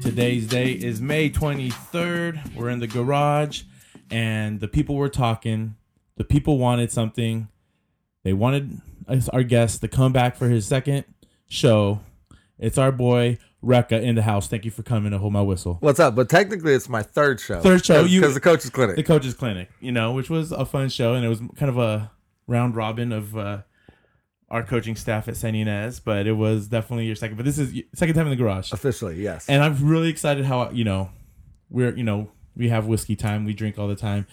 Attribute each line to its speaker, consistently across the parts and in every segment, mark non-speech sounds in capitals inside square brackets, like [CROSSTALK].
Speaker 1: Today's day is May 23rd. We're in the garage and the people were talking. The people wanted something. They wanted us- our guest to come back for his second show. It's our boy Rekka in the house. Thank you for coming to hold my whistle.
Speaker 2: What's up? But technically, it's my third show.
Speaker 1: Third show, you-
Speaker 2: because the coach's clinic.
Speaker 1: The coaches clinic, you know, which was a fun show and it was kind of a round robin of uh, our coaching staff at San Ynez, but it was definitely your second. But this is y- second time in the garage.
Speaker 2: Officially, yes.
Speaker 1: and I'm really excited how you know we're you know we have whiskey time, we drink all the time,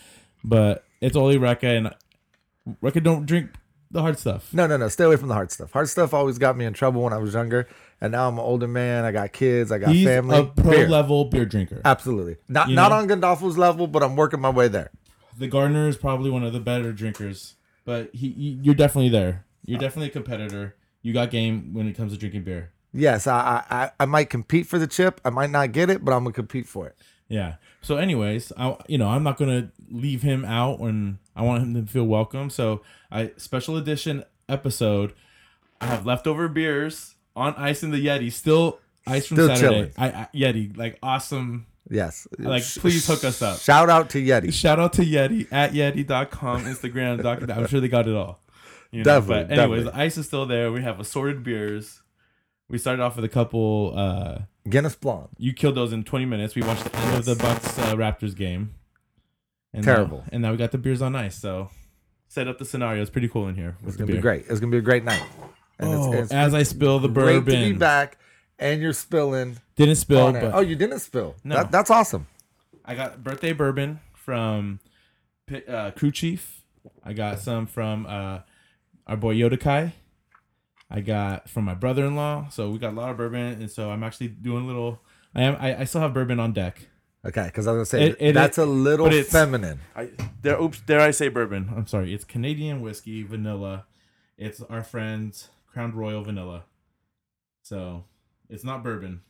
Speaker 1: but it's only Rekka and Rekka don't drink the hard stuff.
Speaker 2: no, no, no. Stay away from the hard stuff. Hard stuff always got me in trouble when I was younger, and now I'm an older man. I got kids. I got
Speaker 1: He's
Speaker 2: family.
Speaker 1: a pro
Speaker 2: Beer. Uh,
Speaker 1: level beer drinker.
Speaker 2: Absolutely. Not
Speaker 1: You
Speaker 2: not
Speaker 1: know?
Speaker 2: on Gandolfo's level, but I'm working my way there.
Speaker 1: The Gardener is probably one of the better drinkers, but he, he you're definitely there. You're
Speaker 2: Uh,
Speaker 1: definitely a competitor. You got game when it comes to drinking beer.
Speaker 2: Yes, I, I I- I might compete for the chip. I might not get it, but I'm gonna compete for it.
Speaker 1: Yeah. So, anyways, I you know I'm not gonna leave him out, and I want him to feel welcome. So, I special edition episode. I have leftover beers on ice in the Yeti, still ice from
Speaker 2: Still
Speaker 1: Saturday.
Speaker 2: chilling.
Speaker 1: I, I Yeti, like awesome.
Speaker 2: Yes.
Speaker 1: Like,
Speaker 2: Sh-
Speaker 1: please hook us up.
Speaker 2: Shout out to Yeti.
Speaker 1: Shout out to Yeti at Yeti.com, Instagram. [LAUGHS] doc, I'm sure they got it all. You know,
Speaker 2: Definitely,
Speaker 1: But anyways,
Speaker 2: definitely.
Speaker 1: the ice is still there. We have assorted beers. We started off with a couple. uh
Speaker 2: Guinness Blonde.
Speaker 1: you killed those in 20 minutes. We watched the end of the Bucks uh, Raptors game. And
Speaker 2: Terrible.
Speaker 1: now- and now we got the beers on ice. So set up the scenario. It's pretty cool in here. With
Speaker 2: It's
Speaker 1: the
Speaker 2: gonna
Speaker 1: beer.
Speaker 2: be great. It's gonna be a great night. And it's-
Speaker 1: Oh,
Speaker 2: and it's,
Speaker 1: as I spill the
Speaker 2: great to be
Speaker 1: bourbon,
Speaker 2: back. And you're spilling.
Speaker 1: didn't spill,
Speaker 2: on it.
Speaker 1: but
Speaker 2: Oh, you didn't spill.
Speaker 1: No.
Speaker 2: That, that's awesome.
Speaker 1: I got birthday bourbon from Pi- uh, Crew Chief. I got some from uh, our boy Yodakai. I got from my brother-in-law. So we got a lot of bourbon, and so I'm actually doing a little. I am. I, I still have bourbon on deck.
Speaker 2: Okay, because I was gonna say
Speaker 1: It- it-
Speaker 2: that's
Speaker 1: it-
Speaker 2: a little
Speaker 1: but it's-
Speaker 2: feminine.
Speaker 1: I there oops dare I say bourbon. I'm sorry. It's Canadian whiskey vanilla. It's our friend's Crown Royal vanilla. So it's not bourbon.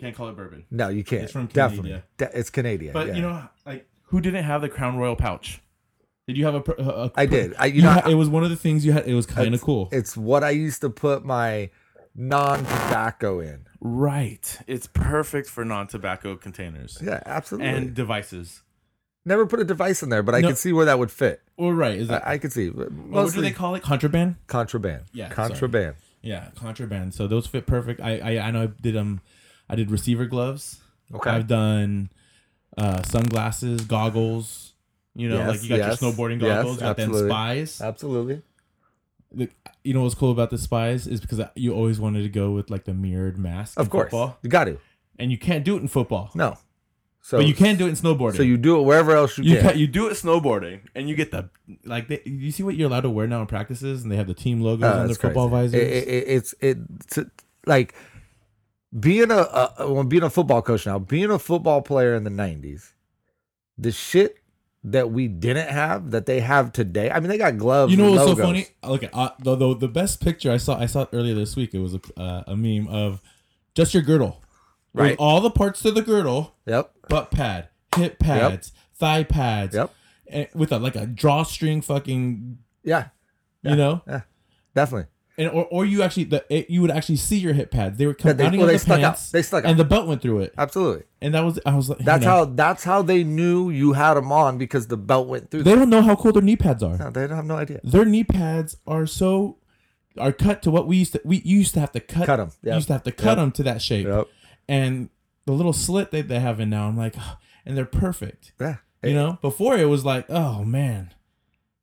Speaker 1: Can't call it bourbon.
Speaker 2: No, you can't.
Speaker 1: It's from
Speaker 2: Definitely,
Speaker 1: Canada.
Speaker 2: De- it's Canadian.
Speaker 1: But
Speaker 2: yeah.
Speaker 1: you know, like who didn't have the Crown Royal pouch? Did you have a? pr- a, a
Speaker 2: I did. I, you,
Speaker 1: You
Speaker 2: know,
Speaker 1: ha- it was one of the things you had. It was kind of
Speaker 2: It's-
Speaker 1: cool.
Speaker 2: it's what I used to put my non-tobacco in.
Speaker 1: right. It's perfect for non-tobacco containers
Speaker 2: Yeah, absolutely.
Speaker 1: and devices.
Speaker 2: Never put a device in there, but I
Speaker 1: No.
Speaker 2: could see where that would fit.
Speaker 1: Or right? Is that
Speaker 2: I, I could see. but
Speaker 1: what do
Speaker 2: Uh, Mostly
Speaker 1: they call it? Contraband.
Speaker 2: contraband.
Speaker 1: Yeah, sorry.
Speaker 2: contraband.
Speaker 1: Yeah, contraband. So those fit perfect. I I, I know I did um, I did receiver gloves.
Speaker 2: Okay.
Speaker 1: I've done uh, sunglasses, goggles. You know,
Speaker 2: Yes,
Speaker 1: like you got
Speaker 2: yes,
Speaker 1: your snowboarding
Speaker 2: yes,
Speaker 1: goggles, you got then
Speaker 2: absolutely.
Speaker 1: spies.
Speaker 2: Absolutely.
Speaker 1: Look, you know what's cool about the spies is because you always wanted to go with like the mirrored mask.
Speaker 2: Of
Speaker 1: in
Speaker 2: course,
Speaker 1: football,
Speaker 2: you got to.
Speaker 1: and you can't do it in football,
Speaker 2: No. So
Speaker 1: but you can do it in snowboarding.
Speaker 2: So you do it wherever else you,
Speaker 1: you
Speaker 2: can.
Speaker 1: ca- you do it snowboarding, and you get the like. They, you see what you're allowed to wear now in practices, and they have the team logos
Speaker 2: Oh,
Speaker 1: on their
Speaker 2: that's
Speaker 1: football
Speaker 2: crazy.
Speaker 1: visors.
Speaker 2: It, it, it's it it's- like being a, a well, being a football coach now, being a football player in the '90s, the shit that we didn't have that they have today. I mean, they got gloves.
Speaker 1: You know
Speaker 2: and
Speaker 1: what's so
Speaker 2: logos.
Speaker 1: funny? Look, at uh, the, the the best picture I saw I saw it earlier this week. It was a uh, a meme of just your girdle, It was
Speaker 2: Right.
Speaker 1: all the parts to the girdle:
Speaker 2: Yep.
Speaker 1: butt pad, hip pads, thigh pads,
Speaker 2: Yep.
Speaker 1: and with a like a drawstring fucking,
Speaker 2: Yeah.
Speaker 1: you know,
Speaker 2: Definitely.
Speaker 1: and or, or you actually the it, you would actually see your hip pads. They were
Speaker 2: Yeah,
Speaker 1: coming
Speaker 2: they,
Speaker 1: out
Speaker 2: well,
Speaker 1: of
Speaker 2: they
Speaker 1: the
Speaker 2: stuck
Speaker 1: pants,
Speaker 2: out. They stuck
Speaker 1: and
Speaker 2: out.
Speaker 1: the belt went through it,
Speaker 2: Absolutely.
Speaker 1: and that was I was like, you
Speaker 2: That's
Speaker 1: know,
Speaker 2: how. That's how they knew you had them on because the belt went through.
Speaker 1: they
Speaker 2: them.
Speaker 1: don't know how cool their knee pads are.
Speaker 2: No, they don't have no idea.
Speaker 1: Their knee pads are so are cut to what we used to we you used to have to cut
Speaker 2: Cut 'em,
Speaker 1: you
Speaker 2: yep.
Speaker 1: used to have to cut them to that shape.
Speaker 2: Yep.
Speaker 1: and the little slit that they have in now, I'm like, [SIGHS] "Ugh," and they're perfect.
Speaker 2: Yeah.
Speaker 1: You know, before it was like, oh man,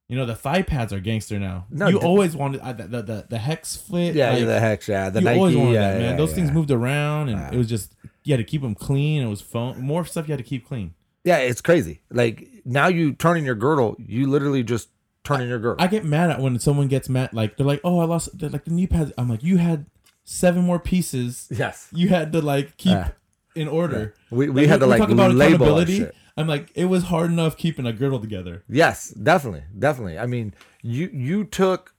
Speaker 1: you know the thigh pads are gangster now.
Speaker 2: No,
Speaker 1: you
Speaker 2: the-
Speaker 1: always wanted uh, the, the the the hex flit.
Speaker 2: Yeah.
Speaker 1: like,
Speaker 2: the heck. Yeah. The
Speaker 1: you
Speaker 2: Nike.
Speaker 1: always wanted
Speaker 2: yeah,
Speaker 1: that, man.
Speaker 2: yeah,
Speaker 1: Those
Speaker 2: yeah.
Speaker 1: things moved around, and
Speaker 2: Ah.
Speaker 1: it was just you had to keep them clean. It was phone more stuff you had to keep clean.
Speaker 2: Yeah, it's crazy. Like now you turn in your girdle, you literally just turn in your girdle.
Speaker 1: I get mad at when someone gets mad, like they're like, oh, I lost, they're like the knee pads. I'm like, you had seven more pieces.
Speaker 2: yes.
Speaker 1: You had to like keep
Speaker 2: Ah.
Speaker 1: in order.
Speaker 2: We, we had to like label our shit.
Speaker 1: I'm like, it was hard enough keeping a girdle together.
Speaker 2: Yes, definitely. Definitely. I mean, you you took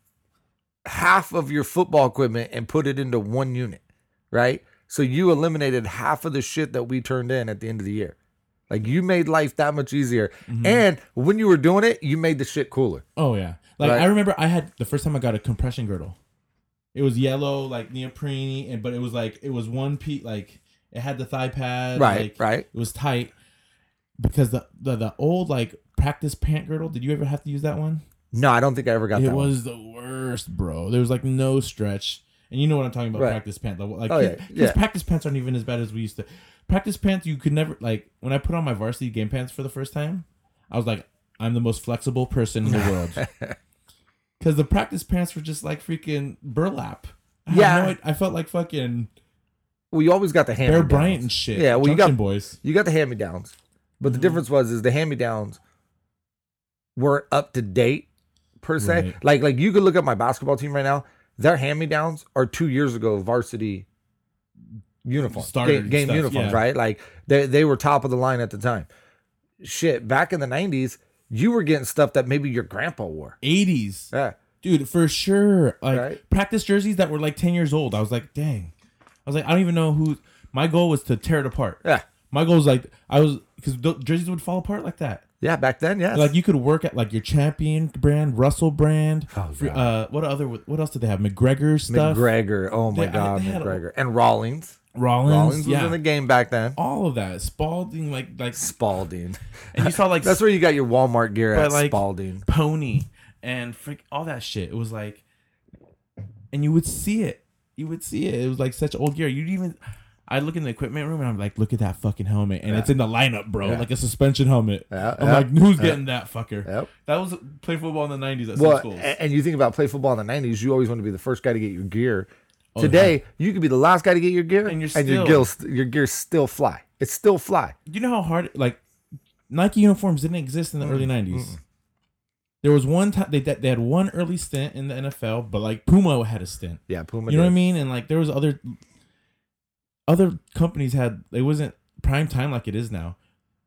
Speaker 2: half of your football equipment and put it into one unit, right? So you eliminated half of the shit that we turned in at the end of the year. Like you made life that much easier.
Speaker 1: Mm-hmm.
Speaker 2: And when you were doing it, you made the shit cooler.
Speaker 1: Oh yeah, like
Speaker 2: Right.
Speaker 1: I remember I had the first time I got a compression girdle. It was yellow, like neoprene, and but it was like it was one piece, like It had the thigh pad.
Speaker 2: Right,
Speaker 1: like,
Speaker 2: right.
Speaker 1: It was tight because the, the the old like practice pant girdle. Did you ever have to use that one?
Speaker 2: No, I don't think I ever got
Speaker 1: it
Speaker 2: that. one.
Speaker 1: was the worst, bro. There was like no stretch, and you know what I'm talking about.
Speaker 2: Right.
Speaker 1: Practice pants, like
Speaker 2: Oh, yeah,
Speaker 1: his- his
Speaker 2: yeah.
Speaker 1: practice pants aren't even as bad as we used to. Practice pants, you could never like. When I put on my varsity game pants for the first time, I was like, I'm the most flexible person in the world,
Speaker 2: [LAUGHS]
Speaker 1: because the practice pants were just like freaking burlap. I had
Speaker 2: Yeah.
Speaker 1: no id- I felt like fucking
Speaker 2: Well, you always got the hand.
Speaker 1: Bear Bryant and shit.
Speaker 2: Yeah, well, you
Speaker 1: Junction
Speaker 2: got-
Speaker 1: boys.
Speaker 2: You got the hand me downs, but
Speaker 1: Mm-hmm.
Speaker 2: the difference was is the hand me downs were up to date per se.
Speaker 1: Right.
Speaker 2: Like like you could look at my basketball team right now. Their hand me downs are two years ago varsity uniforms,
Speaker 1: Starter
Speaker 2: ga- game
Speaker 1: stuff,
Speaker 2: uniforms,
Speaker 1: yeah.
Speaker 2: right? Like they they were top of the line at the time. Shit, back in the nineties, you were getting stuff that maybe your grandpa wore.
Speaker 1: 80s.
Speaker 2: Yeah,
Speaker 1: dude for sure like
Speaker 2: Right?
Speaker 1: practice jerseys that were like 10 years old i was like dang i was like i don't even know who my goal was to tear it apart
Speaker 2: yeah,
Speaker 1: my goal was like i was because jerseys would fall apart like that
Speaker 2: yeah. Back then, yes.
Speaker 1: like you could work at like your champion brand russell brand
Speaker 2: Oh,
Speaker 1: Fre-
Speaker 2: God.
Speaker 1: uh what other what else did they have mcgregor stuff
Speaker 2: McGregor, oh my
Speaker 1: They- I-
Speaker 2: God,
Speaker 1: they had a-
Speaker 2: McGregor, and Rawlings.
Speaker 1: rollins,
Speaker 2: Rawlings was
Speaker 1: yeah
Speaker 2: in the game back then.
Speaker 1: all of that spalding like like
Speaker 2: Spalding.
Speaker 1: and you saw like
Speaker 2: [LAUGHS] That's where you got your Walmart gear
Speaker 1: But,
Speaker 2: at
Speaker 1: like-
Speaker 2: Spalding.
Speaker 1: pony and freak all that shit. It was like, and you would see it. You would see it. It was like such old gear. You'd even. I look in the equipment room and I'm like, look at that fucking helmet, and it's in the lineup, bro. Like a suspension helmet.
Speaker 2: Yeah,
Speaker 1: I'm
Speaker 2: yeah,
Speaker 1: like, who's getting that fucker?
Speaker 2: Yep.
Speaker 1: That was play football in the '90s at some
Speaker 2: Well, eh,
Speaker 1: schools.
Speaker 2: a- and you think about play football in the '90s, you always want to be the first guy to get your gear. Today, you could be the last guy to get your gear,
Speaker 1: Oh, And
Speaker 2: and,
Speaker 1: you're
Speaker 2: your
Speaker 1: still-
Speaker 2: gills, your gear still fly. It's still fly.
Speaker 1: you know how hard like Nike uniforms didn't exist in the early '90s. There was one time they they had one early stint in the NFL, but like Puma had a stint.
Speaker 2: Yeah, Puma.
Speaker 1: you know what I
Speaker 2: did.
Speaker 1: mean? And like there was other other companies had it wasn't prime time like it is now.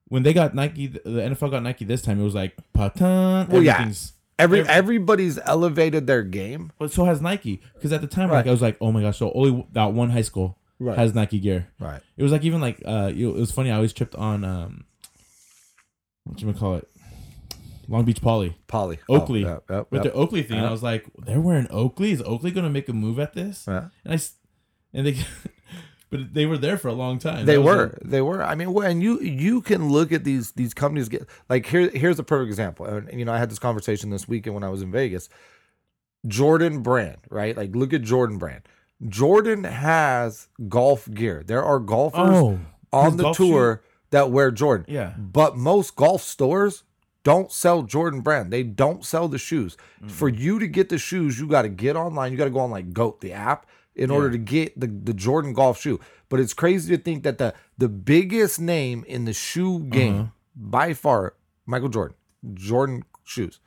Speaker 1: When they got Nike, the NFL got Nike this time. It was like patin.
Speaker 2: Well, yeah.
Speaker 1: everything's.
Speaker 2: Every
Speaker 1: Every-
Speaker 2: everybody's elevated their game.
Speaker 1: But so has Nike because at the time, like
Speaker 2: Right.
Speaker 1: I was like, oh my gosh, so only that one high school
Speaker 2: Right.
Speaker 1: has Nike gear.
Speaker 2: Right.
Speaker 1: It was like even like uh, you it was funny. I always tripped on um, what you gonna call it, Long Beach Poly
Speaker 2: Polly.
Speaker 1: Oakley
Speaker 2: Oh, yep, yep,
Speaker 1: with
Speaker 2: yep.
Speaker 1: the Oakley thing. And I was like, they're wearing Oakley. Is Oakley gonna make a move at this?
Speaker 2: Yeah.
Speaker 1: and I s- and they [LAUGHS] but they were there for a long time.
Speaker 2: They
Speaker 1: That was
Speaker 2: were,
Speaker 1: it.
Speaker 2: they were. I mean, well, and you you can look at these these companies get like here here's a perfect example. And you know, I had this conversation this weekend when I was in Vegas. Jordan Brand, right? Like, look at Jordan Brand. Jordan has golf gear. There are golfers
Speaker 1: Oh,
Speaker 2: on
Speaker 1: his
Speaker 2: the
Speaker 1: golf
Speaker 2: tour that wear Jordan.
Speaker 1: Yeah.
Speaker 2: But most golf stores don't sell Jordan brand. They don't sell the shoes.
Speaker 1: Mm.
Speaker 2: For you to get the shoes, you got to get online. You got to go on like GOAT, the app, in order to get the, the Jordan golf shoe. But it's crazy to think that the the biggest name in the shoe
Speaker 1: Uh-huh.
Speaker 2: game by far, Michael Jordan, Jordan shoes.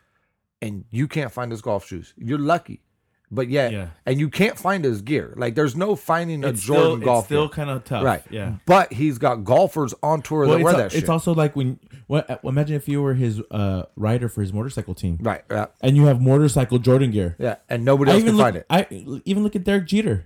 Speaker 2: And you can't find his golf shoes. You're lucky. But yet,
Speaker 1: Yeah.
Speaker 2: and you can't find his gear. Like there's no finding a
Speaker 1: It's
Speaker 2: Jordan
Speaker 1: still,
Speaker 2: golf.
Speaker 1: It's still
Speaker 2: gear.
Speaker 1: kind of tough,
Speaker 2: Right.
Speaker 1: Yeah.
Speaker 2: But he's got golfers on tour
Speaker 1: Well,
Speaker 2: that
Speaker 1: it's,
Speaker 2: wear
Speaker 1: al-
Speaker 2: that
Speaker 1: it's
Speaker 2: shit.
Speaker 1: also like when what imagine if you were his uh, rider for his motorcycle team,
Speaker 2: right. Yeah.
Speaker 1: and you have motorcycle Jordan gear.
Speaker 2: Yeah. And nobody
Speaker 1: I
Speaker 2: else can
Speaker 1: even look,
Speaker 2: find it.
Speaker 1: I even look at Derek Jeter,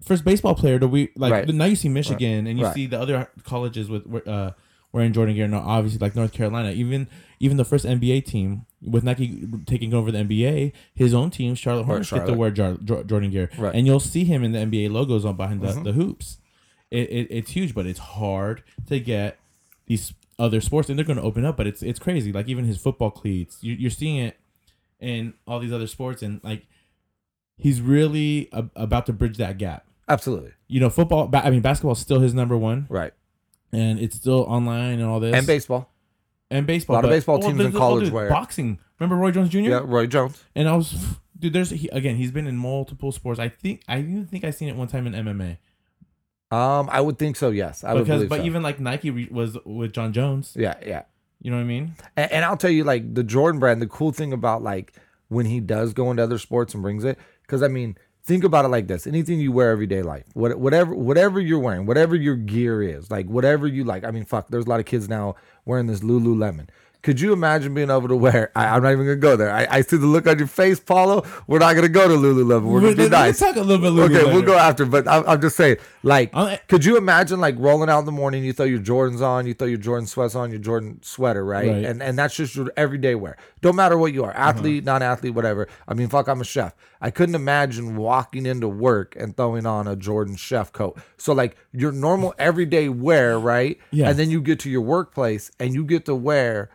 Speaker 1: first baseball player to we like
Speaker 2: Right.
Speaker 1: now you see Michigan and you
Speaker 2: Right.
Speaker 1: see the other colleges with uh, wearing Jordan gear. Now obviously like North Carolina, even even the first NBA team with Nike taking over the NBA, his own team Charlotte Hornets get to
Speaker 2: Charlotte.
Speaker 1: wear Jar- Jor- Jordan gear,
Speaker 2: Right. Mm-hmm.
Speaker 1: and you'll see him in the NBA logos on behind the, the hoops. It, it, it's huge, but it's hard to get these other sports, and they're going to open up. But it's it's crazy. Like even his football cleats, you, you're seeing it in all these other sports, and like he's really a- about to bridge that gap.
Speaker 2: Absolutely.
Speaker 1: You know, football. Ba- I mean, basketball's still his number one,
Speaker 2: Right.
Speaker 1: and it's still online and all this.
Speaker 2: And baseball.
Speaker 1: and baseball.
Speaker 2: a lot of
Speaker 1: but-
Speaker 2: baseball teams
Speaker 1: there's
Speaker 2: in
Speaker 1: this whole
Speaker 2: college
Speaker 1: dude,
Speaker 2: wear it.
Speaker 1: boxing. Remember Roy Jones Jr.
Speaker 2: Yeah. Roy Jones.
Speaker 1: And I was, dude. There's he, again. He's been in multiple sports. I think I even think I seen it one time in MMA
Speaker 2: Um, I would think so. Yes. I would
Speaker 1: because,
Speaker 2: believe
Speaker 1: but
Speaker 2: so.
Speaker 1: even like Nike re- was with John Jones.
Speaker 2: yeah. Yeah.
Speaker 1: You know what I mean?
Speaker 2: And, and I'll tell you, like the Jordan brand, the cool thing about like when he does go into other sports and brings it, because I mean, think about it like this: anything you wear everyday life, what, whatever, whatever you're wearing, whatever your gear is, like whatever you like. I mean, fuck, there's a lot of kids now wearing this Lululemon. Could you imagine being able to wear? I, I'm not even gonna go there. I, I see the look on your face, Paulo. We're not gonna go to Lululemon. We're gonna be
Speaker 1: Let's-
Speaker 2: nice.
Speaker 1: Let's talk a little bit.
Speaker 2: Okay,
Speaker 1: Lululemon.
Speaker 2: we'll go after. But I'm, I'm just saying, like,
Speaker 1: I'm-
Speaker 2: could you imagine like rolling out in the morning? You throw your Jordans on, you throw your Jordan sweats on, your Jordan sweater, right? Uh-huh.
Speaker 1: Right.
Speaker 2: And and that's just your everyday wear. Don't matter what you are, athlete, non-athlete, whatever. I mean, fuck, I'm a chef. I couldn't imagine walking into work and throwing on a Jordan chef coat. So like your normal everyday wear, right?
Speaker 1: Yeah.
Speaker 2: And then you get to your workplace and you get to wear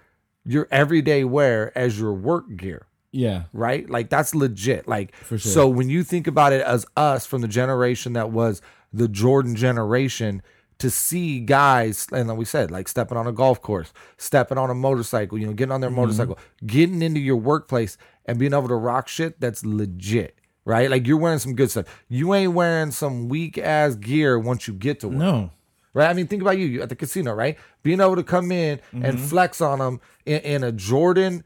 Speaker 2: your everyday wear as your work gear
Speaker 1: Yeah.
Speaker 2: right? Like that's legit. Like
Speaker 1: For sure.
Speaker 2: so when you think about it as us from the generation that was the Jordan generation to see guys and like we said like stepping on a golf course, stepping on a motorcycle, you know, getting on
Speaker 1: Mm-hmm.
Speaker 2: their motorcycle, getting into your workplace and being able to rock shit that's legit. Right? Like you're wearing some good stuff. You ain't wearing some weak ass gear once you get to work
Speaker 1: No.
Speaker 2: right? I mean, think about you you at the casino, right? Being able to come in
Speaker 1: Mm-hmm.
Speaker 2: and flex on them in, in a Jordan,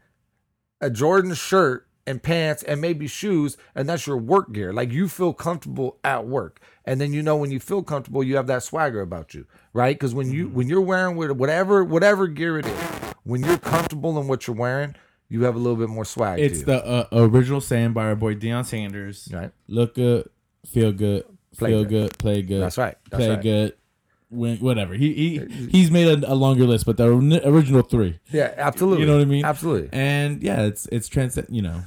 Speaker 2: a Jordan shirt and pants and maybe shoes, and that's your work gear. Like you feel comfortable at work, and then you know when you feel comfortable, you have that swagger about you, right? Because when
Speaker 1: Mm-hmm.
Speaker 2: you when you're wearing with- whatever whatever gear it is, when you're comfortable in what you're wearing, you have a little bit more swag.
Speaker 1: It's
Speaker 2: to you,
Speaker 1: the uh, original saying by our boy Deion Sanders.
Speaker 2: right.
Speaker 1: Look good, feel good,
Speaker 2: Play
Speaker 1: feel
Speaker 2: good.
Speaker 1: good. play good.
Speaker 2: That's right. That's
Speaker 1: play
Speaker 2: right. Uh,
Speaker 1: good. Win, whatever. He he he's made a, a longer list, but the orni- original three.
Speaker 2: Yeah, absolutely.
Speaker 1: You know what I mean?
Speaker 2: Absolutely.
Speaker 1: And yeah, it's it's transcend. You know,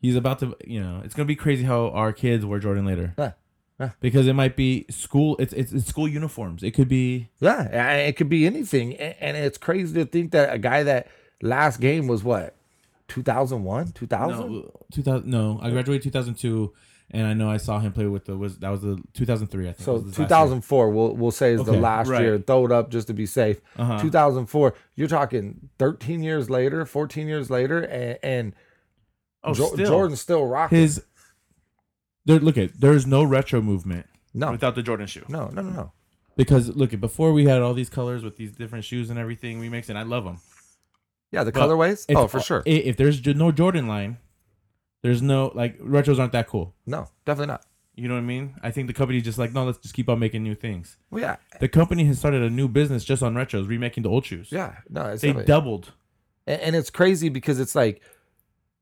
Speaker 1: he's about to. You know, it's gonna be crazy how our kids wear Jordan later.
Speaker 2: Yeah. Yeah.
Speaker 1: Because it might be school. It's, it's it's school uniforms. It could be.
Speaker 2: Yeah, I- it could be anything, A- and it's crazy to think that a guy that last game was what, two thousand one, two thousand.
Speaker 1: No, 2000, no, I graduated 2002, and I know I saw him play with the was that was the 2003. I think
Speaker 2: So
Speaker 1: was the last
Speaker 2: two
Speaker 1: year.
Speaker 2: thousand four, we'll we'll say is the
Speaker 1: Okay,
Speaker 2: last
Speaker 1: right.
Speaker 2: year. Throw it up just to be safe.
Speaker 1: Uh-huh.
Speaker 2: thousand four. You're talking thirteen years later, fourteen years later, and, and
Speaker 1: Oh,
Speaker 2: Jo-
Speaker 1: still.
Speaker 2: Jordan's still rocking.
Speaker 1: his there look at there's no retro movement
Speaker 2: no,
Speaker 1: without the Jordan shoe.
Speaker 2: no, no, no, no.
Speaker 1: Because look at before we had all these colors with these different shoes and everything we mix and I love them.
Speaker 2: Yeah, the
Speaker 1: But
Speaker 2: colorways.
Speaker 1: If-
Speaker 2: Oh, for sure.
Speaker 1: i- If there's j- no Jordan line, there's no like retros aren't that cool.
Speaker 2: no, definitely not.
Speaker 1: You know what I mean? I think the company's just like no, let's just keep on making new things.
Speaker 2: Well, yeah,
Speaker 1: The company has started a new business just on retros, remaking the old shoes.
Speaker 2: yeah. No, it's
Speaker 1: they
Speaker 2: definitely-
Speaker 1: doubled.
Speaker 2: and, and it's crazy because it's like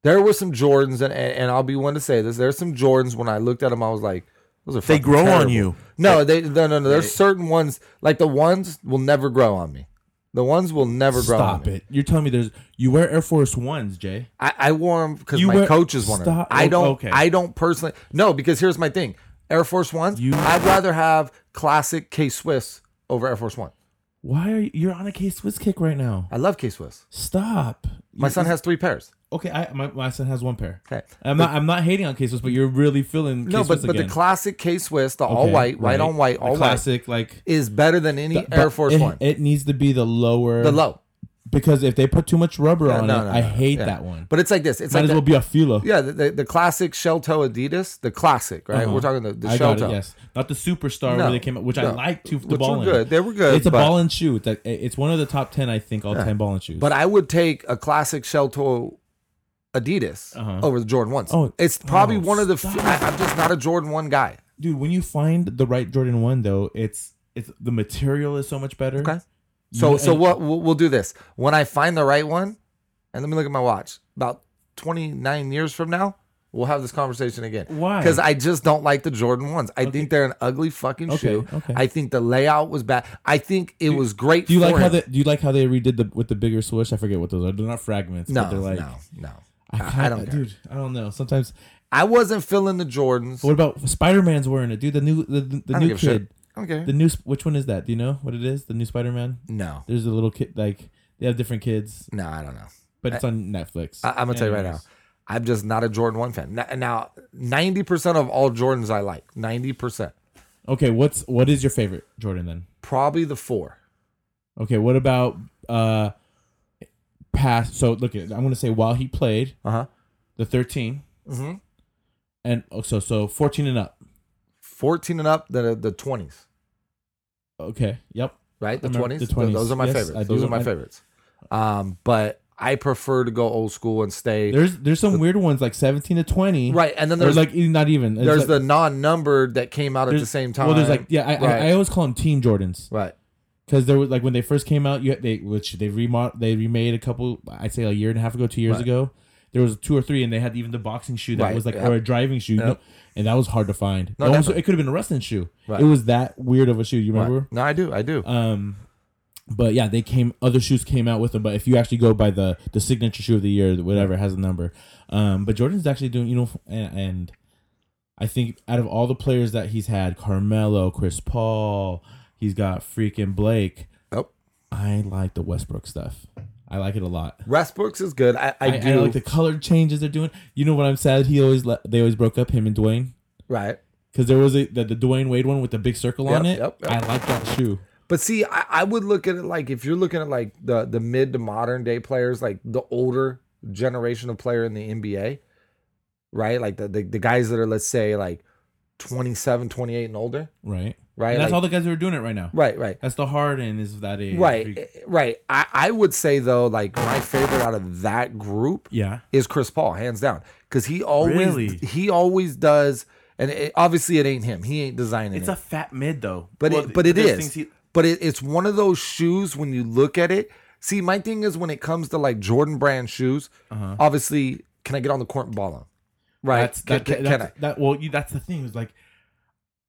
Speaker 2: there were some Jordans, and, and, and I'll be one to say this. There's some Jordans when I looked at them, I was like, those are
Speaker 1: They
Speaker 2: fucking
Speaker 1: grow on
Speaker 2: terrible.
Speaker 1: you.
Speaker 2: No, they no no no. There's
Speaker 1: They-
Speaker 2: certain ones like the ones will never grow on me. The ones will never grow.
Speaker 1: Stop
Speaker 2: on me.
Speaker 1: it! You're telling me there's you wear Air Force Ones, Jay?
Speaker 2: I, I wore them because
Speaker 1: You
Speaker 2: my
Speaker 1: wear-
Speaker 2: coach is one of them.
Speaker 1: Stop.
Speaker 2: I don't.
Speaker 1: Okay.
Speaker 2: I don't personally. No, because here's my thing. Air Force Ones.
Speaker 1: You-
Speaker 2: I'd rather have classic K Swiss over Air Force One.
Speaker 1: Why are you? You're on a K Swiss kick right now.
Speaker 2: I love K Swiss.
Speaker 1: Stop.
Speaker 2: My son has three pairs.
Speaker 1: Okay, I my, my son has one pair.
Speaker 2: Okay.
Speaker 1: I'm not I'm not hating on K-Swiss, but you're really feeling
Speaker 2: No,
Speaker 1: K-Swiss
Speaker 2: but but
Speaker 1: again.
Speaker 2: the classic K Swiss, the all
Speaker 1: Okay,
Speaker 2: white, white on white,
Speaker 1: The
Speaker 2: all white.
Speaker 1: classic like
Speaker 2: is better than any
Speaker 1: but
Speaker 2: Air Force
Speaker 1: it,
Speaker 2: One.
Speaker 1: It needs to be the lower
Speaker 2: the low.
Speaker 1: because if they put too much rubber on
Speaker 2: no,
Speaker 1: it,
Speaker 2: no,
Speaker 1: I
Speaker 2: no,
Speaker 1: hate
Speaker 2: yeah.
Speaker 1: that one.
Speaker 2: But it's like this. It's
Speaker 1: Might
Speaker 2: like
Speaker 1: as
Speaker 2: the,
Speaker 1: well be a fila.
Speaker 2: yeah, the, the, the classic shell toe Adidas, the classic, right?
Speaker 1: Uh-huh.
Speaker 2: We're talking the, the
Speaker 1: I
Speaker 2: shell
Speaker 1: got
Speaker 2: toe.
Speaker 1: it. Yes, not the superstar
Speaker 2: No,
Speaker 1: where they came out, which I
Speaker 2: no,
Speaker 1: like to the
Speaker 2: which
Speaker 1: ball in.
Speaker 2: were good. They were good,
Speaker 1: It's a
Speaker 2: but-
Speaker 1: ball and shoe. It's like, it's one of the top ten, I think, all ten ball and shoes.
Speaker 2: But I would take a classic shell toe Adidas
Speaker 1: Uh-huh.
Speaker 2: over the Jordan ones.
Speaker 1: Oh,
Speaker 2: it's probably
Speaker 1: oh,
Speaker 2: one of the. Few, I, I'm just not a Jordan one guy.
Speaker 1: dude, when you find the right Jordan one, though, it's it's the material is so much better.
Speaker 2: Okay. So
Speaker 1: You-
Speaker 2: so
Speaker 1: and-
Speaker 2: what we'll, we'll do this when I find the right one, and let me look at my watch. About 29 years from now. We'll have this conversation again.
Speaker 1: Why?
Speaker 2: Because I just don't like the Jordan ones. I think they're an ugly fucking
Speaker 1: Okay,
Speaker 2: shoe.
Speaker 1: okay.
Speaker 2: I think the layout was bad. I think it was great.
Speaker 1: Do you
Speaker 2: for
Speaker 1: like how
Speaker 2: him.
Speaker 1: they do you like how they redid the with the bigger swoosh? I forget what those are. They're not fragments.
Speaker 2: No,
Speaker 1: but they're like,
Speaker 2: no, no.
Speaker 1: I,
Speaker 2: I- I
Speaker 1: kinda-
Speaker 2: don't care.
Speaker 1: dude. I don't know. Sometimes.
Speaker 2: I wasn't feeling the Jordans.
Speaker 1: What about Spider Man's wearing it, dude? The new the, the,
Speaker 2: I
Speaker 1: the
Speaker 2: don't
Speaker 1: new
Speaker 2: give a shit.
Speaker 1: kid.
Speaker 2: Okay.
Speaker 1: The new sp- which one is that? Do you know what it is? The new Spider Man.
Speaker 2: no,
Speaker 1: There's a little kid like they have different kids,
Speaker 2: no, I don't know.
Speaker 1: but it's on Netflix.
Speaker 2: I, I'm gonna tell you right now,
Speaker 1: Anyways.
Speaker 2: I'm just not a Jordan One fan. N- Now, ninety percent of all Jordans I like, ninety percent,
Speaker 1: Okay, what's what is your favorite Jordan then?
Speaker 2: probably the four.
Speaker 1: Okay, what about uh past? So look at I'm gonna say while he played
Speaker 2: Uh huh.
Speaker 1: the 13
Speaker 2: Mm-hmm.
Speaker 1: and oh, so so 14 and up.
Speaker 2: Fourteen and up, the the twenties,
Speaker 1: Okay, yep.
Speaker 2: right? The
Speaker 1: remember
Speaker 2: twenties.
Speaker 1: the 20s.
Speaker 2: Those are my
Speaker 1: Yes, I
Speaker 2: favorites. Those
Speaker 1: do.
Speaker 2: are my
Speaker 1: I-
Speaker 2: favorites. Um, but I prefer to go old school and stay
Speaker 1: There's there's some weird ones like 17 to 20.
Speaker 2: right. And then
Speaker 1: Or
Speaker 2: there's
Speaker 1: like e- not even. It's
Speaker 2: there's
Speaker 1: like-
Speaker 2: the non-numbered that came out at the
Speaker 1: there's-
Speaker 2: same time.
Speaker 1: Well, there's like yeah, I,
Speaker 2: Right.
Speaker 1: I, I always call them Team Jordans
Speaker 2: right.
Speaker 1: because there was like when they first came out, you had, they which they remod they remade a couple, I'd say a year and a half ago, two years
Speaker 2: Right.
Speaker 1: ago. There was two or three, and they had even the boxing shoe that
Speaker 2: Right,
Speaker 1: was like
Speaker 2: yeah.
Speaker 1: or a driving shoe,
Speaker 2: Yeah.
Speaker 1: no- and that was hard to find.
Speaker 2: No,
Speaker 1: it almost-
Speaker 2: definitely.
Speaker 1: it could have been a wrestling shoe.
Speaker 2: Right.
Speaker 1: It was that weird of a shoe. You remember?
Speaker 2: No, I do. I do.
Speaker 1: Um, but yeah, they came. Other shoes came out with them. But if you actually go by the the signature shoe of the year, whatever it has a number. Um, but Jordan's actually doing you know, and, and I think out of all the players that he's had, Carmelo, Chris Paul, he's got freaking Blake.
Speaker 2: oh,
Speaker 1: I like the Westbrook stuff. I like it a lot.
Speaker 2: Westbrook's is good. I,
Speaker 1: I,
Speaker 2: I,
Speaker 1: I
Speaker 2: do.
Speaker 1: like the color changes they're doing. You know what I'm sad? He always le- they always broke up him and Dwayne
Speaker 2: right.
Speaker 1: because there was a the, the Dwayne Wade one with the big circle on
Speaker 2: Yep,
Speaker 1: it.
Speaker 2: yep, yep.
Speaker 1: I like that shoe.
Speaker 2: But see, I, I would look at it like if you're looking at like the the mid to modern day players, like the older generation of player in the NBA, right? Like the the, the guys that are let's say like 27, 28 and older,
Speaker 1: Right.
Speaker 2: right?
Speaker 1: And that's
Speaker 2: Like-
Speaker 1: all the guys who are doing it right now.
Speaker 2: right, right.
Speaker 1: That's the Harden is that age.
Speaker 2: Right, eh, right. I, I would say though, like my favorite out of that group
Speaker 1: Yeah.
Speaker 2: is Chris Paul, hands down, because he always
Speaker 1: Really?
Speaker 2: he always does, and it, obviously it ain't him. He ain't designing it.
Speaker 3: It's a fat mid though.
Speaker 2: But
Speaker 3: Well,
Speaker 2: it, but it
Speaker 3: there's
Speaker 2: is.
Speaker 3: things he-
Speaker 2: but it, it's one of those shoes when you look at it. See, my thing is when it comes to like Jordan brand shoes.
Speaker 3: uh-huh.
Speaker 2: Obviously, can I get on the court and ball on? Right?
Speaker 1: That's
Speaker 2: can,
Speaker 1: that,
Speaker 2: can- can
Speaker 1: that's, that well you, that's the thing is like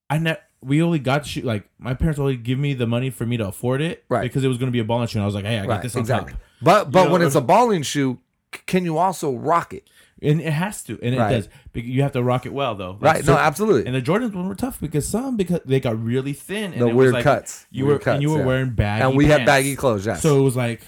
Speaker 1: I ne- we only got shoe like my parents only give me the money for me to afford it
Speaker 2: Right.
Speaker 1: because it was going to be a ball and shoe and I was like hey I
Speaker 2: I?
Speaker 1: got
Speaker 2: Right,
Speaker 1: this on
Speaker 2: exactly.
Speaker 1: top
Speaker 2: But but
Speaker 1: know,
Speaker 2: when it's
Speaker 1: or-
Speaker 2: a balling shoe, c- can you also rock it?
Speaker 1: and it has to and it
Speaker 2: Right.
Speaker 1: does Bec- you have to rock it well though Like,
Speaker 2: Right?
Speaker 1: so-
Speaker 2: no, absolutely.
Speaker 1: and the Jordans one were tough because some because they got really thin and
Speaker 2: the
Speaker 1: it was
Speaker 2: weird
Speaker 1: like,
Speaker 2: cuts.
Speaker 1: you
Speaker 2: Weird
Speaker 1: were and you
Speaker 2: cuts,
Speaker 1: were
Speaker 2: yeah.
Speaker 1: wearing baggy
Speaker 2: and we had
Speaker 1: pants.
Speaker 2: baggy clothes. Yes.
Speaker 1: so it was like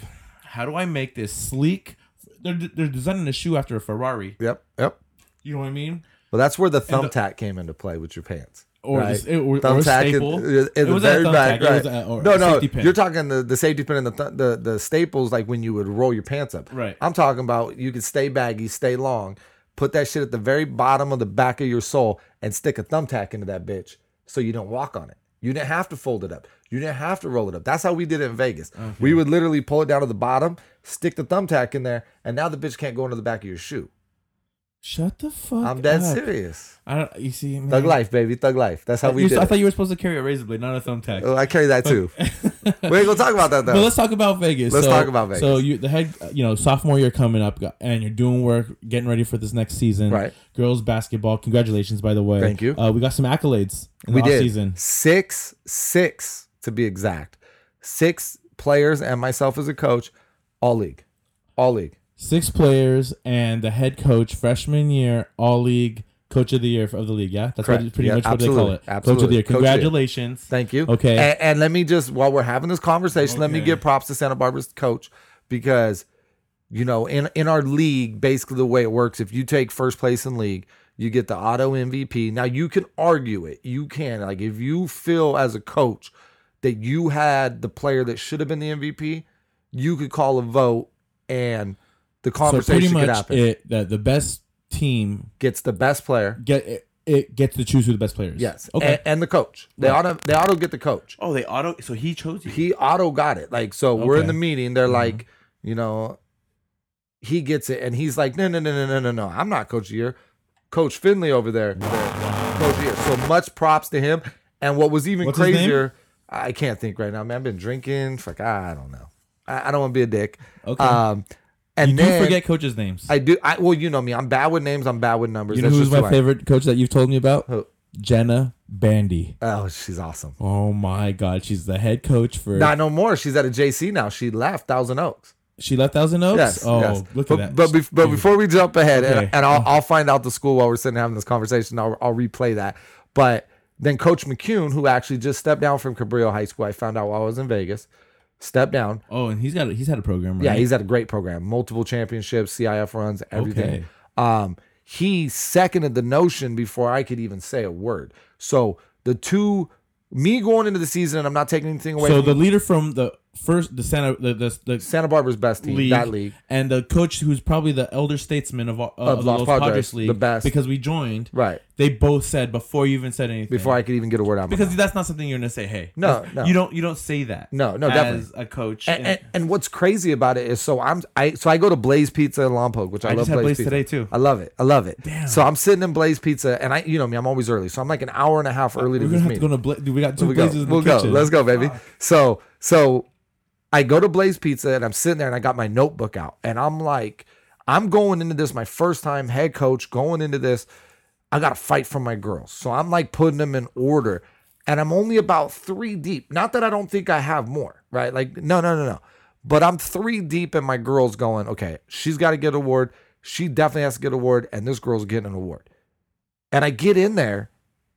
Speaker 1: how do I make this sleek they're they're designing a shoe after a Ferrari
Speaker 2: yep, yep.
Speaker 1: you know what I mean
Speaker 2: Well, that's where the thumbtack came into play with your pants.
Speaker 1: Or
Speaker 2: right?
Speaker 1: just- it- or- or
Speaker 2: Thumbtack is-
Speaker 1: staple.
Speaker 2: is- is
Speaker 1: It was
Speaker 2: very
Speaker 1: a thumbtack,
Speaker 2: bad,
Speaker 1: it
Speaker 2: right.
Speaker 1: was a- or
Speaker 2: no,
Speaker 1: a
Speaker 2: no,
Speaker 1: safety pin.
Speaker 2: you're talking the, the safety pin and the, th- the the staples, like when you would roll your pants up.
Speaker 1: Right.
Speaker 2: I'm talking about you could stay baggy, stay long, put that shit at the very bottom of the back of your sole, and stick a thumbtack into that bitch, so you don't walk on it. You didn't have to fold it up. You didn't have to roll it up. That's how we did it in Vegas. We would literally pull it down to the bottom, stick the thumbtack in there, and now the bitch can't go into the back of your shoe.
Speaker 1: shut the fuck
Speaker 2: I'm dead
Speaker 1: up.
Speaker 2: serious.
Speaker 1: I don't. You see, man,
Speaker 2: Thug life, baby. Thug life. That's how we
Speaker 1: Uh, You-
Speaker 2: did
Speaker 1: I
Speaker 2: it.
Speaker 1: thought you were supposed to carry a razor blade, not a thumbtack.
Speaker 2: Oh, I carry that too.
Speaker 1: [LAUGHS]
Speaker 2: we ain't gonna talk about that
Speaker 1: But
Speaker 2: though.
Speaker 1: let's talk about Vegas.
Speaker 2: Let's
Speaker 1: So-
Speaker 2: talk about Vegas.
Speaker 1: So you the head, you know, sophomore year coming up, and you're doing work, getting ready for this next season.
Speaker 2: Right.
Speaker 1: Girls basketball. Congratulations, by the way.
Speaker 2: Thank you.
Speaker 1: Uh, we got some accolades in
Speaker 2: We
Speaker 1: the
Speaker 2: did
Speaker 1: season.
Speaker 2: six, six to be exact. Six players and myself as a coach, all league, all league.
Speaker 1: Six players and the head coach freshman year, all league coach of the year of the league. Yeah, that's
Speaker 2: Correct.
Speaker 1: what, pretty
Speaker 2: Yeah,
Speaker 1: much what they call
Speaker 2: absolutely.
Speaker 1: it. Coach of
Speaker 2: Absolutely.
Speaker 1: the year.
Speaker 2: Coach of the year.
Speaker 1: Congratulations.
Speaker 2: Thank you.
Speaker 1: Okay.
Speaker 2: And, and let me just while we're having this conversation, let me
Speaker 1: Okay.
Speaker 2: give props to Santa Barbara's coach because you know in in our league, basically the way it works, if you take first place in league, you get the auto MVP. Now you can argue it. You can like if you feel as a coach that you had the player that should have been the MVP, you could call a vote and the
Speaker 1: so pretty
Speaker 2: conversation could
Speaker 1: much,
Speaker 2: happen.
Speaker 1: it the, the best team
Speaker 2: Gets the best player.
Speaker 1: get it, it gets to choose who the best players.
Speaker 2: Yes.
Speaker 1: Okay.
Speaker 2: And, and the coach. They auto they auto get the coach.
Speaker 3: oh, they auto. So he chose you.
Speaker 2: he auto got it. Like, so we're in
Speaker 1: Okay. Mm-hmm.
Speaker 2: the meeting. They're like, you know, he gets it, and he's like, no, no, no, no, no, no, no. I'm not coach of the year. Coach Finley over there, coach of the year. So much props to him. And what was even
Speaker 1: What's his name?
Speaker 2: crazier, I can't think right now, man. I've been drinking. Fuck, I don't know. I, I don't want to be a dick.
Speaker 1: Okay.
Speaker 2: Um, and
Speaker 1: you
Speaker 2: then
Speaker 1: do forget coaches' names.
Speaker 2: I do. I well, you know me. I'm bad with names. I'm bad with numbers.
Speaker 1: you know
Speaker 2: That's
Speaker 1: who's
Speaker 2: just
Speaker 1: my
Speaker 2: I am.
Speaker 1: favorite coach that you've told me about?
Speaker 2: Who?
Speaker 1: Jenna Bandy.
Speaker 2: Oh, she's awesome.
Speaker 1: Oh my God, she's the head coach for.
Speaker 2: Not no more. She's at a JC now. She left Thousand Oaks.
Speaker 1: she left Thousand Oaks.
Speaker 2: Yes.
Speaker 1: oh,
Speaker 2: yes.
Speaker 1: look
Speaker 2: but,
Speaker 1: at that.
Speaker 2: But, bef- but before we jump ahead,
Speaker 1: Okay. Uh-huh.
Speaker 2: and, and I'll, I'll find out the school while we're sitting having this conversation. I'll, I'll replay that. But then Coach McCune, who actually just stepped down from Cabrillo High School, I found out while I was in Vegas, stepped down.
Speaker 1: oh, and he's got he's had a program. Right?
Speaker 2: Yeah, he's at a great program, multiple championships, CIF runs, everything.
Speaker 1: Okay.
Speaker 2: Um, he seconded the notion before I could even say a word. So the two, me going into the season, and I'm not taking anything away
Speaker 1: so
Speaker 2: from
Speaker 1: the leader from the first the Santa the the, the
Speaker 2: Santa Barbara's best team,
Speaker 1: league,
Speaker 2: that league.
Speaker 1: and the coach who's probably the elder statesman of, all- of,
Speaker 2: Of
Speaker 1: the
Speaker 2: Los
Speaker 1: Los
Speaker 2: Padres,
Speaker 1: Padres,
Speaker 2: the
Speaker 1: League
Speaker 2: best.
Speaker 1: because we joined.
Speaker 2: Right.
Speaker 1: They both said before you even said anything.
Speaker 2: Before I could even get a word out. of my
Speaker 1: because that's not something you're gonna say. Hey,
Speaker 2: No,
Speaker 1: That's-
Speaker 2: no.
Speaker 1: you don't. You don't say that.
Speaker 2: No, no,
Speaker 1: as
Speaker 2: definitely.
Speaker 1: a coach.
Speaker 2: and, and, and what's crazy about it is so I'm I so I go to Blaze Pizza in Lompoc, which I,
Speaker 1: I
Speaker 2: love.
Speaker 1: just had Blaze
Speaker 2: Pizza.
Speaker 1: today, too.
Speaker 2: I love it. I love it. So I'm sitting in Blaze Pizza, and I you know me, I'm always early, so I'm like an hour and a half early to
Speaker 1: we're
Speaker 2: this
Speaker 1: gonna have
Speaker 2: meeting.
Speaker 1: to go to Bla- dude, we got two
Speaker 2: we go.
Speaker 1: places in
Speaker 2: We'll
Speaker 1: the
Speaker 2: go.
Speaker 1: kitchen.
Speaker 2: Let's go, baby. So So I go to Blaze Pizza and I'm sitting there and I got my notebook out and I'm like, I'm going into this my first time head coach going into this. I got to fight for my girls. So I'm like putting them in order and I'm only about three deep. Not that I don't think I have more, right? Like, no, no, no, no. But I'm three deep and my girl's going, okay, she's got to get an award. She definitely has to get an award and this girl's getting an award. And I get in there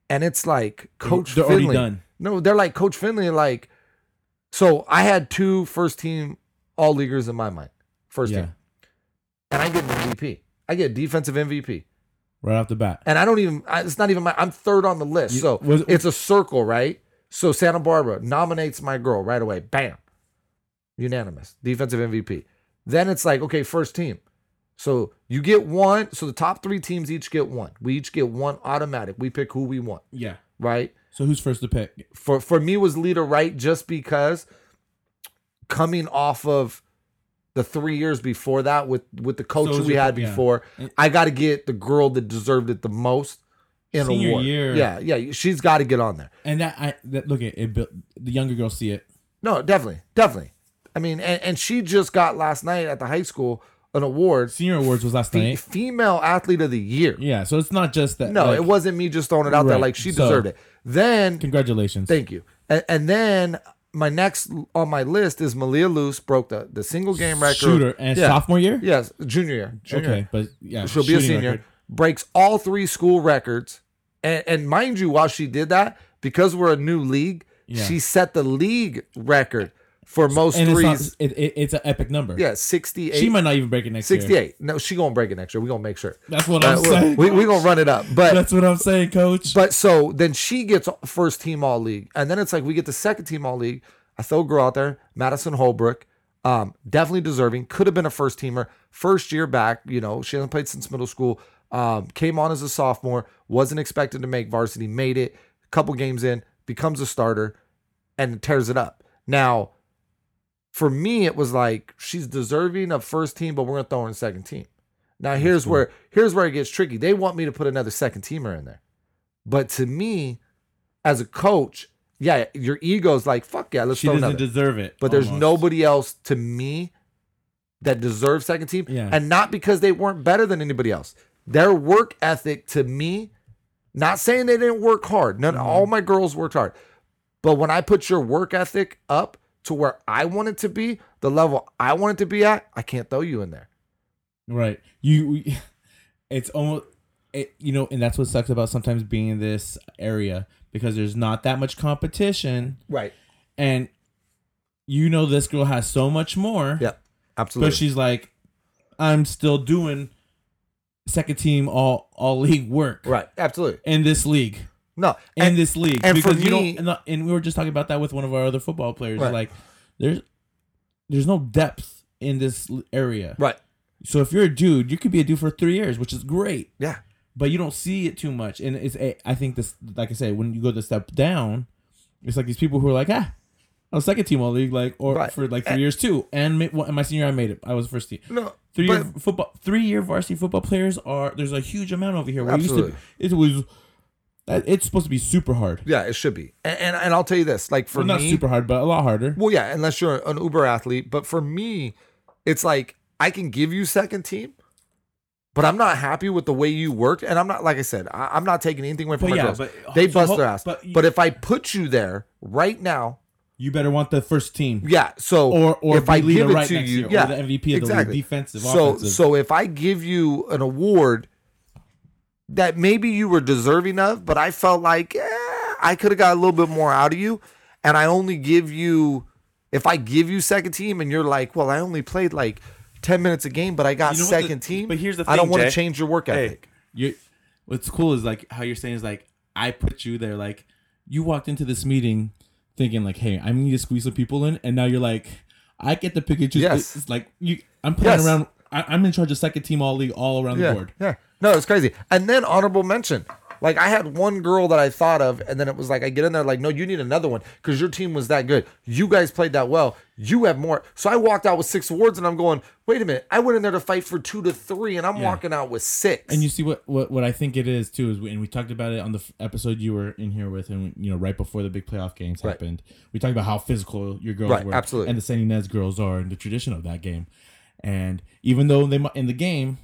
Speaker 2: and it's like Coach
Speaker 1: They're already
Speaker 2: Finley.
Speaker 1: done.
Speaker 2: No, they're like Coach Finley, like, so I had two first team all leaguers in my mind, first
Speaker 1: Yeah,
Speaker 2: team, and I get an MVP. I get defensive MVP,
Speaker 1: right off the bat.
Speaker 2: and I don't even. I, it's not even my. I'm third on the list,
Speaker 1: You-
Speaker 2: so
Speaker 1: was-
Speaker 2: it's a circle, right? So Santa Barbara nominates my girl right away. Bam, unanimous defensive MVP. Then it's like okay, first team. So you get one. So the top three teams each get one. We each get one automatic. We pick who we want,
Speaker 1: Yeah.
Speaker 2: right?
Speaker 1: So who's first to pick?
Speaker 2: for for me was leader right just because coming off of the three years before that with with the coach
Speaker 1: So is
Speaker 2: we
Speaker 1: your-
Speaker 2: had
Speaker 1: yeah.
Speaker 2: before
Speaker 1: And-
Speaker 2: i got to get the girl that deserved it the most in
Speaker 1: Senior
Speaker 2: award
Speaker 1: year.
Speaker 2: yeah yeah she's got to get on there
Speaker 1: And that I that, look at it. built- The younger girls see it.
Speaker 2: no definitely definitely i mean and, and she just got last night at the high school an award
Speaker 1: Senior awards was last
Speaker 2: fe-
Speaker 1: night.
Speaker 2: female athlete of the year
Speaker 1: Yeah. So it's not just that.
Speaker 2: no
Speaker 1: like,
Speaker 2: it wasn't me just throwing it out there
Speaker 1: Right,
Speaker 2: like she
Speaker 1: so-
Speaker 2: deserved it then
Speaker 1: Congratulations.
Speaker 2: Thank you. And, and then my next on my list is Malia Luce broke the, the single game record.
Speaker 1: Shooter and
Speaker 2: yeah.
Speaker 1: sophomore year.
Speaker 2: Yes, junior year. Junior.
Speaker 1: Okay, but yeah,
Speaker 2: She'll be a
Speaker 1: shooting
Speaker 2: senior.
Speaker 1: record.
Speaker 2: Breaks all three school records. And, and mind you, while she did that, because we're a new league,
Speaker 1: Yeah.
Speaker 2: she set the league record for most
Speaker 1: And it's, not,
Speaker 2: threes.
Speaker 1: it, it, it's an epic number.
Speaker 2: yeah, 68.
Speaker 1: she might not even break it next year.
Speaker 2: 68. No, she going to break it next year. we going to make sure.
Speaker 1: That's what
Speaker 2: Uh,
Speaker 1: I'm
Speaker 2: we're-
Speaker 1: saying.
Speaker 2: we we going to run it up. But
Speaker 1: [LAUGHS] That's what I'm saying, Coach.
Speaker 2: But so then she gets first team all league, and then it's like we get the second team all league. I throw a girl out there, Madison Holbrook, um, definitely deserving. Could have been a first teamer, first year back. You know, she hasn't played since middle school. Um, came on as a sophomore, wasn't expected to make varsity, made it. A couple games in, becomes a starter, and tears it up. Now, for me, it was like she's deserving of first team, but we're gonna throw her in second team. Now here's where here's where it gets tricky. They want me to put another second teamer in there. But to me, as a coach, yeah, your ego's like, fuck yeah, let's
Speaker 1: she
Speaker 2: throw
Speaker 1: doesn't
Speaker 2: another.
Speaker 1: deserve it.
Speaker 2: but there's
Speaker 1: almost.
Speaker 2: nobody else to me that deserves second team.
Speaker 1: Yeah.
Speaker 2: And not because they weren't better than anybody else. Their work ethic to me, not saying they didn't work hard. None
Speaker 1: Mm-hmm.
Speaker 2: all my girls worked hard. But when I put your work ethic up to where I want it to be, the level I want it to be at, I can't throw you in there.
Speaker 1: right. You, we- [LAUGHS] it's almost it, you know, and that's what sucks about sometimes being in this area because there's not that much competition,
Speaker 2: Right.
Speaker 1: and you know this girl has so much more.
Speaker 2: Yeah. Absolutely.
Speaker 1: But she's like, I'm still doing second team all all league work
Speaker 2: right. Absolutely.
Speaker 1: in this league.
Speaker 2: No.
Speaker 1: in
Speaker 2: And,
Speaker 1: this league
Speaker 2: and for
Speaker 1: because you
Speaker 2: me-
Speaker 1: don't. And, the- and we were just talking about that with one of our other football players.
Speaker 2: Right.
Speaker 1: Like, there's there's no depth in this l- area.
Speaker 2: right.
Speaker 1: So if you're a dude, you could be a dude for three years, which is great,
Speaker 2: Yeah.
Speaker 1: but you don't see it too much. And it's a, I think this, like I said, when you go to step down, it's like these people who are like, ah. I was second team all league, like or
Speaker 2: Right. Eh.
Speaker 1: for like three years too, and ma- well, in my senior year, I made it. I was first team.
Speaker 2: No.
Speaker 1: Three
Speaker 2: but-
Speaker 1: year football, three year varsity football players are there's a huge amount over here. Where it used to,
Speaker 2: Absolutely.
Speaker 1: it was, it's supposed to be super hard.
Speaker 2: Yeah, it should be. And and, and I'll tell you this, like for
Speaker 1: well, not
Speaker 2: me,
Speaker 1: super hard, but a lot harder.
Speaker 2: well, yeah, unless you're an Uber athlete, but for me, it's like I can give you second team, but I'm not happy with the way you worked, and I'm not like I said, I, I'm not taking anything away from
Speaker 1: But
Speaker 2: my
Speaker 1: yeah,
Speaker 2: girls.
Speaker 1: but-
Speaker 2: they
Speaker 1: so
Speaker 2: bust
Speaker 1: ho-
Speaker 2: their ass. But,
Speaker 1: but you-
Speaker 2: if I put you there right now,
Speaker 1: You better want the first team.
Speaker 2: yeah. So
Speaker 1: Or- or
Speaker 2: if I
Speaker 1: be leader
Speaker 2: give it
Speaker 1: right
Speaker 2: to
Speaker 1: next
Speaker 2: you,
Speaker 1: year, or
Speaker 2: yeah,
Speaker 1: the MVP of the league, defensive,
Speaker 2: So
Speaker 1: offensive.
Speaker 2: so if I give you an award that maybe you were deserving of, but I felt like eh, I could have got a little bit more out of you, and I only give you if I give you second team, and you're like, well, I only played like ten minutes a game, but I got
Speaker 3: You know what the-
Speaker 2: second team.
Speaker 3: but here's the
Speaker 2: I don't
Speaker 3: thing,
Speaker 2: want to
Speaker 3: Jay.
Speaker 2: change your work
Speaker 3: Hey.
Speaker 2: ethic.
Speaker 1: You, what's cool is like how you're saying is like I put you there. Like you walked into this meeting thinking like, hey, I need to squeeze some people in, and now you're like, I get the pick and choose.
Speaker 2: Yes.
Speaker 1: It's like you, I'm playing
Speaker 2: Yes.
Speaker 1: around. I, I'm in charge of second team all league all around
Speaker 2: Yeah,
Speaker 1: the board.
Speaker 2: yeah. No, it's crazy. And then honorable mention. Like I had one girl that I thought of, and then it was like I get in there, like, no, you need another one because your team was that good. You guys played that well. You have more. So I walked out with six awards, and I'm going, wait a minute. I went in there to fight for two to three, and I'm walking out with six.
Speaker 1: And you see what, what what I think it is too is, we, and we talked about it on the f- episode you were in here with, and you know right before the big playoff games
Speaker 2: Right.
Speaker 1: happened, we talked about how physical your girls
Speaker 2: Right,
Speaker 1: were,
Speaker 2: absolutely.
Speaker 1: and the San Ynez girls are, and the tradition of that game. And even though they mu- in the game,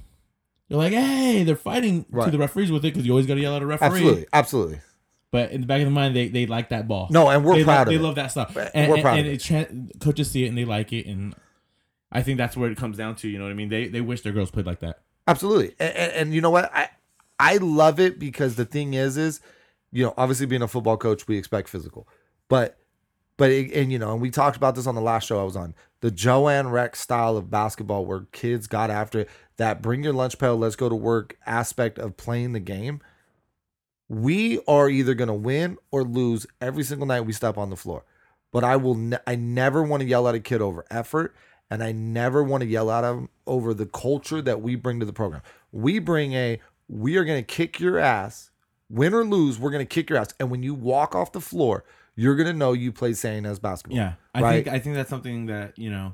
Speaker 1: you're like, hey, they're fighting to
Speaker 2: Right.
Speaker 1: the referees with it because you always got to yell at a referee.
Speaker 2: absolutely, absolutely.
Speaker 1: But in the back of the mind, they they like that ball.
Speaker 2: No, and we're
Speaker 1: they
Speaker 2: proud
Speaker 1: Love,
Speaker 2: of
Speaker 1: they
Speaker 2: it.
Speaker 1: love that stuff.
Speaker 2: But
Speaker 1: And,
Speaker 2: we're
Speaker 1: and-
Speaker 2: proud
Speaker 1: and
Speaker 2: of
Speaker 1: it. tran coaches see it and they like it, and I think that's where it comes down to. You know what I mean? They they wish their girls played like that.
Speaker 2: Absolutely. And, and, and you know what? I I love it because the thing is, is you know, obviously being a football coach, we expect physical, but but it, and you know, and we talked about this on the last show I was on the Joanne Rex style of basketball where kids got after it. That bring your lunch pail, let's go to work aspect of playing the game. We are either going to win or lose every single night we step on the floor. But I will. Ne- I never want to yell at a kid over effort, and I never want to yell at him over the culture that we bring to the program. We bring a. We are going to kick your ass, win or lose. We're going to kick your ass, and when you walk off the floor, you're going to know you played San Ynez basketball.
Speaker 1: Yeah, I
Speaker 2: Right.
Speaker 1: think I think that's something that you know,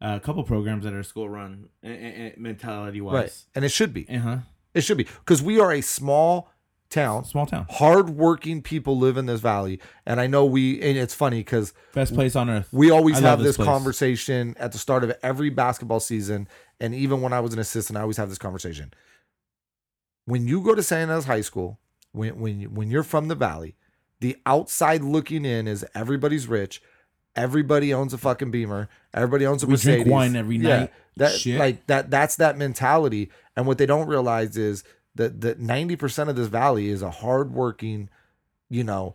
Speaker 1: a couple programs that are
Speaker 3: School run eh, eh, eh, mentality
Speaker 2: right.
Speaker 3: wise.
Speaker 2: And it should be.
Speaker 1: uh huh
Speaker 2: It should be because we are a small town.
Speaker 1: small town
Speaker 2: Hardworking people live in this valley, and I know we. And it's funny because
Speaker 1: best place on earth.
Speaker 2: We always
Speaker 1: I love
Speaker 2: have this,
Speaker 1: place.
Speaker 2: conversation at the start of every basketball season, and even when I was an assistant, I always have this conversation. When you go to San Antonio High School, when when you- when you're from the Valley, the outside looking in is everybody's rich, everybody owns a fucking Beamer, everybody owns a
Speaker 1: We drink
Speaker 2: Mercedes.
Speaker 1: wine every night.
Speaker 2: that
Speaker 1: Shit.
Speaker 2: like that that's that mentality, and what they don't realize is that that ninety percent of this valley is a hardworking, you know.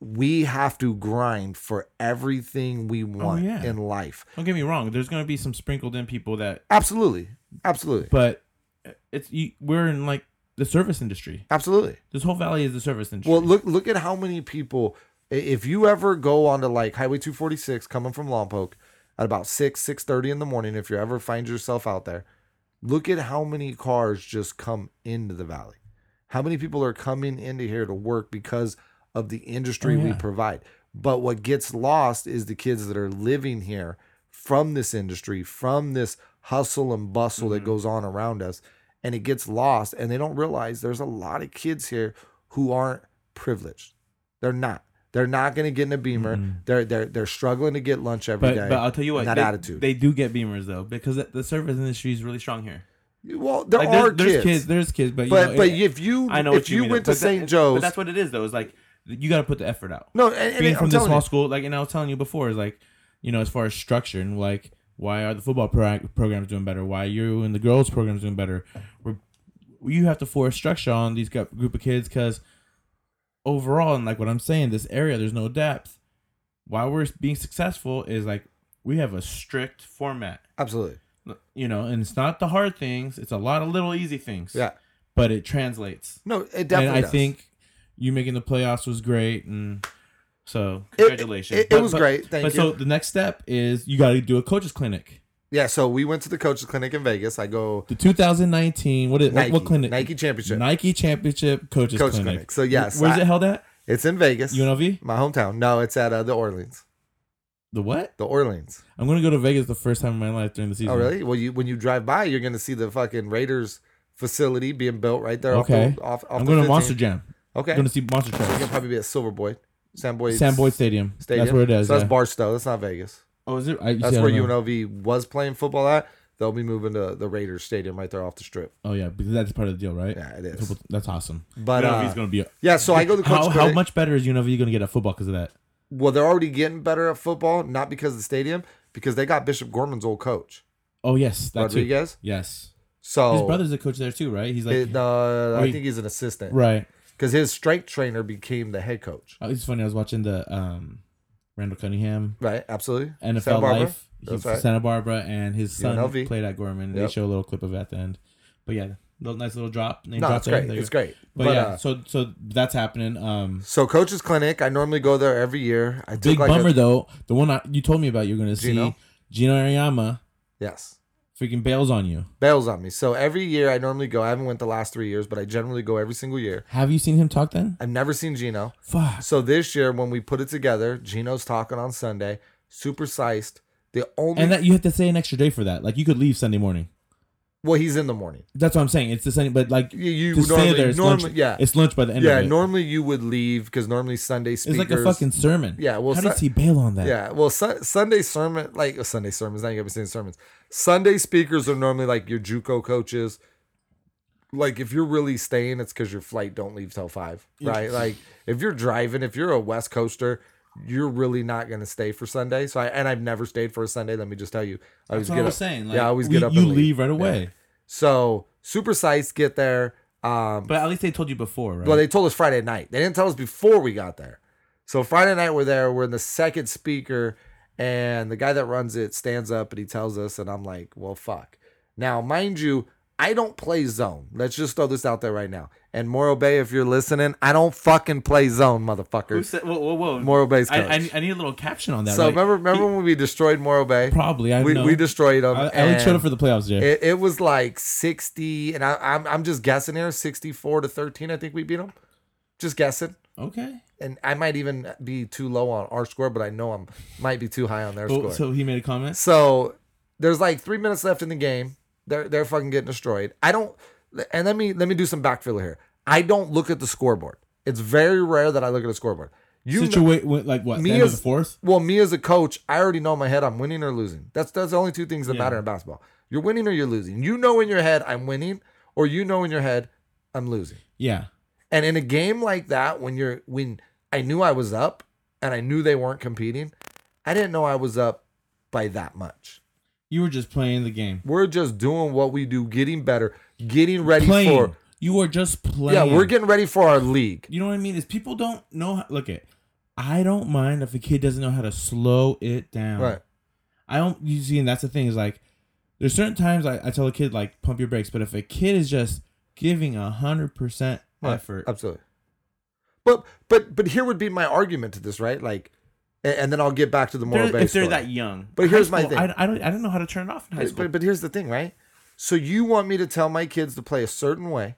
Speaker 2: We have to grind for everything we want
Speaker 1: Oh, yeah.
Speaker 2: in life.
Speaker 1: Don't get me wrong. There's gonna be some sprinkled in people that,
Speaker 2: Absolutely. Absolutely.
Speaker 1: but eh, it's you, we're in like the service industry.
Speaker 2: Absolutely.
Speaker 1: This whole valley is the service industry.
Speaker 2: Well, look look at how many people i- if you ever go onto like Highway 246 coming from Lompoc at about 6 6:30 in the morning if you ever find yourself out there, look at how many cars just come into the valley. How many people are coming into here to work because of the industry
Speaker 1: Oh,
Speaker 2: we
Speaker 1: yeah.
Speaker 2: provide. But what gets lost is the kids that are living here from this industry, from this hustle and bustle
Speaker 1: Mm-hmm.
Speaker 2: that goes on around us. And it gets lost, and they don't realize there's a lot of kids here who aren't privileged. They're not. They're not going to get in a beamer. They're they're they're struggling to get lunch every
Speaker 1: Mm-hmm. but
Speaker 2: day.
Speaker 1: but I'll tell you what,
Speaker 2: and that
Speaker 1: they,
Speaker 2: attitude.
Speaker 1: They do get beamers though because the- the service industry is really strong here.
Speaker 2: well, there
Speaker 1: Like,
Speaker 2: are
Speaker 1: there's, there's
Speaker 2: kids,
Speaker 1: There's kids, but you
Speaker 2: but
Speaker 1: know,
Speaker 2: but
Speaker 1: it-
Speaker 2: if you
Speaker 3: I know
Speaker 2: if
Speaker 3: what you,
Speaker 2: you,
Speaker 3: mean,
Speaker 2: went
Speaker 3: but
Speaker 2: to
Speaker 3: that-
Speaker 2: St.
Speaker 3: But
Speaker 2: Joe's,
Speaker 3: that's what it is though. It's like you got to put the effort out.
Speaker 2: no, and, and
Speaker 1: being
Speaker 2: I'm
Speaker 1: from this
Speaker 2: telling you,
Speaker 1: small school, like, and I was telling you before, is like, you know, as far as structure and like, why are the football pro- programs doing better? Why you and the girls programs doing better? We're, you have to force structure on these gu- group of kids because overall, and like what I'm saying, this area there's no depth. Why we're being successful is like we have a strict format,
Speaker 2: absolutely,
Speaker 1: you know, and it's not the hard things; it's a lot of little easy things.
Speaker 2: yeah,
Speaker 1: but it translates.
Speaker 2: no, it definitely.
Speaker 1: and I
Speaker 2: does.
Speaker 1: think you making the playoffs was great, and so
Speaker 2: It- it-
Speaker 1: congratulations.
Speaker 2: It, it
Speaker 1: But-
Speaker 2: was
Speaker 1: but-
Speaker 2: great. Thank
Speaker 1: but
Speaker 2: you.
Speaker 1: so the next step is you got to do a coaches clinic.
Speaker 2: yeah, so we went to the coaches clinic in Vegas. I go
Speaker 1: The 2019 what is
Speaker 2: Nike,
Speaker 1: what clinic?
Speaker 2: Nike championship,
Speaker 1: Nike championship coaches
Speaker 2: coaches
Speaker 1: clinic.
Speaker 2: clinic. So yes,
Speaker 1: where's
Speaker 2: I-
Speaker 1: it held at?
Speaker 2: It's in Vegas,
Speaker 1: UNLV.
Speaker 2: my hometown. No, it's at uh, the Orleans.
Speaker 1: The what?
Speaker 2: The Orleans.
Speaker 1: I'm gonna go to Vegas the first time in my life during the season.
Speaker 2: Oh, really? Well, you when you drive by, you're gonna see the fucking Raiders facility being built right there.
Speaker 1: Okay.
Speaker 2: Off, the, off,
Speaker 1: I'm
Speaker 2: off the
Speaker 1: going to
Speaker 2: 15.
Speaker 1: Monster Jam.
Speaker 2: Okay.
Speaker 1: I'm going to see Monster
Speaker 2: You're gonna
Speaker 1: Trucks.
Speaker 2: probably be at Silver Boy, Sam Boyd.
Speaker 1: Sam Boyd Stadium.
Speaker 2: Stadium.
Speaker 1: That's where it is.
Speaker 2: So that's
Speaker 1: yeah.
Speaker 2: Barstow. That's not Vegas.
Speaker 1: oh, is it? I,
Speaker 2: That's
Speaker 1: see, I
Speaker 2: where
Speaker 1: don't know.
Speaker 2: UNLV was playing football at. They'll be moving to the Raiders Stadium right there off the strip.
Speaker 1: Oh yeah, because that's part of the deal, right?
Speaker 2: Yeah, it is.
Speaker 1: That's awesome.
Speaker 2: But
Speaker 1: UNLV
Speaker 2: uh,
Speaker 1: is going to be
Speaker 2: yeah, so I go to the
Speaker 1: [LAUGHS]
Speaker 2: coach.
Speaker 1: how, how
Speaker 2: clinic.
Speaker 1: much better is UNLV going to get at football because of that?
Speaker 2: Well, they're already getting better at football, not because of the stadium, because they got Bishop Gorman's old coach
Speaker 1: Oh yes, that's it.
Speaker 2: Rodriguez.
Speaker 1: Yes,
Speaker 2: So
Speaker 1: his brother's a coach there too, right? He's like
Speaker 2: Oh. it- uh, I
Speaker 1: Wait.
Speaker 2: think he's an assistant.
Speaker 1: right.
Speaker 2: because his strength trainer became the head coach.
Speaker 1: Oh, it's funny. I was watching the um, Randall Cunningham
Speaker 2: Right, absolutely.
Speaker 1: NFL
Speaker 2: Santa Barbara?
Speaker 1: Life. He's
Speaker 2: That's
Speaker 1: from
Speaker 2: right.
Speaker 1: Santa Barbara, and his son
Speaker 2: UNLV.
Speaker 1: played at Gorman.
Speaker 2: Yep.
Speaker 1: They show a little clip of it at the end, but yeah, little nice little drop. Name
Speaker 2: No,
Speaker 1: drop
Speaker 2: it's
Speaker 1: there.
Speaker 2: great.
Speaker 1: There you
Speaker 2: It's
Speaker 1: go.
Speaker 2: great. uh,
Speaker 1: But, yeah, so so that's happening. Um,
Speaker 2: so coach's clinic. I normally go there every year. I took
Speaker 1: big
Speaker 2: like a-
Speaker 1: bummer though. The one I, you told me about, you're going to see
Speaker 2: Gino?
Speaker 1: Gino Ariyama
Speaker 2: yes,
Speaker 1: Freaking bails on you.
Speaker 2: Bails on me. So every year I normally go. I haven't went the last three years, but I generally go every single year.
Speaker 1: Have you seen him talk then?
Speaker 2: I've never seen Gino.
Speaker 1: Fuck.
Speaker 2: So this year when we put it together, Gino's talking on Sunday, super sized. The only
Speaker 1: And that you have to stay an extra day for that. Like you could leave Sunday morning.
Speaker 2: well, he's in the morning.
Speaker 1: That's what I'm saying. It's the same, but like
Speaker 2: You, you
Speaker 1: to stay
Speaker 2: normally,
Speaker 1: there. It's
Speaker 2: normally,
Speaker 1: lunch,
Speaker 2: yeah,
Speaker 1: It's lunch by the end.
Speaker 2: yeah.
Speaker 1: of it.
Speaker 2: Normally you would leave because normally Sunday
Speaker 1: It's
Speaker 2: speakers.
Speaker 1: like a fucking sermon.
Speaker 2: Yeah, well,
Speaker 1: how
Speaker 2: so-
Speaker 1: does he bail on that?
Speaker 2: Yeah, well, su- Sunday sermon, like oh, Sunday sermons, not you ever seen sermons. Sunday speakers are normally like your JUCO coaches. Like if you're really staying, it's because your flight don't leave till five, right? Like if you're driving, if you're a West Coaster, you're really not gonna stay for Sunday. So I and I've never stayed for a Sunday. Let me just tell you, I always
Speaker 3: That's what
Speaker 2: get
Speaker 3: I was
Speaker 2: up.
Speaker 3: saying. Like,
Speaker 2: yeah, I always
Speaker 1: We-
Speaker 2: get up.
Speaker 1: you
Speaker 2: and
Speaker 1: leave. right away.
Speaker 2: So super sites get there. Um,
Speaker 3: But at least they told you before, right?
Speaker 2: well, they told us Friday night. They didn't tell us before we got there. So Friday night we're there. We're in the second speaker, and the guy that runs it stands up and he tells us, and I'm like, well, fuck. Now, mind you, I don't play zone. Let's just throw this out there right now. And Morro Bay, if you're listening, I don't fucking play zone,
Speaker 3: Who
Speaker 2: motherfucker.
Speaker 3: said, whoa, whoa, whoa.
Speaker 2: Morro Bay's coach.
Speaker 3: I, I, I need a little caption on that.
Speaker 2: so
Speaker 3: like,
Speaker 2: remember, remember when we destroyed Morro Bay?
Speaker 1: Probably. I
Speaker 2: We,
Speaker 1: know.
Speaker 2: we destroyed them.
Speaker 1: I, I only showed
Speaker 2: and-
Speaker 1: up for the playoffs, Jay.
Speaker 2: it, it was like 60, and I, I'm, I'm just guessing here, 64 to 13, I think we beat them. Just guessing.
Speaker 1: okay.
Speaker 2: And I might even be too low on our score, but I know I'm might be too high on their
Speaker 1: Well,
Speaker 2: score.
Speaker 1: so he made a comment.
Speaker 2: So there's like three minutes left in the game. They're they're fucking getting destroyed. I don't. And let me let me do some backfill here. I don't look at the scoreboard. It's very rare that I look at a scoreboard. You know-
Speaker 1: Situate went like what?
Speaker 2: Me
Speaker 1: the end of
Speaker 2: as-
Speaker 1: the fourth.
Speaker 2: well, me as a coach, I already know in my head I'm winning or losing. That's that's the only two things that matter in basketball. You're winning or you're losing. You know in your head I'm winning, or you know in your head I'm losing.
Speaker 1: Yeah.
Speaker 2: And in a game like that, when you're when I knew I was up and I knew they weren't competing, I didn't know I was up by that much.
Speaker 1: You were just playing the game.
Speaker 2: We're just doing what we do, getting better, getting ready
Speaker 1: playing.
Speaker 2: for
Speaker 1: you were just playing.
Speaker 2: Yeah, we're getting ready for our league.
Speaker 1: You know what I mean? Is people don't know. How, look it. I don't mind if a kid doesn't know how to slow it down.
Speaker 2: Right.
Speaker 1: I don't. You see, and that's the thing is like, there's certain times I, I tell a kid like pump your brakes, but if a kid is just giving a hundred percent
Speaker 2: Right,
Speaker 1: effort,
Speaker 2: Absolutely. But but but here would be my argument to this, right? Like and, and then I'll get back to the moral
Speaker 3: they're,
Speaker 2: base.
Speaker 3: if they're
Speaker 2: story.
Speaker 3: that young.
Speaker 2: But here's my
Speaker 1: Well,
Speaker 2: thing.
Speaker 1: I, I don't. I don't know how to turn it off in high
Speaker 2: But,
Speaker 1: school.
Speaker 2: but, but here's the thing, right? So you want me to tell my kids to play a certain way,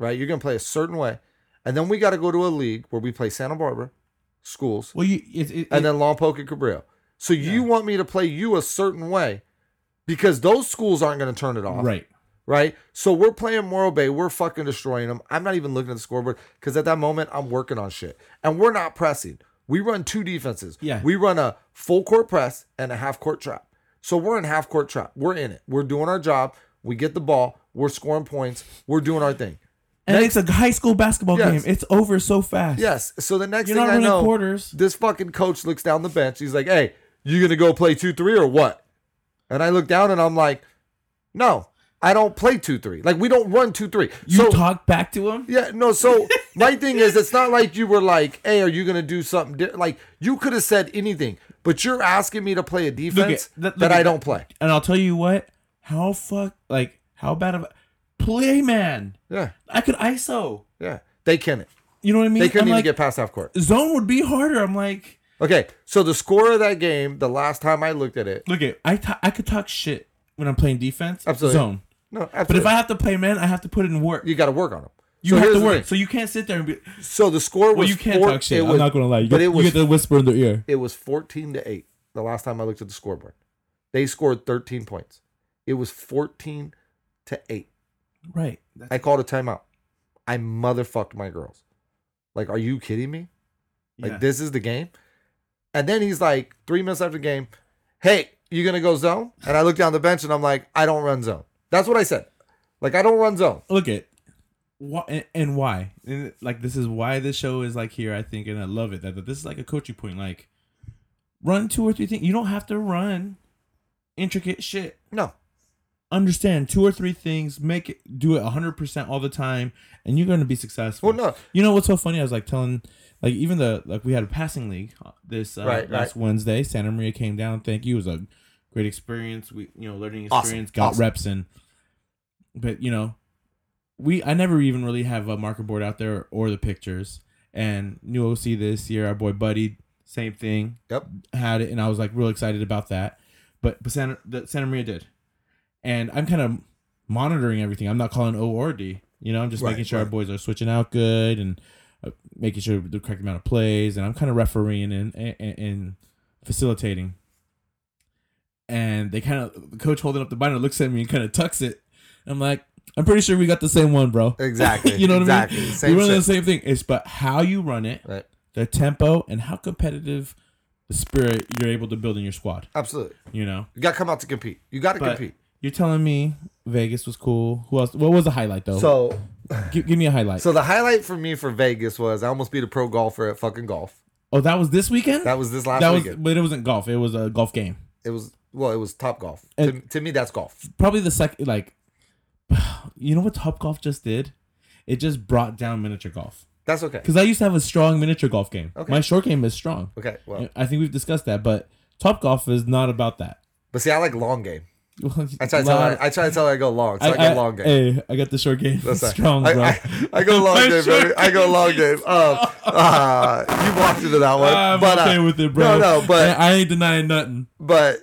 Speaker 2: right? You're going to play a certain way. And then we got to go to a league where we play Santa Barbara schools
Speaker 1: well, you. It, it,
Speaker 2: and
Speaker 1: it-
Speaker 2: then Lompoc and Cabrillo. So you want me to play you a certain way because those schools aren't going to turn it off
Speaker 1: right.
Speaker 2: right? So we're playing Morro Bay. We're fucking destroying them. I'm not even looking at the scoreboard because at that moment I'm working on shit, and we're not pressing. We run two defenses.
Speaker 1: Yeah.
Speaker 2: we run a full court press and a half court trap. So we're in half court trap. We're in it. We're doing our job. We get the ball. We're scoring points. We're doing our thing.
Speaker 1: And it's a high school basketball
Speaker 2: Yes.
Speaker 1: game. It's over so fast.
Speaker 2: Yes. So the next
Speaker 1: You're
Speaker 2: thing
Speaker 1: not
Speaker 2: I
Speaker 1: running
Speaker 2: know,
Speaker 1: quarters.
Speaker 2: this fucking coach looks down the bench. He's like, "Hey, you gonna go play two three or what?" And I look down and I'm like, "No, I don't play two three. Like we don't run two three.
Speaker 1: You
Speaker 2: so,
Speaker 1: talk back to him.
Speaker 2: Yeah,
Speaker 1: [LAUGHS]
Speaker 2: no. So my thing is, it's not like you were like, "Hey, are you gonna do something?" Di-? Like you could have said anything, but you're asking me to play a defense
Speaker 1: th- look
Speaker 2: that
Speaker 1: at-
Speaker 2: I don't play.
Speaker 1: And I'll tell you what. How fuck like how bad of a play man?
Speaker 2: Yeah,
Speaker 1: I could ISO.
Speaker 2: yeah. They can't.
Speaker 1: You know what I mean?
Speaker 2: They
Speaker 1: I'm
Speaker 2: couldn't even
Speaker 1: like,
Speaker 2: get past half court.
Speaker 1: zone would be harder. I'm like,
Speaker 2: Okay, so the score of that game, the last time I looked at it,
Speaker 1: look it. I ta- I could talk shit when I'm playing defense.
Speaker 2: Absolutely.
Speaker 1: Zone.
Speaker 2: no,
Speaker 1: But
Speaker 2: absolutely.
Speaker 1: if I have to play man, I have to put in work.
Speaker 2: you got to work on them.
Speaker 1: You have
Speaker 2: here's
Speaker 1: to
Speaker 2: the
Speaker 1: work.
Speaker 2: thing.
Speaker 1: So you can't sit there and be.
Speaker 2: So the score was
Speaker 1: Well, you can't
Speaker 2: four-
Speaker 1: talk shit.
Speaker 2: it
Speaker 1: I'm
Speaker 2: was-
Speaker 1: not gonna lie. You,
Speaker 2: but
Speaker 1: get,
Speaker 2: it was
Speaker 1: you get the whisper in their ear.
Speaker 2: it was 14 to 8 the last time I looked at the scoreboard. They scored 13 points. It was 14 to 8.
Speaker 1: Right.
Speaker 2: I called a timeout. I motherfucked my girls. Like, are you kidding me? Like,
Speaker 3: Yeah.
Speaker 2: this is the game? And then he's like, three minutes after the game, hey, you gonna go zone? And I look down the bench and I'm like, I don't run zone. That's what I said. Like, I don't run zone.
Speaker 1: look at why and, and why and, like this is why this show is like here i think and i love it that, that this is like a coaching point like run two or three things you don't have to run intricate shit
Speaker 2: No.
Speaker 1: understand two or three things make it do it 100% all the time and you're going to be successful
Speaker 2: Well, no.
Speaker 1: you know what's so funny i was like telling like even the like we had a passing league uh, this uh,
Speaker 2: Right,
Speaker 1: last wednesday santa maria came down thank you it was a great experience we you know learning
Speaker 2: Awesome,
Speaker 1: experience got
Speaker 2: awesome.
Speaker 1: reps in but you know we i never even really have a marker board out there or the pictures and new oc this year our boy buddy same thing
Speaker 2: Yep.
Speaker 1: had it and i was like real excited about that but but santa, the, santa maria did and I'm kind of monitoring everything. I'm not calling O or D. You know, I'm just
Speaker 2: Right,
Speaker 1: making sure our
Speaker 2: right.
Speaker 1: boys are switching out good and uh, making sure the correct amount of plays, and I'm kind of refereeing and and, and facilitating. And they kind of the coach holding up the binder looks at me and kind of tucks it. I'm like, I'm pretty sure we got the same one, bro.
Speaker 2: [LAUGHS] Exactly.
Speaker 1: you know what
Speaker 2: Eh, exactly.
Speaker 1: I mean?
Speaker 2: Same
Speaker 1: we run
Speaker 2: shit.
Speaker 1: the same thing. It's but how you run it,
Speaker 2: Right.
Speaker 1: the tempo, and how competitive the spirit you're able to build in your squad.
Speaker 2: Absolutely.
Speaker 1: You know,
Speaker 2: You got to come out to compete. You got to
Speaker 1: But-
Speaker 2: compete.
Speaker 1: you're telling me Vegas was cool. Who else? What was the highlight though?
Speaker 2: So,
Speaker 1: Gi- give me a highlight.
Speaker 2: so the highlight for me for Vegas was I almost beat a pro golfer at fucking golf.
Speaker 1: oh, that was this weekend.
Speaker 2: That was this last
Speaker 1: That was,
Speaker 2: weekend.
Speaker 1: but it wasn't golf. It was a golf game.
Speaker 2: it was well, it was top golf. to,
Speaker 1: And-
Speaker 2: to me, that's golf.
Speaker 1: Probably the second. Like, [SIGHS] you know what Top Golf just did? It just brought down miniature golf.
Speaker 2: That's okay.
Speaker 1: Because I used to have a strong miniature golf game.
Speaker 2: Okay.
Speaker 1: My short game is strong.
Speaker 2: Okay. Well,
Speaker 1: I think we've discussed that, but Top Golf is not about that. [LAUGHS]
Speaker 2: but see, I like long game. I try to tell
Speaker 1: Lot-
Speaker 2: her, I try to tell her I go long, so I, go long game.
Speaker 1: Hey, I got the short game. [LAUGHS]
Speaker 2: That's right.
Speaker 1: strong,
Speaker 2: I,
Speaker 1: bro.
Speaker 2: I, I
Speaker 1: [LAUGHS]
Speaker 2: go long
Speaker 1: My
Speaker 2: game,
Speaker 1: short
Speaker 2: baby. I go long
Speaker 1: [LAUGHS]
Speaker 2: game. Uh, uh, you walked into that one,
Speaker 1: I'm
Speaker 2: but
Speaker 1: Ah, okay
Speaker 2: uh,
Speaker 1: with it, bro.
Speaker 2: No, no, but
Speaker 1: I, I ain't denying nothing.
Speaker 2: but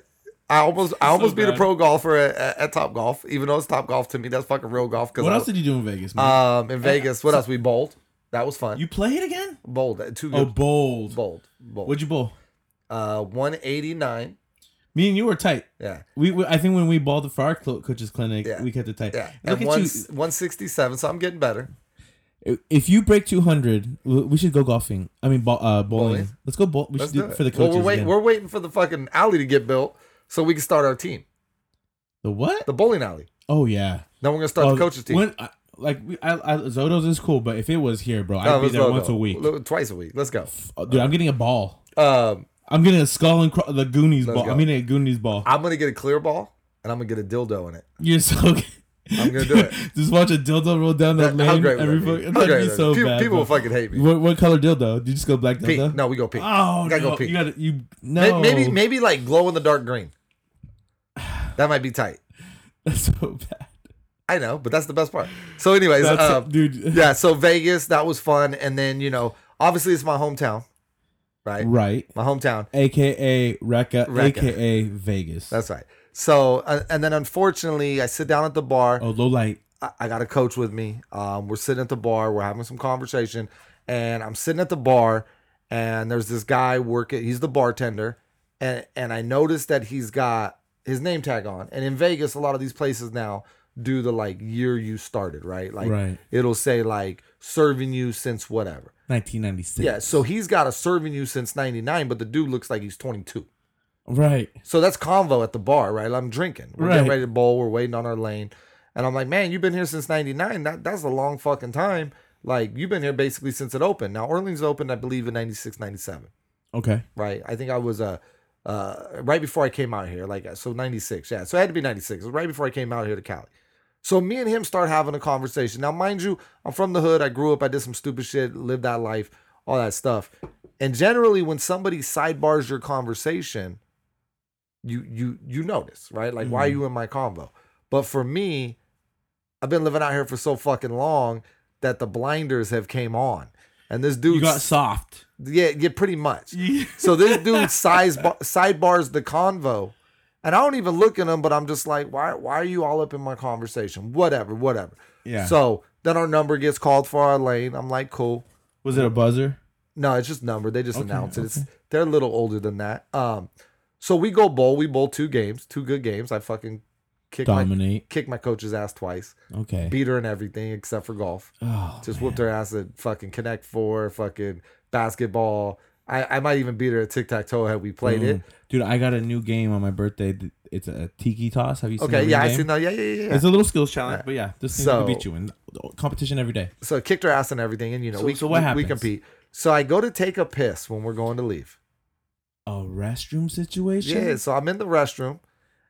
Speaker 2: I almost I almost beat a
Speaker 1: bad.
Speaker 2: pro golfer at, at, at Top Golf, even though it's Top Golf to me that's fucking real golf. Because
Speaker 1: What else did you do in Vegas, man?
Speaker 2: um in Vegas, what else? We bowled. That was fun.
Speaker 1: you played again?
Speaker 2: bowled at two
Speaker 1: Oh,
Speaker 2: good.
Speaker 1: bold.
Speaker 2: bowled bowled.
Speaker 1: What'd you bowl?
Speaker 2: uh, one eighty nine.
Speaker 1: Me and you were tight.
Speaker 2: Yeah.
Speaker 1: We, we I think when we balled the for our cl- coaches clinic,
Speaker 2: Yeah.
Speaker 1: we kept it tight.
Speaker 2: Yeah,
Speaker 1: Look
Speaker 2: and
Speaker 1: at
Speaker 2: one,
Speaker 1: you.
Speaker 2: 167, so I'm getting better.
Speaker 1: If you break 200, we we should go golfing. I mean, bo- uh, bowling.
Speaker 2: Bowling.
Speaker 1: Let's go bowl. We
Speaker 2: Let's
Speaker 1: should do,
Speaker 2: do
Speaker 1: it
Speaker 2: it.
Speaker 1: for the
Speaker 2: Well,
Speaker 1: coaches.
Speaker 2: we're waiting.
Speaker 1: again.
Speaker 2: We're waiting for the fucking alley to get built so we can start our team,
Speaker 1: the what?
Speaker 2: the bowling alley.
Speaker 1: Oh, yeah.
Speaker 2: Then we're gonna start
Speaker 1: Oh,
Speaker 2: the coaches team.
Speaker 1: When, I, like, we, I, I, Zotos is cool, but if it was here, bro,
Speaker 2: No,
Speaker 1: I'd be
Speaker 2: let's
Speaker 1: there
Speaker 2: go,
Speaker 1: once
Speaker 2: go.
Speaker 1: a week.
Speaker 2: Look, Twice a week. Let's go.
Speaker 1: Oh, dude, I'm getting a ball.
Speaker 2: Um,
Speaker 1: I'm getting a skull and cro- the Goonies
Speaker 2: Let's
Speaker 1: ball.
Speaker 2: go.
Speaker 1: I'm getting a Goonies ball.
Speaker 2: I'm gonna get a clear ball and I'm gonna get a dildo in it.
Speaker 1: You're so. [LAUGHS] I'm
Speaker 2: gonna do it.
Speaker 1: [LAUGHS] Just watch a dildo roll down that
Speaker 2: That-
Speaker 1: lane.
Speaker 2: How great would
Speaker 1: every
Speaker 2: that
Speaker 1: fuck-
Speaker 2: be? How
Speaker 1: that'd
Speaker 2: great
Speaker 1: be
Speaker 2: would that
Speaker 1: so
Speaker 2: be? Pe-
Speaker 1: bad.
Speaker 2: People
Speaker 1: bro.
Speaker 2: will fucking hate me.
Speaker 1: What, what color dildo? Did you just go black
Speaker 2: Pink.
Speaker 1: dildo?
Speaker 2: No, we go pink.
Speaker 1: Oh
Speaker 2: Gotta go
Speaker 1: no!
Speaker 2: pink.
Speaker 1: you got you
Speaker 2: May-
Speaker 1: no.
Speaker 2: Maybe maybe like glow in the dark green. That might be tight.
Speaker 1: [LAUGHS] that's so bad.
Speaker 2: I know, but that's the best part. So, anyways,
Speaker 1: That's
Speaker 2: uh,
Speaker 1: dude.
Speaker 2: yeah. So Vegas, that was fun, and then you know, obviously it's my hometown, right?
Speaker 1: [LAUGHS] Right.
Speaker 2: My hometown.
Speaker 1: AKA Rekka,
Speaker 2: Rekka.
Speaker 1: AKA Vegas.
Speaker 2: That's right. So, uh, and then unfortunately, I sit down at the bar.
Speaker 1: oh low light.
Speaker 2: I, I got a coach with me. Um, we're sitting at the bar. We're having some conversation, and I'm sitting at the bar, and there's this guy working. He's the bartender, and and I noticed that he's got his name tag on. And in Vegas, a lot of these places now do the like year you started, right? Like
Speaker 1: Right.
Speaker 2: it'll say like serving you since whatever.
Speaker 1: 1996.
Speaker 2: Yeah. So he's got a serving you since '99, but the dude looks like he's 22.
Speaker 1: Right.
Speaker 2: So that's convo at the bar, right? I'm drinking. We're getting
Speaker 1: Right.
Speaker 2: ready to bowl. We're waiting on our lane. And I'm like, man, you've been here since 99. That, that's a long fucking time. Like, you've been here basically since it opened. Now, Orleans opened, I believe, in 96, 97,
Speaker 1: Okay.
Speaker 2: right? I think I was uh, uh, right before I came out here. Like, so 96. Yeah. So it had to be 96. It was right before I came out here to Cali. So me and him start having a conversation. Now, mind you, I'm from the hood. I grew up. I did some stupid shit, lived that life, all that stuff. And generally, when somebody sidebars your conversation, you you you notice, right? Like, why are
Speaker 1: Mm-hmm.
Speaker 2: you in my convo? But for me, I've been living out here for so fucking long that the blinders have came on. And this dude,
Speaker 1: You got
Speaker 2: [LAUGHS]
Speaker 1: soft.
Speaker 2: yeah, yeah, pretty much. so this dude size bar, sidebars the convo, and I don't even look at him, but I'm just like, why? Why are you all up in my conversation? Whatever, whatever.
Speaker 1: Yeah.
Speaker 2: So then our number gets called for our lane. I'm like, cool.
Speaker 1: Was it a buzzer?
Speaker 2: No, it's just number. They just
Speaker 1: Okay,
Speaker 2: announced it. It's they're a little older than that. Um, so we go bowl. We bowl two games, two good games. I fucking kick my
Speaker 1: Dominate.
Speaker 2: kick my coach's ass twice,
Speaker 1: Okay.
Speaker 2: beat her in everything except for golf.
Speaker 1: Oh,
Speaker 2: Just whooped her ass at fucking Connect Four, fucking basketball. I, I might even beat her at tic tac toe had we played it.
Speaker 1: Mm. Dude, I got a new game on my birthday. Th- It's a tiki toss. Have you seen
Speaker 2: Okay,
Speaker 1: the
Speaker 2: yeah,
Speaker 1: new
Speaker 2: I
Speaker 1: game?
Speaker 2: seen that. Yeah, yeah, yeah. yeah.
Speaker 1: It's a little skills challenge, but yeah, this thing
Speaker 2: So-
Speaker 1: can beat you in competition every day.
Speaker 2: so kicked her ass and everything, and you know
Speaker 1: So-
Speaker 2: we
Speaker 1: so what
Speaker 2: we- we
Speaker 1: happens?
Speaker 2: compete. So I go to take a piss when we're going to leave.
Speaker 1: A restroom situation?
Speaker 2: Yeah, so I'm in the restroom,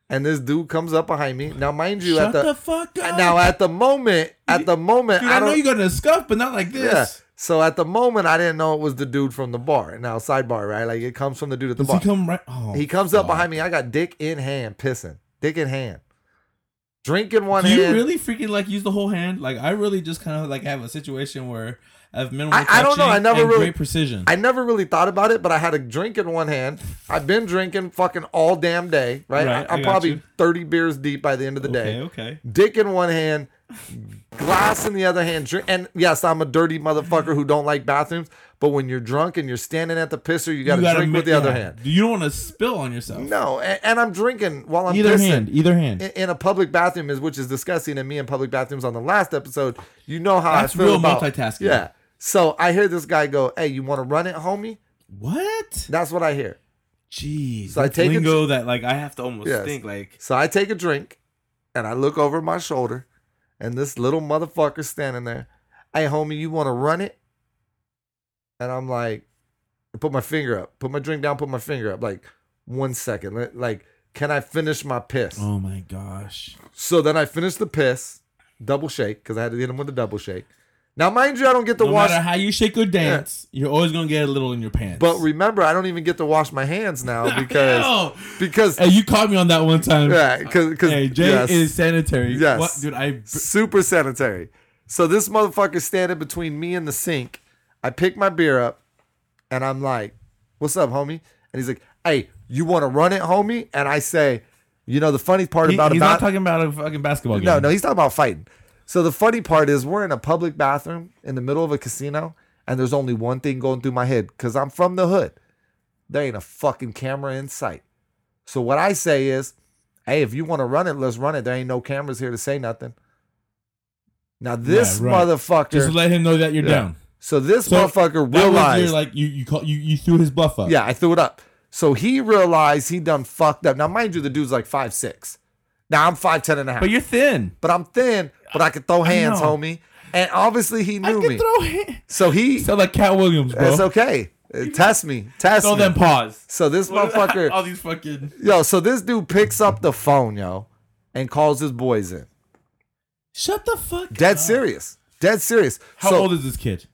Speaker 2: and this dude comes up behind me. Now, mind you,
Speaker 1: Shut
Speaker 2: at
Speaker 1: the,
Speaker 2: the,
Speaker 1: fuck up.
Speaker 2: now at the moment, at the moment,
Speaker 1: Dude,
Speaker 2: I
Speaker 1: I,
Speaker 2: don't.
Speaker 1: know you got a scuff, but not like
Speaker 2: yeah.
Speaker 1: this.
Speaker 2: So at the moment, I didn't know it was the dude from the bar. Now, sidebar, right? Like it comes from the dude at the
Speaker 1: Does
Speaker 2: bar.
Speaker 1: he come right? Oh,
Speaker 2: He comes up
Speaker 1: fuck.
Speaker 2: behind me. I got dick in hand, pissing. Dick in hand. drink in one
Speaker 3: Do you
Speaker 2: hand.
Speaker 3: really freaking like use the whole hand? Like I really just kind of like have a situation where I have minimal.
Speaker 2: I- I don't know,
Speaker 3: touching
Speaker 2: I never
Speaker 3: and
Speaker 2: really-
Speaker 3: great precision.
Speaker 2: I never really thought about it, but I had a drink in one hand. I've been drinking fucking all damn day, right?
Speaker 3: Right, I
Speaker 2: I, am
Speaker 3: got
Speaker 2: probably
Speaker 3: you.
Speaker 2: 30 beers deep by the end of the day.
Speaker 3: okay, okay.
Speaker 2: dick in one hand, glass in the other hand. Drink. And yes, I'm a dirty motherfucker who don't like bathrooms. But when you're drunk and you're standing at the pisser, you got to drink
Speaker 3: mi-
Speaker 2: with the other
Speaker 3: yeah.
Speaker 2: hand.
Speaker 3: You don't want to spill on yourself.
Speaker 2: No, and, and I'm drinking while I'm
Speaker 1: Either
Speaker 2: pissing.
Speaker 1: hand, either hand.
Speaker 2: In- In a public bathroom is which is disgusting, and me in public bathrooms on the last episode, you know how
Speaker 3: That's
Speaker 2: I feel
Speaker 3: real
Speaker 2: Ah, about
Speaker 3: multitasking.
Speaker 2: Yeah, so I hear this guy go, "Hey, you want to run it, homie?"
Speaker 3: What?
Speaker 2: That's what I hear.
Speaker 3: Jeez.
Speaker 2: So I
Speaker 3: that's
Speaker 2: take a-
Speaker 3: lingo that like I have to almost
Speaker 2: Yes.
Speaker 3: think like
Speaker 2: So I take a drink and I look over my shoulder and this little motherfucker standing there. Hey homie, you wanna run it? And I'm like, I put my finger up, put my drink down, put my finger up. Like, one second. Let- Like, can I finish my piss?
Speaker 3: oh my gosh.
Speaker 2: So then I finish the piss, double shake, because I had to hit him with a double shake. Now, mind you, I don't get to
Speaker 3: no
Speaker 2: wash
Speaker 3: matter how you shake or dance, you're always gonna get a little in your pants.
Speaker 2: [LAUGHS] but remember, I don't even get to wash my hands
Speaker 3: [LAUGHS]
Speaker 2: now because
Speaker 3: Ew.
Speaker 2: because
Speaker 3: hey, you caught me on that one time.
Speaker 2: yeah, because
Speaker 3: Hey, Jay is sanitary.
Speaker 2: Yes.
Speaker 3: What, dude? I
Speaker 2: super sanitary. So this motherfucker standing between me and the sink. I pick my beer up and I'm like, "What's up, homie?" And he's like, "Hey, you want to run it, homie?" And I say, "You know the funny part
Speaker 3: He-
Speaker 2: about
Speaker 3: he's not
Speaker 2: about
Speaker 3: talking about a fucking basketball game.
Speaker 2: no, no, he's talking about fighting. So the funny part is we're in a public bathroom in the middle of a casino, and there's only one thing going through my head because I'm from the hood. There ain't a fucking camera in sight. So what I say is, hey, if you want to run it, let's run it. There ain't no cameras here to say nothing. Now this
Speaker 1: Yeah, right.
Speaker 2: motherfucker.
Speaker 1: Just let him know that you're
Speaker 2: Yeah.
Speaker 1: down.
Speaker 2: so this
Speaker 1: So,
Speaker 2: motherfucker
Speaker 1: That was your,
Speaker 2: realized.
Speaker 1: like you you call you, you threw his bluff up.
Speaker 2: Yeah, I threw it up. So he realized he done fucked up. Now mind you, the dude's like five six. Now I'm five ten and a half.
Speaker 3: But you're thin.
Speaker 2: but I'm thin, but I could throw hands,
Speaker 3: know.
Speaker 2: homie. And obviously he knew me.
Speaker 3: [LAUGHS]
Speaker 2: so he
Speaker 1: Sound like Cat Williams, bro.
Speaker 2: it's okay. Uh, Test me. Test
Speaker 3: So
Speaker 2: me. [LAUGHS]
Speaker 3: then pause.
Speaker 2: So this
Speaker 3: [LAUGHS]
Speaker 1: [LAUGHS]
Speaker 2: motherfucker
Speaker 3: All these fucking
Speaker 2: yo, so this dude picks up the phone, yo, and calls his boys in.
Speaker 3: shut the fuck.
Speaker 2: Dead serious. Dead serious.
Speaker 1: How
Speaker 2: so
Speaker 1: old is this kid?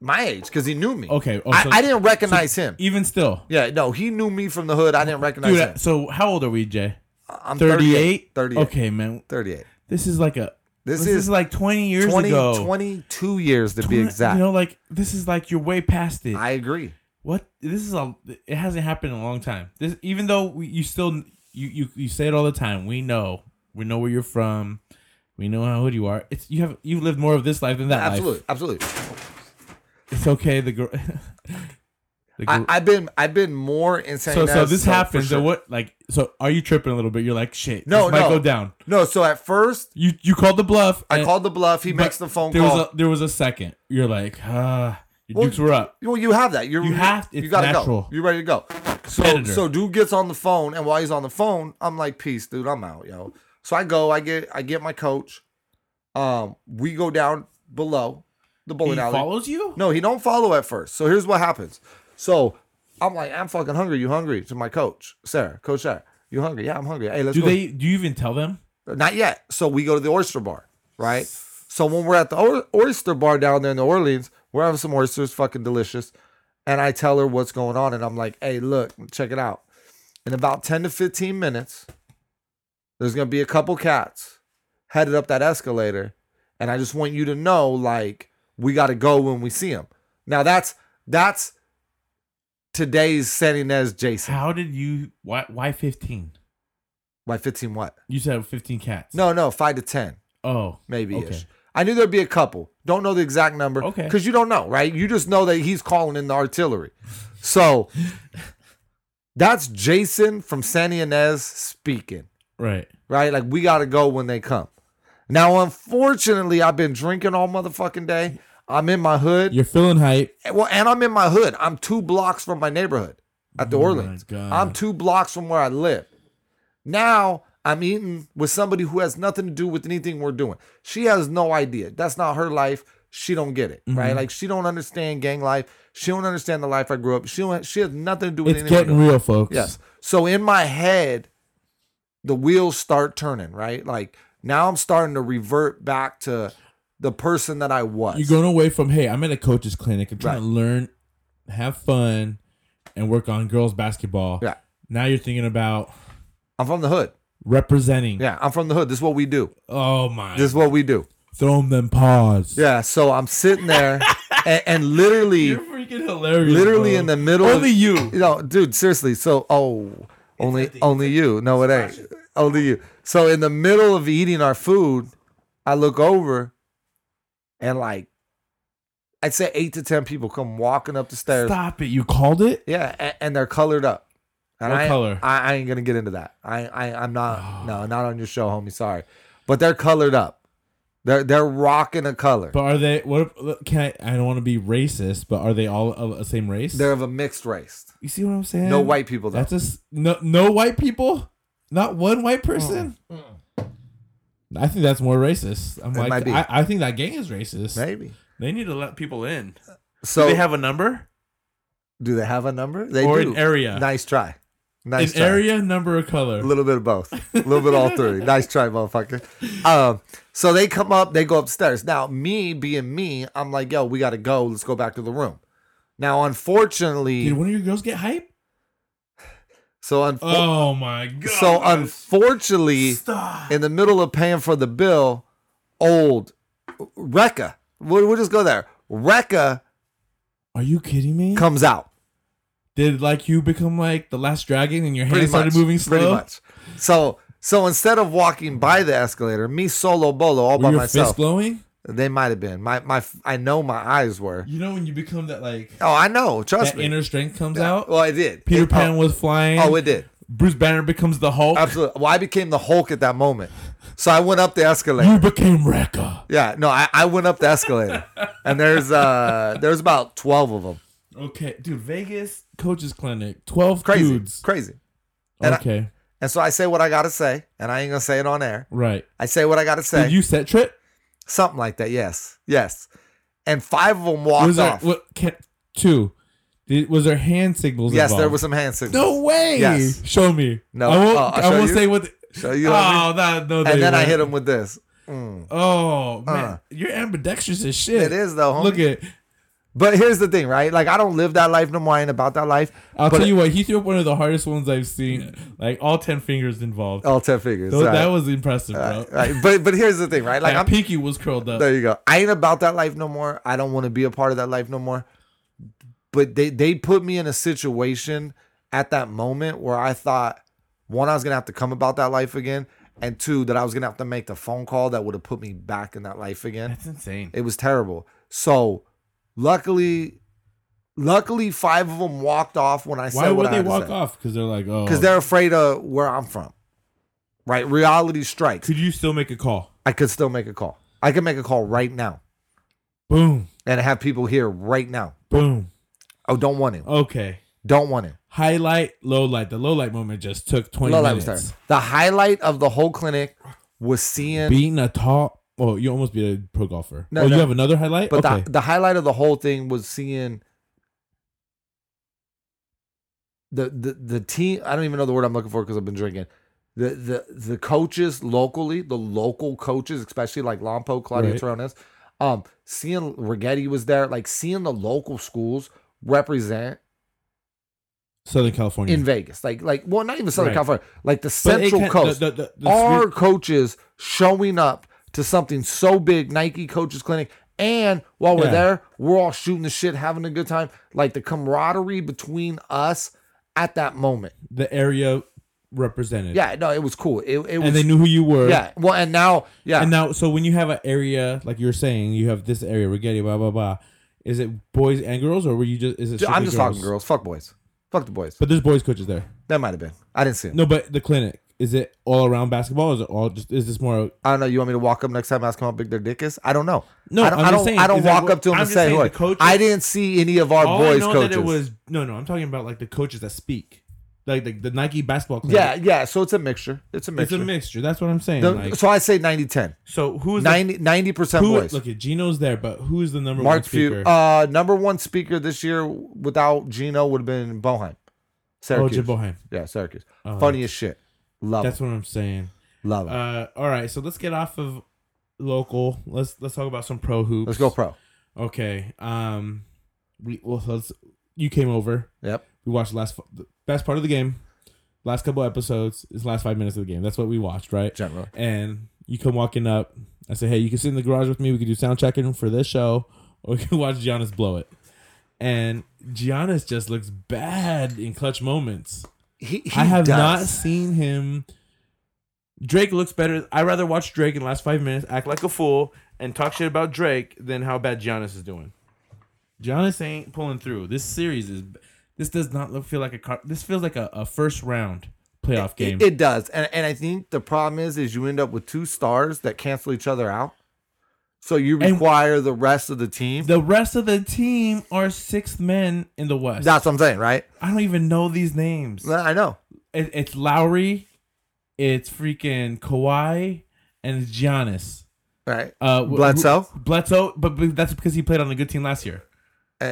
Speaker 2: my age, because he knew me.
Speaker 1: Okay, oh,
Speaker 2: I,
Speaker 1: so-
Speaker 2: I didn't recognize him.
Speaker 1: Even still,
Speaker 2: Yeah, no, he knew me from the hood. I didn't recognize him.
Speaker 1: dude. So how old are we, Jay?
Speaker 2: I'm
Speaker 1: 38?
Speaker 2: 38. 38.
Speaker 1: Okay, man.
Speaker 2: 38.
Speaker 1: This is like a.
Speaker 2: This
Speaker 1: This,
Speaker 2: is
Speaker 1: is, like twenty years
Speaker 2: 20,
Speaker 1: ago.
Speaker 2: 22 years to be
Speaker 1: Twen-
Speaker 2: exact.
Speaker 1: You know, like this is like you're way past it.
Speaker 2: I agree.
Speaker 1: what this is a. It hasn't happened in a long time. This even though we, you still you, you you say it all the time. We know we know where you're from. We know how old you are. It's you have you lived more of this life than that
Speaker 2: Absolutely.
Speaker 1: life.
Speaker 2: Absolutely.
Speaker 1: It's okay. [LAUGHS] The girl. the
Speaker 2: I,
Speaker 1: gr-
Speaker 2: I've been I've been more insane.
Speaker 1: so so
Speaker 2: as-
Speaker 1: this
Speaker 2: for
Speaker 1: happens.
Speaker 2: sure.
Speaker 1: So what like so are you tripping a little bit? You're like shit.
Speaker 2: No,
Speaker 1: this might
Speaker 2: no.
Speaker 1: go down.
Speaker 2: No, so at first
Speaker 1: You you called the bluff.
Speaker 2: I
Speaker 1: and-
Speaker 2: called the bluff. He
Speaker 1: but
Speaker 2: makes the phone
Speaker 1: there
Speaker 2: call.
Speaker 1: Was a, there was a second. You're like, ah, your
Speaker 2: Well,
Speaker 1: dukes were up.
Speaker 2: well, you have that. You're,
Speaker 1: You have-
Speaker 2: You
Speaker 1: it's
Speaker 2: gotta
Speaker 1: natural.
Speaker 2: go. You're ready to go. So
Speaker 1: Competitor.
Speaker 2: so dude gets on the phone, and while he's on the phone, I'm like, peace, dude. I'm out, yo. So I go. I get I get my coach. Um, we go down below the
Speaker 3: He
Speaker 2: bowling alley.
Speaker 3: follows you.
Speaker 2: No, he don't follow at first. So here's what happens. So I'm like, I'm fucking hungry. You hungry? To my coach, Sarah, Coach Sarah, you hungry? Yeah, I'm hungry. Hey, let's
Speaker 1: Do
Speaker 2: go.
Speaker 1: they? Do you even tell them?
Speaker 2: Not yet. So we go to the oyster bar, right? So when we're at the oy- oyster bar down there in New Orleans, we're having some oysters, fucking delicious. And I tell her what's going on, and I'm like, "Hey, look, check it out." In about ten to fifteen minutes, there's gonna be a couple cats headed up that escalator, and I just want you to know, like, we got to go when we see them. Now that's that's today's San Ynez Jason.
Speaker 1: How did you? Why? Why fifteen?
Speaker 2: By fifteen, what?
Speaker 1: You said fifteen cats.
Speaker 2: No, no, five to ten.
Speaker 1: Oh,
Speaker 2: maybe ish.
Speaker 1: Okay.
Speaker 2: I knew there'd be a couple. Don't know the exact number.
Speaker 1: Okay.
Speaker 2: Because you don't know, right? You just know that he's calling in the artillery. So [LAUGHS] that's Jason from San Ynez speaking,
Speaker 1: Right.
Speaker 2: right? Like, we got to go when they come. Now, unfortunately, I've been drinking all motherfucking day. I'm in my hood.
Speaker 1: You're feeling hype.
Speaker 2: Well, and I'm in my hood. I'm two blocks from my neighborhood at the
Speaker 1: Oh my
Speaker 2: Orleans.
Speaker 1: God.
Speaker 2: I'm two blocks from where I live. Now I'm eating with somebody who has nothing to do with anything we're doing. She has no idea. That's not her life. She don't get it,
Speaker 1: Mm-hmm.
Speaker 2: right? Like she don't understand gang life. She don't understand the life I grew up. She don't, she has nothing to do with
Speaker 1: It's
Speaker 2: anything. we're
Speaker 1: getting
Speaker 2: doing.
Speaker 1: real, folks.
Speaker 2: Yes. So in my head, the wheels start turning, right? Like now I'm starting to revert back to the person that I was.
Speaker 1: You're going away from. Hey, I'm at a coach's clinic. I'm trying
Speaker 2: Right.
Speaker 1: to learn, have fun, and work on girls basketball.
Speaker 2: Yeah.
Speaker 1: Now you're thinking about
Speaker 2: I'm from the hood.
Speaker 1: representing.
Speaker 2: Yeah, I'm from the hood. This is what we do.
Speaker 1: Oh my!
Speaker 2: This is what we do.
Speaker 1: Throw them them paws.
Speaker 2: Yeah. So I'm sitting there, and, and literally,
Speaker 3: You're freaking hilarious.
Speaker 2: literally
Speaker 3: bro.
Speaker 2: in the middle.
Speaker 1: Only
Speaker 2: of,
Speaker 1: you.
Speaker 2: you know, dude, seriously. So, oh, only only you. No, it ain't. Only you. So, in the middle of eating our food, I look over, and like, I'd say eight to ten people come walking up the stairs.
Speaker 1: Stop it! You called it.
Speaker 2: Yeah, and, and they're colored up. And
Speaker 1: What
Speaker 2: I,
Speaker 1: color?
Speaker 2: I, I ain't gonna get into that. I, I I'm not. No, not on your show, homie. Sorry, but they're colored up. They're they're rocking a color.
Speaker 1: But are they? What if- can I? I don't want to be racist, but are they all of the same race?
Speaker 2: They're of a mixed race.
Speaker 1: you see what I'm saying?
Speaker 2: No white people though.
Speaker 1: That's a s- no. No white people. Not one white person. I think that's more racist. I'm
Speaker 2: It
Speaker 1: like,
Speaker 2: might be.
Speaker 1: I, I think that gang is racist.
Speaker 2: Maybe.
Speaker 3: They need to let people in.
Speaker 2: So
Speaker 3: do they have a number?
Speaker 2: do they have a number? They
Speaker 1: Or
Speaker 2: do.
Speaker 1: an area.
Speaker 2: Nice try. Nice
Speaker 1: An
Speaker 2: try.
Speaker 1: area, number, or color.
Speaker 2: A little bit of both. A little bit of all three. Nice try, motherfucker. Um, so they come up, they go upstairs. Now, me being me, I'm like, yo, we gotta go. Let's go back to the room. Now, unfortunately,
Speaker 1: Did one of your girls get hype?
Speaker 2: so unfortunately.
Speaker 1: Oh my god!
Speaker 2: so um, unfortunately,
Speaker 1: Stop.
Speaker 2: in the middle of paying for the bill, old Rekka, we'll, we'll just go there. Rekka
Speaker 1: Are you kidding me?
Speaker 2: comes out.
Speaker 1: Did like you become like the last dragon and your
Speaker 2: Pretty
Speaker 1: hands started
Speaker 2: much,
Speaker 1: moving slow?
Speaker 2: Pretty much. So so instead of walking by the escalator, me solo bolo all by
Speaker 1: Were your fists
Speaker 2: myself.
Speaker 1: glowing?
Speaker 2: They might have been. My my I know my eyes were.
Speaker 1: You know when you become that like
Speaker 2: Oh, I know. Trust
Speaker 1: that
Speaker 2: me.
Speaker 1: inner strength comes out.
Speaker 2: well, I did.
Speaker 1: Peter
Speaker 2: It-
Speaker 1: Pan was flying.
Speaker 2: Oh, oh, it did.
Speaker 1: Bruce Banner becomes the Hulk.
Speaker 2: Absolutely. Well, I became the Hulk at that moment. So I went up the escalator.
Speaker 1: You became Rekka.
Speaker 2: Yeah, no, I, I went up the escalator, and there's uh there's about twelve of them.
Speaker 1: Okay, dude. Vegas coaches clinic. Twelve
Speaker 2: Crazy,
Speaker 1: dudes.
Speaker 2: crazy. And I-
Speaker 1: Okay,
Speaker 2: And so I say what I gotta say, and I ain't gonna say it on air.
Speaker 1: right.
Speaker 2: I say what I gotta say,
Speaker 1: Did you set trip?
Speaker 2: something like that. Yes, yes. And five of them walked
Speaker 1: was there
Speaker 2: off.
Speaker 1: what? Can, two. Did, was there hand signals?
Speaker 2: yes, there
Speaker 1: involved?
Speaker 2: was some hand signals.
Speaker 1: No way.
Speaker 2: Yes.
Speaker 1: Show me.
Speaker 2: No.
Speaker 1: I won't.
Speaker 2: Oh, I'll
Speaker 1: I
Speaker 2: show
Speaker 1: won't
Speaker 2: you.
Speaker 1: say what. the-
Speaker 2: So you know what I mean?
Speaker 1: oh, that, no.
Speaker 2: and
Speaker 1: they
Speaker 2: then I
Speaker 1: weren't.
Speaker 2: hit him with this. Mm.
Speaker 1: Oh man,
Speaker 2: Uh.
Speaker 1: you're ambidextrous as shit.
Speaker 2: It is though, homie.
Speaker 1: Look at.
Speaker 2: But here's the thing, right? Like I don't live that life no more. I ain't about that life.
Speaker 1: I'll
Speaker 2: But-
Speaker 1: tell you what. He threw up one of the hardest ones I've seen. Like all ten fingers involved.
Speaker 2: All ten figures.
Speaker 1: Tho-
Speaker 2: right.
Speaker 1: That was impressive, bro.
Speaker 2: Right, right. But but here's the thing, right? Uh, Like
Speaker 1: that
Speaker 2: I'm
Speaker 1: pinky was curled up.
Speaker 2: There you go. I ain't about that life no more. I don't want to be a part of that life no more. But they they put me in a situation at that moment where I thought one I was gonna have to come about that life again, and two that I was gonna have to make the phone call that would have put me back in that life again.
Speaker 3: That's insane.
Speaker 2: It was terrible. So luckily, luckily five of them walked off when I said
Speaker 1: Why
Speaker 2: what
Speaker 1: would
Speaker 2: I
Speaker 1: they
Speaker 2: had to
Speaker 1: walk
Speaker 2: say.
Speaker 1: off? Because they're like, oh,
Speaker 2: Because they're afraid of where I'm from. Right? Reality strikes.
Speaker 1: Could you still make a call?
Speaker 2: I could still make a call. I could make a call right now.
Speaker 1: Boom,
Speaker 2: and have people here right now.
Speaker 1: boom.
Speaker 2: Oh, don't want him.
Speaker 1: Okay.
Speaker 2: Don't want him.
Speaker 1: Highlight, low light. The low light moment just took twenty
Speaker 2: Low light was
Speaker 1: minutes.
Speaker 2: terrible. The highlight of the whole clinic was seeing,
Speaker 1: Beating a tall. Oh, you almost beat a pro golfer.
Speaker 2: No,
Speaker 1: oh,
Speaker 2: no.
Speaker 1: you have another highlight.
Speaker 2: but
Speaker 1: okay.
Speaker 2: the, the highlight of the whole thing was seeing the the the team. I don't even know the word I'm looking for because I've been drinking. The the the coaches locally, the local coaches, especially like Lompo, Claudio
Speaker 1: Right.
Speaker 2: Tronas, um, seeing Rigetti was there, like seeing the local schools represent
Speaker 1: Southern California.
Speaker 2: in Vegas, like like well, not even Southern
Speaker 1: Right.
Speaker 2: California, like the
Speaker 1: But it
Speaker 2: Central
Speaker 1: can-
Speaker 2: Coast.
Speaker 1: The, the, the, the
Speaker 2: our
Speaker 1: sweet-
Speaker 2: coaches showing up to something so big, Nike Coaches Clinic. And while we're
Speaker 1: Yeah.
Speaker 2: there, we're all shooting the shit, having a good time. Like the camaraderie between us at that moment.
Speaker 1: the area represented.
Speaker 2: Yeah, no, it was cool. It, it was,
Speaker 1: And they knew who you were.
Speaker 2: yeah. Well, and now, yeah,
Speaker 1: And now, so when you have an area like you were saying, you have this area, Rigetti, blah blah blah. Is it boys and girls, or were you just? Is it? strictly
Speaker 2: I'm just talking girls. Fuck boys. Fuck the boys.
Speaker 1: But there's boys coaches there.
Speaker 2: That might have been. I didn't see him.
Speaker 1: No, but the clinic is it all around basketball? Or is it all just? Is this more?
Speaker 2: I don't know. You want me to walk up next time and ask them how big their dick is? I don't know.
Speaker 1: No,
Speaker 2: I don't.
Speaker 1: I'm
Speaker 2: I
Speaker 1: just
Speaker 2: don't,
Speaker 1: saying,
Speaker 2: I don't
Speaker 1: is that
Speaker 2: walk
Speaker 1: what-
Speaker 2: up to them
Speaker 1: I'm
Speaker 2: and
Speaker 1: just
Speaker 2: say,
Speaker 1: saying
Speaker 2: "Look,
Speaker 1: the coaches-
Speaker 2: I didn't see any of our
Speaker 1: all
Speaker 2: boys
Speaker 1: I know
Speaker 2: coaches."
Speaker 1: that it was no, no. I'm talking about like the coaches that speak, like the, the Nike basketball. Clinic.
Speaker 2: yeah, yeah. So it's a mixture. It's a
Speaker 1: it's
Speaker 2: mixture.
Speaker 1: a mixture. That's what I'm saying.
Speaker 2: The-
Speaker 1: like,
Speaker 2: so I say 90 10.
Speaker 1: so who is the-
Speaker 2: 90 percent
Speaker 1: who?
Speaker 2: boys.
Speaker 1: Look at Gino's there, but who is the number one
Speaker 2: Mark
Speaker 1: speaker?
Speaker 2: Few, uh, number one speaker this year without Gino would have been Boheim,
Speaker 1: oh,
Speaker 2: Syracuse.
Speaker 1: Jim Boheim.
Speaker 2: yeah, Syracuse.
Speaker 1: Oh.
Speaker 2: Funny as shit. Love
Speaker 1: That's
Speaker 2: him.
Speaker 1: what I'm saying.
Speaker 2: Love him.
Speaker 1: Uh, all right, so let's get off of local. Let's let's talk about some pro hoops.
Speaker 2: Let's go pro.
Speaker 1: Okay. Um, we well, let's, you came over.
Speaker 2: Yep.
Speaker 1: We watched the last the best part of the game. last couple episodes, it's the last five minutes of the game. That's what we watched, right?
Speaker 2: General.
Speaker 1: And you come walking up. I say, hey, you can sit in the garage with me. We could do sound checking for this show, or we can [LAUGHS] watch Giannis blow it. And Giannis just looks bad in clutch moments.
Speaker 2: He, he
Speaker 1: I have
Speaker 2: does.
Speaker 1: not seen him. Drake looks better. I rather watch Drake in the last five minutes act like a fool and talk shit about Drake than how bad Giannis is doing. Giannis ain't pulling through. This series is. This does not look feel like a. car- This feels like a, a first round playoff
Speaker 2: It-
Speaker 1: game.
Speaker 2: It, does, and and I think the problem is is you end up with two stars that cancel each other out. So you
Speaker 1: And-
Speaker 2: require the rest of the team.
Speaker 1: the rest of the team are sixth men in the West.
Speaker 2: That's what I'm saying, right?
Speaker 1: I don't even know these names.
Speaker 2: I know.
Speaker 1: It, it's Lowry, it's freaking Kawhi, and it's Giannis.
Speaker 2: Right.
Speaker 1: Uh, wh-
Speaker 2: Bledsoe?
Speaker 1: who- Bledsoe, but, but that's because he played on a good team last year.
Speaker 2: Uh,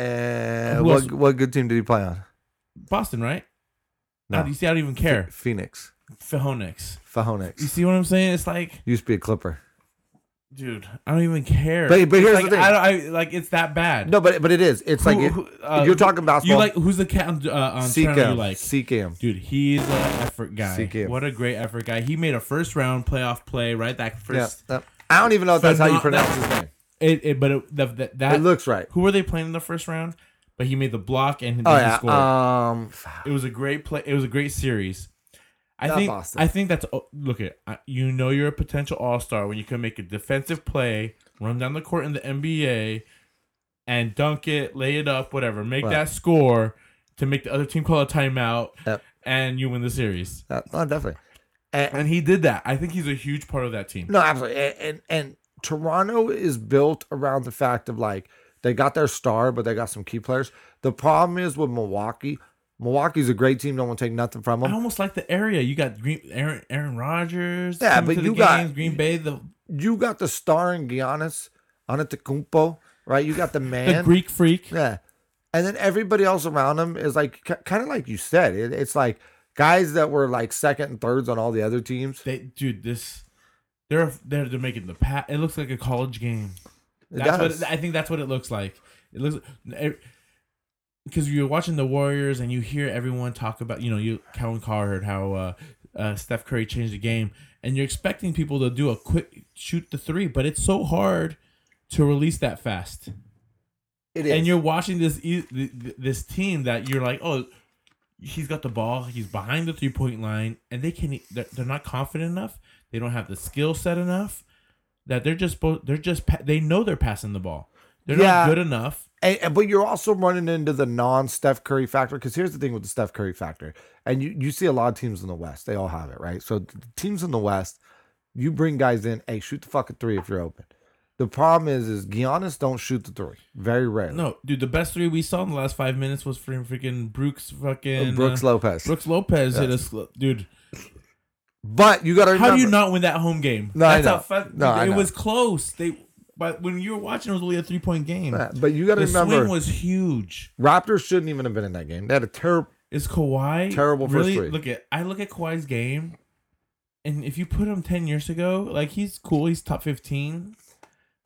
Speaker 1: Who else?
Speaker 2: what what good team did he play on?
Speaker 1: Boston, right?
Speaker 2: No.
Speaker 1: No. You see, I don't even care.
Speaker 2: Phoenix.
Speaker 1: Fahonix. You
Speaker 2: Fajonix.
Speaker 1: see what I'm saying? It's like,
Speaker 2: Used to be a Clipper.
Speaker 1: dude, I don't even care.
Speaker 2: But- but
Speaker 1: It's
Speaker 2: here's
Speaker 1: like,
Speaker 2: the thing.
Speaker 1: I, don't- I- like, it's that bad.
Speaker 2: No, but but it is. It's like
Speaker 1: Who-
Speaker 2: it-
Speaker 1: who- uh,
Speaker 2: you're talking basketball.
Speaker 1: You like who's the cat on, uh, on
Speaker 2: seek
Speaker 1: Toronto you
Speaker 2: him.
Speaker 1: like?
Speaker 2: Seek him.
Speaker 1: Dude, he's an effort guy.
Speaker 2: Seek him.
Speaker 1: What a great effort guy. He made a first round playoff play, right? That
Speaker 2: Yeah.
Speaker 1: first.
Speaker 2: Uh, I don't even know if that's how you
Speaker 1: Phenom-
Speaker 2: pronounce his name.
Speaker 1: It, it, but it, the, the, that
Speaker 2: It looks right.
Speaker 1: Who were they playing in the first round? But he made the block and he
Speaker 2: Oh
Speaker 1: didn't
Speaker 2: yeah.
Speaker 1: score.
Speaker 2: Um.
Speaker 1: it was a great play. It was a great series. I
Speaker 2: Not
Speaker 1: think
Speaker 2: Boston.
Speaker 1: I think that's oh, look at I- you know you're a potential all star when you can make a defensive play, run down the court in the NBA, and dunk it, lay it up, whatever, make
Speaker 2: Right.
Speaker 1: that score to make the other team call a timeout,
Speaker 2: Yep.
Speaker 1: and you win the series.
Speaker 2: Uh, oh, definitely. And,
Speaker 1: And he did that. I think he's a huge part of that team.
Speaker 2: No, absolutely. And, and and Toronto is built around the fact of like they got their star, but they got some key players. The problem is with Milwaukee. Milwaukee's a great team. No one take nothing from
Speaker 1: I
Speaker 2: them.
Speaker 1: almost like the area. You got Green, Aaron Aaron Rodgers.
Speaker 2: Yeah,
Speaker 1: coming
Speaker 2: but
Speaker 1: to the
Speaker 2: you got-
Speaker 1: Green Bay. The
Speaker 2: You got the star in Giannis Antetokounmpo, right? You got the
Speaker 1: the
Speaker 2: man.
Speaker 1: Greek freak.
Speaker 2: Yeah. And then everybody else around him is like kind of like you said. It, it's like guys that were like second and thirds on all the other teams.
Speaker 1: They dude, this they're they're, they're making the pat. It looks like a college game.
Speaker 2: It
Speaker 1: That's
Speaker 2: does.
Speaker 1: what I think. That's what it looks like. It looks because you're watching the Warriors and you hear everyone talk about you know you Kevin Carr heard how uh, uh, Steph Curry changed the game, and you're expecting people to do a quick shoot the three, but it's so hard to release that fast.
Speaker 2: it is.
Speaker 1: And you're watching this e- th- th- this team that you're like, oh, he's got the ball, he's behind the three point line, and they can they're, they're not confident enough. They don't have the skill set enough that they're just bo- they're just pa- they know they're passing the ball. They're
Speaker 2: Yeah.
Speaker 1: not good enough.
Speaker 2: And, and- but you're also running into the non Steph Curry factor because here's the thing with the Steph Curry factor, and you you see a lot of teams in the West, they all have it right. So the teams in the West, you bring guys in, hey, shoot the fucking three if you're open. The problem is, is Giannis don't shoot the three very rarely.
Speaker 1: No, dude, the best three we saw in the last five minutes was from freaking Brooks fucking
Speaker 2: Oh, Brooks
Speaker 1: uh,
Speaker 2: Lopez.
Speaker 1: Brooks Lopez hit us, dude.
Speaker 2: But you got to remember,
Speaker 1: How do you not win that home game?
Speaker 2: No, I know.
Speaker 1: how fuck-
Speaker 2: No, I
Speaker 1: it
Speaker 2: know.
Speaker 1: was close. They, but when you were watching, it was only a three point game.
Speaker 2: but you got to
Speaker 1: the
Speaker 2: remember,
Speaker 1: swing was huge.
Speaker 2: Raptors shouldn't even have been in that game. They had a terrible.
Speaker 1: Is Kawhi
Speaker 2: Terrible first
Speaker 1: Really,
Speaker 2: three.
Speaker 1: look at I look at Kawhi's game, and if you put him ten years ago, like he's cool, he's top fifteen,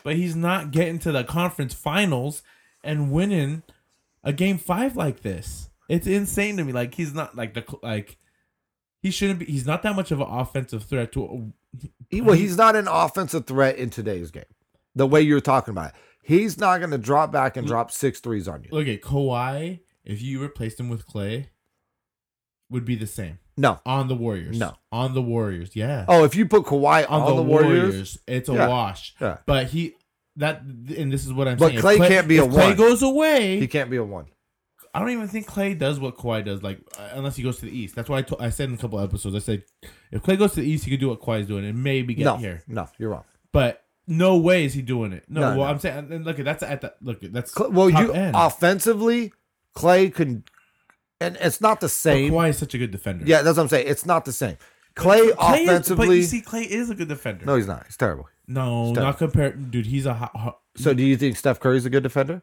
Speaker 1: but he's not getting to the conference finals and winning a game five like this. It's insane to me. Like he's not like the like he shouldn't be. He's not that much of an offensive threat to.
Speaker 2: He, well, he's not an offensive threat in today's game. The way you're talking about it, he's not going to drop back and drop six threes on you.
Speaker 1: Look at Kawhi. If you replaced him with Clay, would be the same
Speaker 2: No,
Speaker 1: on the Warriors.
Speaker 2: No.
Speaker 1: on the Warriors. Yeah.
Speaker 2: Oh, if you put Kawhi on, the, Warriors,
Speaker 1: It's a
Speaker 2: Yeah.
Speaker 1: wash.
Speaker 2: Yeah.
Speaker 1: But he that and this is what I'm
Speaker 2: But
Speaker 1: saying. If
Speaker 2: Clay can't be
Speaker 1: if
Speaker 2: a
Speaker 1: Clay
Speaker 2: one.
Speaker 1: goes away.
Speaker 2: he can't be a one.
Speaker 1: I don't even think Clay does what Kawhi does. Like uh, unless he goes to the East. That's why I, to- I said in a couple episodes. I said if Clay goes to the East, he could do what Kawhi's doing and maybe get
Speaker 2: no,
Speaker 1: here.
Speaker 2: no, you're wrong.
Speaker 1: But no way is he doing it. No.
Speaker 2: No,
Speaker 1: well,
Speaker 2: no.
Speaker 1: I'm saying and look, that's at the look. That's
Speaker 2: Cl- well,
Speaker 1: top
Speaker 2: you
Speaker 1: end.
Speaker 2: offensively, Clay can, and it's not the
Speaker 1: But
Speaker 2: same.
Speaker 1: Kawhi is such a good defender.
Speaker 2: yeah, that's what I'm saying. It's not the same. Clay,
Speaker 1: Clay Is, but
Speaker 2: offensively,
Speaker 1: you see, Clay is a good defender.
Speaker 2: no, he's not. He's terrible.
Speaker 1: no,
Speaker 2: Steph.
Speaker 1: not compared. Dude, he's a hot, hot,
Speaker 2: So, do you think Steph Curry's a good defender?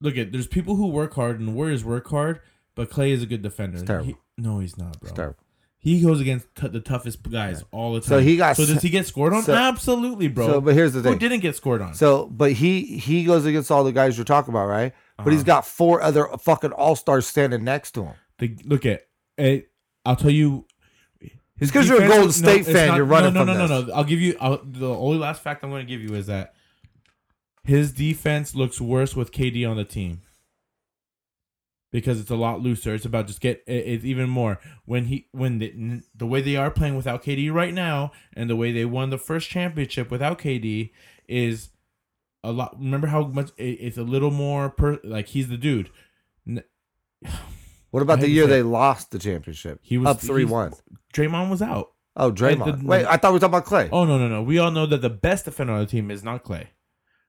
Speaker 1: look at there's people who work hard and Warriors work hard, but Clay is a good defender.
Speaker 2: terrible.
Speaker 1: He- no, he's not, bro.
Speaker 2: He's terrible.
Speaker 1: He goes against t- the toughest guys all the time.
Speaker 2: So he got
Speaker 1: So does
Speaker 2: s-
Speaker 1: he get scored on?
Speaker 2: so-
Speaker 1: Absolutely, bro.
Speaker 2: So, but here's the
Speaker 1: who
Speaker 2: thing.
Speaker 1: didn't get scored on?
Speaker 2: So, but he he goes against all the guys you're talking about, right?
Speaker 1: Uh-huh.
Speaker 2: But he's got four other fucking all stars standing next to him.
Speaker 1: The- look at it. I'll tell you.
Speaker 2: It's 'cause you're a Golden State fan, you're running
Speaker 1: No, no,
Speaker 2: from
Speaker 1: no, no, no. I'll give you. I'll, the only last fact I'm going to give you is that his defense looks worse with KD on the team because it's a lot looser. It's about just get. it- It's even more when he when the, the way they are playing without KD right now, and the way they won the first championship without KD is a lot. Remember how much it, it's a little more per, like he's the dude.
Speaker 2: What about
Speaker 1: I
Speaker 2: the
Speaker 1: hate to
Speaker 2: year
Speaker 1: say
Speaker 2: they lost the championship?
Speaker 1: He was-
Speaker 2: up three one.
Speaker 1: Draymond was out.
Speaker 2: Oh, Draymond.
Speaker 1: the-
Speaker 2: Wait, I thought we were talking about Clay.
Speaker 1: Oh no no no! We all know that the best defender on the team is not Clay.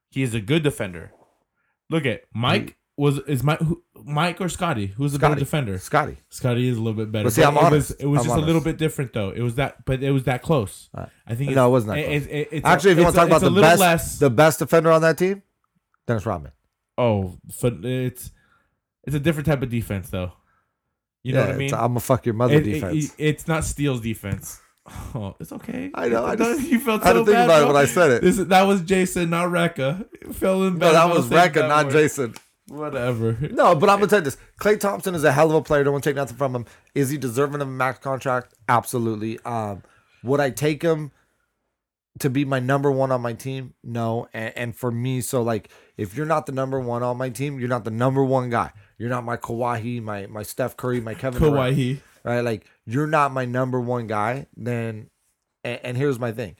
Speaker 1: He is a good defender. Look at Mike. Was is Mike who, Mike or Scotty? Who's the better
Speaker 2: Scotty.
Speaker 1: defender?
Speaker 2: Scotty.
Speaker 1: Scotty is a little bit better.
Speaker 2: But see, I'm
Speaker 1: it was,
Speaker 2: honest.
Speaker 1: it was
Speaker 2: I'm
Speaker 1: just a little
Speaker 2: honest.
Speaker 1: bit different though. It was that, but it was that close.
Speaker 2: All right.
Speaker 1: I think
Speaker 2: No, it wasn't that
Speaker 1: it's- it- it's a-
Speaker 2: Actually, if you
Speaker 1: it's
Speaker 2: want
Speaker 1: a-
Speaker 2: to talk about
Speaker 1: it's a
Speaker 2: the
Speaker 1: little
Speaker 2: best,
Speaker 1: less,
Speaker 2: the best defender on that team, Dennis Rodman.
Speaker 1: oh, but it's it's a different type of defense though. You know
Speaker 2: Yeah,
Speaker 1: what I
Speaker 2: it's
Speaker 1: mean?
Speaker 2: a- I'm a fuck your mother
Speaker 1: It- it-
Speaker 2: defense.
Speaker 1: it- it's not Steele's defense. [SIGHS] Oh, it's okay.
Speaker 2: I
Speaker 1: [LAUGHS]
Speaker 2: know, I just-
Speaker 1: you felt so
Speaker 2: I had to think
Speaker 1: bad,
Speaker 2: about it
Speaker 1: bro.
Speaker 2: when I said it.
Speaker 1: This is- that was Jason, not Rekka. Fell in
Speaker 2: no,
Speaker 1: bad.
Speaker 2: that
Speaker 1: when I
Speaker 2: was
Speaker 1: said
Speaker 2: Rekha,
Speaker 1: that
Speaker 2: not
Speaker 1: word.
Speaker 2: Jason.
Speaker 1: Whatever.
Speaker 2: [LAUGHS] No, but I'm gonna tell you this: Clay Thompson is a hell of a player. Don't want to take nothing from him. Is he deserving of a max contract? Absolutely. Um, would I take him to be my number one on my team? No. And, and for me, so like, if you're not the number one on my team, you're not the number one guy. You're not my Kawhi, my my Steph Curry, my Kevin
Speaker 1: [LAUGHS]
Speaker 2: Durant
Speaker 1: Kawhi.
Speaker 2: right? Like you're not my number one guy, then and, and here's my thing.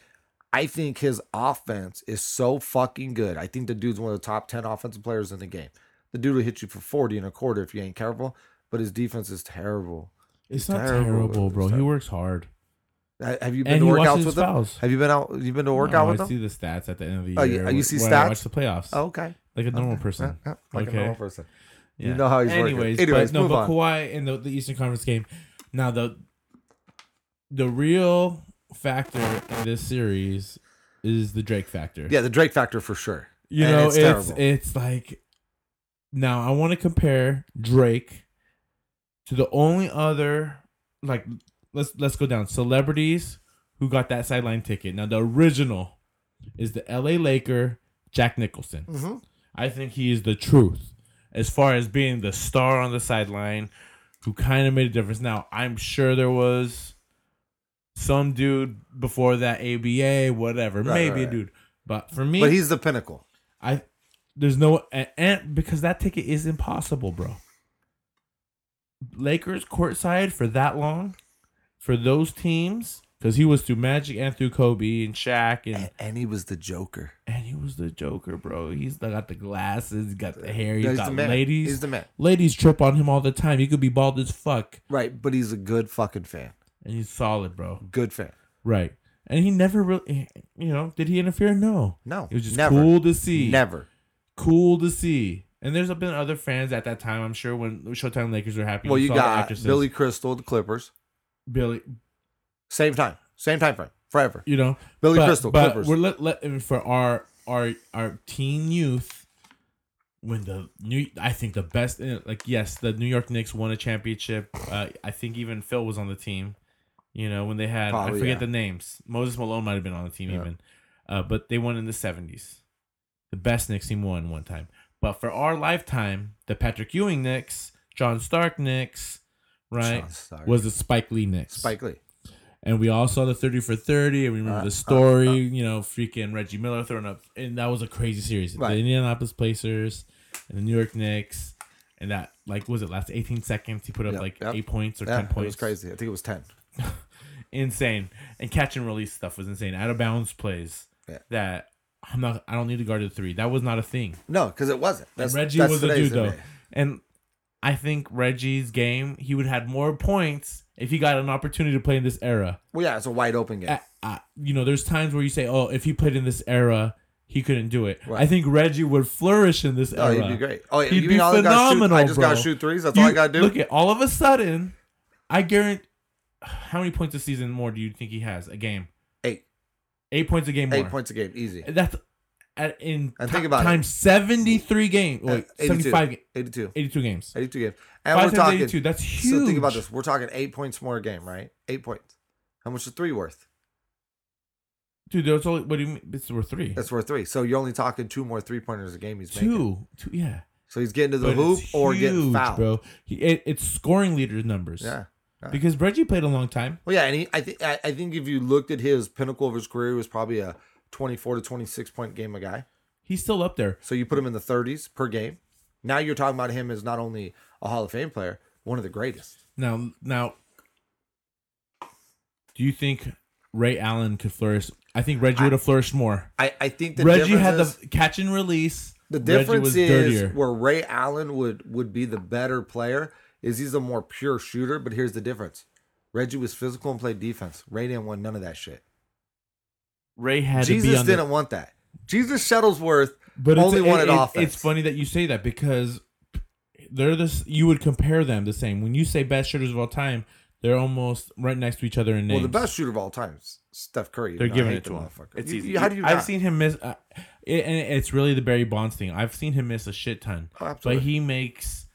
Speaker 2: I think his offense is so fucking good. I think the dude's one of the top 10 offensive players in the game. The dude will hit you for 40 and a quarter if you ain't careful, but his defense is terrible.
Speaker 1: It's not
Speaker 2: terrible.
Speaker 1: terrible, bro. He works hard.
Speaker 2: Ha- Have you been
Speaker 1: And
Speaker 2: to
Speaker 1: he
Speaker 2: workouts
Speaker 1: watches
Speaker 2: with
Speaker 1: his
Speaker 2: him?
Speaker 1: fouls.
Speaker 2: Have you been out you've been to
Speaker 1: No,
Speaker 2: workout
Speaker 1: Oh, I
Speaker 2: with him?
Speaker 1: see the stats at the end of the
Speaker 2: Oh,
Speaker 1: year.
Speaker 2: you- you see
Speaker 1: when I
Speaker 2: stats?
Speaker 1: watch the playoffs.
Speaker 2: Oh, okay.
Speaker 1: Like a normal
Speaker 2: Okay.
Speaker 1: person.
Speaker 2: Uh, uh, like
Speaker 1: Okay.
Speaker 2: a normal person.
Speaker 1: Yeah.
Speaker 2: You know how he's working.
Speaker 1: Anyways,
Speaker 2: Anyways,
Speaker 1: but, no,
Speaker 2: move
Speaker 1: but
Speaker 2: on.
Speaker 1: Kawhi in the, the Eastern Conference game. Now the the real factor in this series is the Drake factor.
Speaker 2: Yeah, the Drake factor for sure.
Speaker 1: you
Speaker 2: And
Speaker 1: know,
Speaker 2: it's
Speaker 1: it's
Speaker 2: terrible.
Speaker 1: it's, like now I want to compare Drake to the only other like let's let's go down celebrities who got that sideline ticket. Now the original is the L.A. Laker Jack Nicholson.
Speaker 2: Mhm.
Speaker 1: I think he is the truth as far as being the star on the sideline who kind of made a difference. Now, I'm sure there was some dude before that ABA, whatever,
Speaker 2: Right,
Speaker 1: maybe
Speaker 2: right, right.
Speaker 1: a dude. But for me,
Speaker 2: But he's the pinnacle.
Speaker 1: I there's no and, and because that ticket is impossible, bro. Lakers courtside for that long for those teams because he was through Magic and through Kobe and Shaq and
Speaker 2: And, and he was the Joker.
Speaker 1: and he was the Joker, bro. He's got the glasses, he's got the hair,
Speaker 2: No,
Speaker 1: he's
Speaker 2: the
Speaker 1: got
Speaker 2: man.
Speaker 1: ladies.
Speaker 2: He's the man.
Speaker 1: ladies trip on him all the time. He could be bald as fuck,
Speaker 2: Right, but he's a good fucking fan.
Speaker 1: and he's solid, bro.
Speaker 2: Good fan.
Speaker 1: Right. And he never really, you know, did he interfere? No.
Speaker 2: No,
Speaker 1: It was just
Speaker 2: never.
Speaker 1: cool to see.
Speaker 2: Never.
Speaker 1: Cool to see. And there's been other fans at that time, I'm sure, when Showtime Lakers were happy.
Speaker 2: Well, you
Speaker 1: saw the
Speaker 2: got
Speaker 1: actresses.
Speaker 2: Billy Crystal, the Clippers.
Speaker 1: Billy,
Speaker 2: Same time, same time frame, forever.
Speaker 1: you know,
Speaker 2: Billy
Speaker 1: but,
Speaker 2: Crystal,
Speaker 1: but
Speaker 2: Clippers.
Speaker 1: We're let, let for our our our teen youth when the new I think the best eh, like yes the New York Knicks won a championship. Uh, I think even Phil was on the team. You know when they had
Speaker 2: Probably,
Speaker 1: I forget
Speaker 2: yeah.
Speaker 1: the names. Moses Malone might have been on the team
Speaker 2: Yeah.
Speaker 1: even, uh, but they won in the seventies. The best Knicks team won one time. But for our lifetime, the Patrick Ewing Knicks, John Stark Knicks, right,
Speaker 2: John Stark.
Speaker 1: was the Spike Lee Knicks
Speaker 2: Oh, Spike Lee.
Speaker 1: and we all saw the 30 for 30 and we remember
Speaker 2: Uh,
Speaker 1: the story you know freaking reggie miller throwing up and that was a crazy series
Speaker 2: Right.
Speaker 1: the indianapolis pacers and the new york knicks and that like was it last 18 seconds he put up
Speaker 2: Yep,
Speaker 1: like
Speaker 2: yep.
Speaker 1: eight points or
Speaker 2: Yeah,
Speaker 1: 10
Speaker 2: it
Speaker 1: points
Speaker 2: was crazy. I think it was ten.
Speaker 1: insane and catch and release stuff was insane out of bounds plays
Speaker 2: Yeah.
Speaker 1: that i'm not i don't need to guard the three that was not a thing
Speaker 2: No, because it wasn't. That's,
Speaker 1: Reggie
Speaker 2: that's
Speaker 1: was a
Speaker 2: today's
Speaker 1: dude though,
Speaker 2: NBA.
Speaker 1: and I think Reggie's game he would have had more points if he got an opportunity to play in this era.
Speaker 2: Well, yeah, it's a wide open game.
Speaker 1: I- I- you know, there's times where you say, "Oh, if he played in this era, he couldn't do it."
Speaker 2: Right.
Speaker 1: I think Reggie would flourish in this
Speaker 2: oh,
Speaker 1: era.
Speaker 2: he'd be great. Oh, yeah,
Speaker 1: He'd
Speaker 2: you
Speaker 1: be
Speaker 2: mean all I gotta shoot-
Speaker 1: phenomenal,
Speaker 2: I just gotta
Speaker 1: bro.
Speaker 2: shoot threes. That's
Speaker 1: You-
Speaker 2: all I gotta do.
Speaker 1: Look at all of a sudden, I guarantee. How many points a season more do you think he has a game?
Speaker 2: eight,
Speaker 1: Eight points a game
Speaker 2: eight
Speaker 1: more.
Speaker 2: points a game, easy.
Speaker 1: That's at, in
Speaker 2: And
Speaker 1: ti-
Speaker 2: think about it.
Speaker 1: times seventy three games,
Speaker 2: Uh,
Speaker 1: wait,
Speaker 2: 82,
Speaker 1: 75, ga-
Speaker 2: 82,
Speaker 1: 82 games.
Speaker 2: 82 games,
Speaker 1: Five
Speaker 2: and we're
Speaker 1: times
Speaker 2: talking.
Speaker 1: eighty two. That's huge.
Speaker 2: So think about this. We're talking eight points more a game, right? Eight points. How much is three worth?
Speaker 1: dude. That's only what do you mean? It's worth three.
Speaker 2: That's worth three. So you're only talking two more three pointers a game. He's making.
Speaker 1: two, two, yeah.
Speaker 2: So he's getting to the
Speaker 1: But
Speaker 2: hoop
Speaker 1: it's
Speaker 2: or getting
Speaker 1: huge,
Speaker 2: fouled.
Speaker 1: bro. He, it, it's scoring leaders numbers.
Speaker 2: Yeah.
Speaker 1: because Reggie played a long time.
Speaker 2: Well, yeah, and he, I think I I think if you looked at his pinnacle of his career, he was probably a 24 to 26 point game a guy.
Speaker 1: He's still up there.
Speaker 2: So you put him in the 30s per game. Now you're talking about him as not only a Hall of Fame player, one of the greatest.
Speaker 1: Now, now, do you think Ray Allen could flourish? I think Reggie would have flourished more.
Speaker 2: I, I think the
Speaker 1: Reggie had
Speaker 2: difference is-
Speaker 1: the catch and release.
Speaker 2: the
Speaker 1: Reggie
Speaker 2: difference
Speaker 1: was
Speaker 2: is
Speaker 1: dirtier.
Speaker 2: where Ray Allen would would be the better player is he's a more pure shooter. But here's the difference: Reggie was physical and played defense. Ray didn't want none of that shit.
Speaker 1: Ray had to be
Speaker 2: Jesus
Speaker 1: on the-
Speaker 2: didn't want that. Jesus Shuttlesworth
Speaker 1: but
Speaker 2: only
Speaker 1: it's, it-
Speaker 2: wanted
Speaker 1: it-
Speaker 2: offense.
Speaker 1: It's funny that you say that because they're this. You would compare them the same when you say best shooters of all time. They're almost right next to each other in names.
Speaker 2: Well, the best shooter of all time, is Steph Curry.
Speaker 1: They're
Speaker 2: No, I
Speaker 1: giving
Speaker 2: hate
Speaker 1: it to
Speaker 2: the
Speaker 1: him.
Speaker 2: motherfucker.
Speaker 4: It's
Speaker 2: You-
Speaker 4: easy.
Speaker 2: you- how do you?
Speaker 1: I've
Speaker 2: not?
Speaker 1: seen him miss, uh, it, and it's really the Barry Bonds thing. I've seen him miss a shit ton,
Speaker 2: Oh,
Speaker 1: but
Speaker 2: absolutely.
Speaker 1: he makes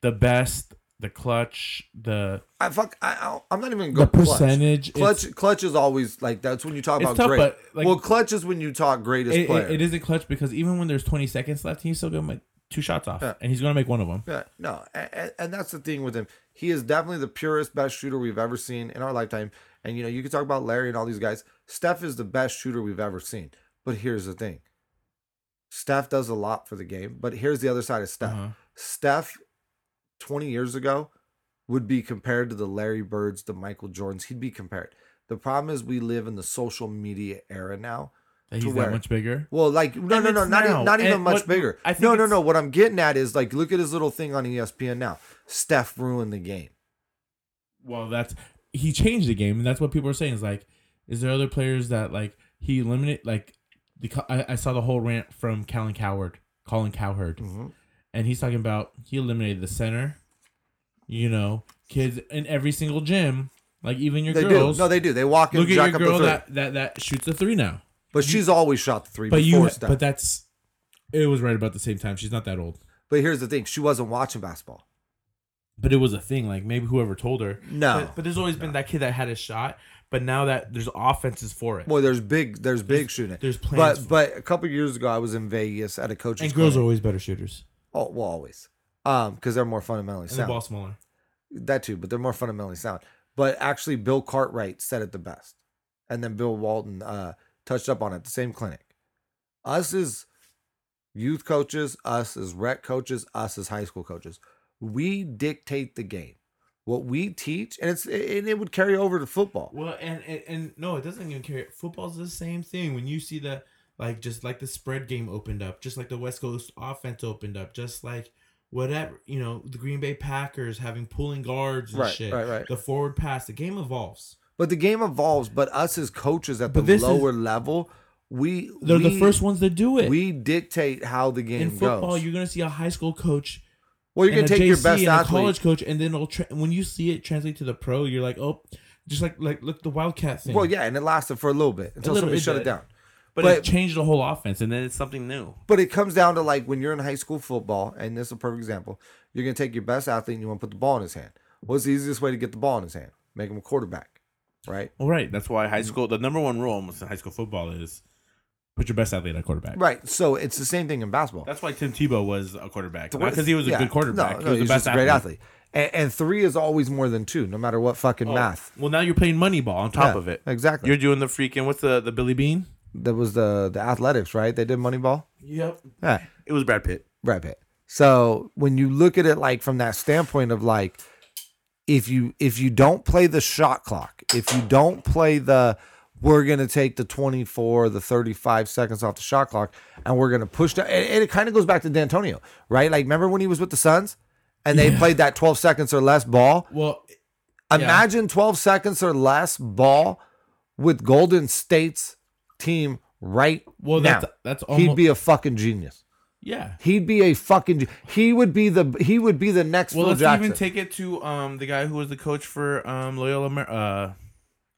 Speaker 1: the best, the clutch, the
Speaker 2: I fuck. I, I, I'm not even going.
Speaker 1: the
Speaker 2: clutch.
Speaker 1: percentage.
Speaker 2: Clutch, clutch is always like that's when you talk
Speaker 1: It's
Speaker 2: about
Speaker 1: tough,
Speaker 2: great.
Speaker 1: but, like-
Speaker 2: well, clutch is when you talk greatest
Speaker 1: It- it-
Speaker 2: player.
Speaker 1: it isn't clutch because even when there's 20 seconds left, he's still gonna make two shots off,
Speaker 2: Yeah.
Speaker 1: and he's gonna make one of them.
Speaker 2: Yeah, no, and, and that's the thing with him. He is definitely the purest, best shooter we've ever seen in our lifetime. And you know, you can talk about Larry and all these guys. Steph is the best shooter we've ever seen. But here's the thing: Steph does a lot for the game. But here's the other side of Steph.
Speaker 1: Uh-huh.
Speaker 2: Steph, 20 years ago, would be compared to the Larry Birds, the Michael Jordans. He'd be compared. The problem is we live in the social media era now.
Speaker 1: That
Speaker 2: To
Speaker 1: he's
Speaker 2: where?
Speaker 1: that much bigger.
Speaker 2: Well, like no,
Speaker 1: And
Speaker 2: no, no,
Speaker 1: it's
Speaker 2: not
Speaker 1: now.
Speaker 2: even, not even
Speaker 1: And
Speaker 2: much
Speaker 1: what-
Speaker 2: bigger.
Speaker 1: I think
Speaker 2: no, no,
Speaker 1: it's-
Speaker 2: no. What I'm getting at is like, look at his little thing on E ESPN now. Steph ruined the game.
Speaker 1: Well, that's he changed the game, and that's what people are saying. Is like, is there other players that like he eliminated? Like, the, co- I, I saw the whole rant from Colin Coward, Colin Cowherd,
Speaker 2: Mm-hmm.
Speaker 1: and he's talking about he eliminated the center. You know, kids in every single gym, like even your
Speaker 2: They
Speaker 1: girls.
Speaker 2: do. No, they do. They walk and
Speaker 1: look at
Speaker 2: jack
Speaker 1: your
Speaker 2: up a
Speaker 1: girl
Speaker 2: three.
Speaker 1: that, that that shoots a three now.
Speaker 2: but she's always shot the three
Speaker 1: But
Speaker 2: before
Speaker 1: you,
Speaker 2: Steph.
Speaker 1: but that's it was right about the same time. She's not that old.
Speaker 2: but here's the thing: she wasn't watching basketball.
Speaker 1: but it was a thing. Like maybe whoever told her.
Speaker 2: No.
Speaker 1: But, but there's always been that kid that had a shot. But now that there's offenses for it,
Speaker 2: Well, there's big, there's big shooting.
Speaker 1: there's plans
Speaker 2: but
Speaker 1: for-
Speaker 2: but a couple years ago, I was in Vegas at a coaching.
Speaker 1: and girls are always better shooters.
Speaker 2: oh well, always, um, because they're more fundamentally
Speaker 1: And the
Speaker 2: sound.
Speaker 1: ball smaller.
Speaker 2: that too, but they're more fundamentally sound. But actually, Bill Cartwright said it the best, and then Bill Walton uh, touched up on it. The same clinic, us as youth coaches, us as rec coaches, us as high school coaches, we dictate the game. What we teach, and it's and it would carry over to football.
Speaker 1: Well, and, and and no, it doesn't even care. Football's the same thing. When you see the like, just like the spread game opened up, just like the West Coast offense opened up, just like whatever you know, the Green Bay Packers having pulling guards and
Speaker 2: Right,
Speaker 1: shit.
Speaker 2: right, right.
Speaker 1: The forward pass. The game evolves.
Speaker 2: But the game evolves. But us as coaches at
Speaker 1: But
Speaker 2: the
Speaker 1: this is-
Speaker 2: lower level, we
Speaker 1: They're
Speaker 2: we-
Speaker 1: the first ones to do it.
Speaker 2: We dictate how the game
Speaker 1: in football,
Speaker 2: goes.
Speaker 1: you're gonna see a high school coach
Speaker 2: well, you're gonna
Speaker 1: and a
Speaker 2: take your
Speaker 1: JC
Speaker 2: best
Speaker 1: and a
Speaker 2: athlete.
Speaker 1: college coach, and then it'll tra- when you see it translate to the pro, you're like, oh, just like like look the Wildcat thing.
Speaker 2: Well, yeah, and it lasted for a little bit until
Speaker 1: little
Speaker 2: somebody
Speaker 1: bit,
Speaker 2: shut it
Speaker 1: uh,
Speaker 2: down.
Speaker 1: but,
Speaker 2: but-
Speaker 1: it changed the whole offense, and then it's something new.
Speaker 2: But it comes down to like when you're in high school football, and this is a perfect example. You're gonna take your best athlete and you want to put the ball in his hand. What's the easiest way to get the ball in his hand? Make him a quarterback, right?
Speaker 1: All right,
Speaker 4: That's why
Speaker 1: Mm.
Speaker 4: high school. The number one rule almost in high school football is.
Speaker 1: put your best athlete at quarterback.
Speaker 2: Right. So it's the same thing in basketball.
Speaker 4: That's why Tim Tebow was a quarterback. Not because he was a
Speaker 2: Yeah.
Speaker 4: good quarterback.
Speaker 2: No,
Speaker 4: he
Speaker 2: no,
Speaker 4: was
Speaker 2: he
Speaker 4: the
Speaker 2: was
Speaker 4: best
Speaker 2: just a great
Speaker 4: athlete. Oh,
Speaker 2: athlete. And, and three is always more than two, no matter what fucking math.
Speaker 1: Well, now you're playing Moneyball on top
Speaker 2: Yeah,
Speaker 1: of it.
Speaker 2: exactly.
Speaker 1: You're doing the freaking what's the the Billy Bean?
Speaker 2: That was the the athletics, right? They did Moneyball.
Speaker 1: Yep.
Speaker 2: Yeah.
Speaker 4: It was Brad Pitt.
Speaker 2: Brad Pitt. So when you look at it like from that standpoint of like if you if you don't play the shot clock, if you don't play the we're gonna take the 24, the 35 seconds off the shot clock, and we're gonna push down. And, and it kind of goes back to D'Antonio, right? Like remember when he was with the Suns and they played that 12 seconds or less ball?
Speaker 1: Well,
Speaker 2: Imagine 12 seconds or less ball with Golden State's team right
Speaker 1: well,
Speaker 2: now.
Speaker 1: that's that's
Speaker 2: He'd
Speaker 1: almost
Speaker 2: be a fucking genius.
Speaker 1: yeah.
Speaker 2: He'd be a fucking. ge- He would be the. He would be the next
Speaker 1: Well,
Speaker 2: Phil
Speaker 1: let's
Speaker 2: Jackson.
Speaker 1: even take it to um the guy who was the coach for um Loyola. Mar- uh,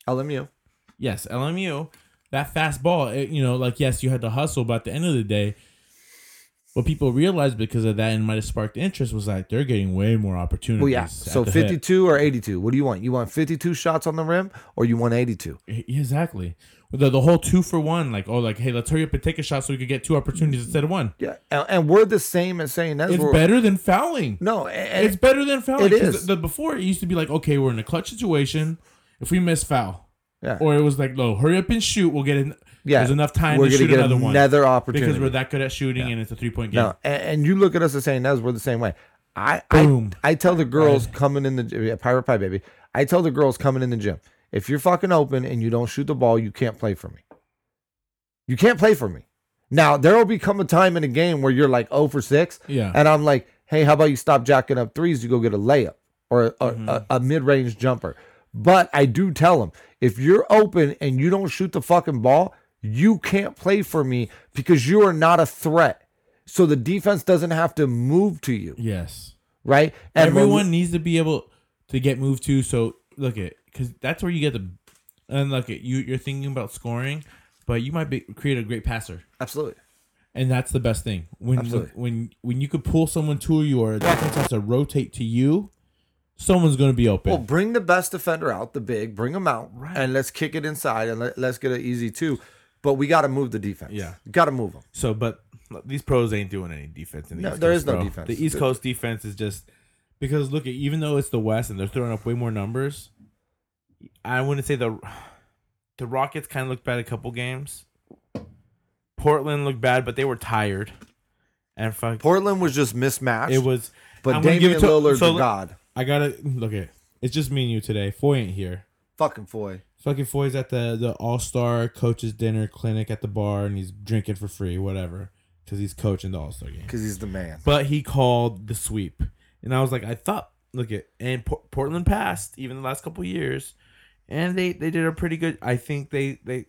Speaker 2: LMU.
Speaker 1: Yes, LMU. That fast ball, it- you know, like yes, you had to hustle, but at the end of the day, what people realized because of that and might have sparked interest was like they're getting way more opportunities.
Speaker 2: Well, Oh, yeah.
Speaker 1: at
Speaker 2: So
Speaker 1: the hip.
Speaker 2: fifty-two or eighty-two. What do you want? You want fifty-two shots on the rim, or you want eighty-two?
Speaker 1: E- Exactly. the, the whole two for one, like oh, like hey, let's hurry up and take a shot so we could get two opportunities instead of one.
Speaker 2: Yeah, and, and we're the same as saying that's
Speaker 1: It's
Speaker 2: where-
Speaker 1: better than fouling.
Speaker 2: No, and,
Speaker 1: It's better than fouling.
Speaker 2: It
Speaker 1: 'cause
Speaker 2: is.
Speaker 1: The, the- before it used to be like okay, we're in a clutch situation. If we miss foul,
Speaker 2: yeah.
Speaker 1: or it was like no, hurry up and shoot. We'll get in.
Speaker 2: Yeah.
Speaker 1: there's enough time
Speaker 2: We're
Speaker 1: to
Speaker 2: gonna
Speaker 1: shoot
Speaker 2: get
Speaker 1: another one
Speaker 2: another opportunity.
Speaker 1: because we're that good at shooting, and it's a three point game.
Speaker 2: No, and, and you look at us as saying that we're the same way. I I,
Speaker 1: Boom.
Speaker 2: I tell the girls coming in the gy- yeah, pirate pie baby. I tell the girls coming in the gym. If you're fucking open and you don't shoot the ball, you can't play for me. You can't play for me. Now there will become a time in a game where you're like 0 for six,
Speaker 1: Yeah.
Speaker 2: and I'm like, hey, how about you stop jacking up threes? You go get a layup or a, a- a, a mid range jumper. But I do tell them if you're open and you don't shoot the fucking ball, you can't play for me because you are not a threat. So the defense doesn't have to move to you,
Speaker 1: Yes.
Speaker 2: right? And when we-
Speaker 1: Everyone needs to be able to get moved to. So look at because that's where you get the and look at you. You're thinking about scoring, but you might be create a great passer,
Speaker 2: absolutely.
Speaker 1: and that's the best thing when when,
Speaker 2: Absolutely.
Speaker 1: when when you could pull someone to you or the defense has to rotate to you. Someone's going to be open.
Speaker 2: Well, bring the best defender out, the big, bring him out, and let's kick it inside and let, let's get an easy two. But we got to move the defense.
Speaker 4: Yeah.
Speaker 2: got to move them.
Speaker 4: So, but these pros ain't doing any defense in the
Speaker 2: No,
Speaker 4: East
Speaker 2: there
Speaker 4: Coast,
Speaker 2: is no
Speaker 4: bro.
Speaker 2: defense.
Speaker 4: The East Coast defense is just
Speaker 1: because look at even though it's the West and they're throwing up way more numbers,
Speaker 4: I wouldn't say the the Rockets kind of looked bad a couple games. Portland looked bad, but they were tired. And fuck,
Speaker 2: Portland was just mismatched.
Speaker 4: it was.
Speaker 2: but
Speaker 4: I'm gonna
Speaker 2: Damian
Speaker 4: give it to-
Speaker 2: Lillard's
Speaker 4: so
Speaker 2: a
Speaker 4: le-
Speaker 2: god.
Speaker 1: I gotta look at. It's just me and you today. Foy ain't here.
Speaker 2: Fucking Foy.
Speaker 1: Fucking Foy's at the the All Star coaches dinner clinic at the bar, and he's drinking for free, whatever, because he's coaching the All Star game.
Speaker 2: Because he's the man.
Speaker 1: But he called the
Speaker 4: sweep. And I was like, I thought, look at and Por- Portland passed even the last couple years, and they they did a pretty good. I think they they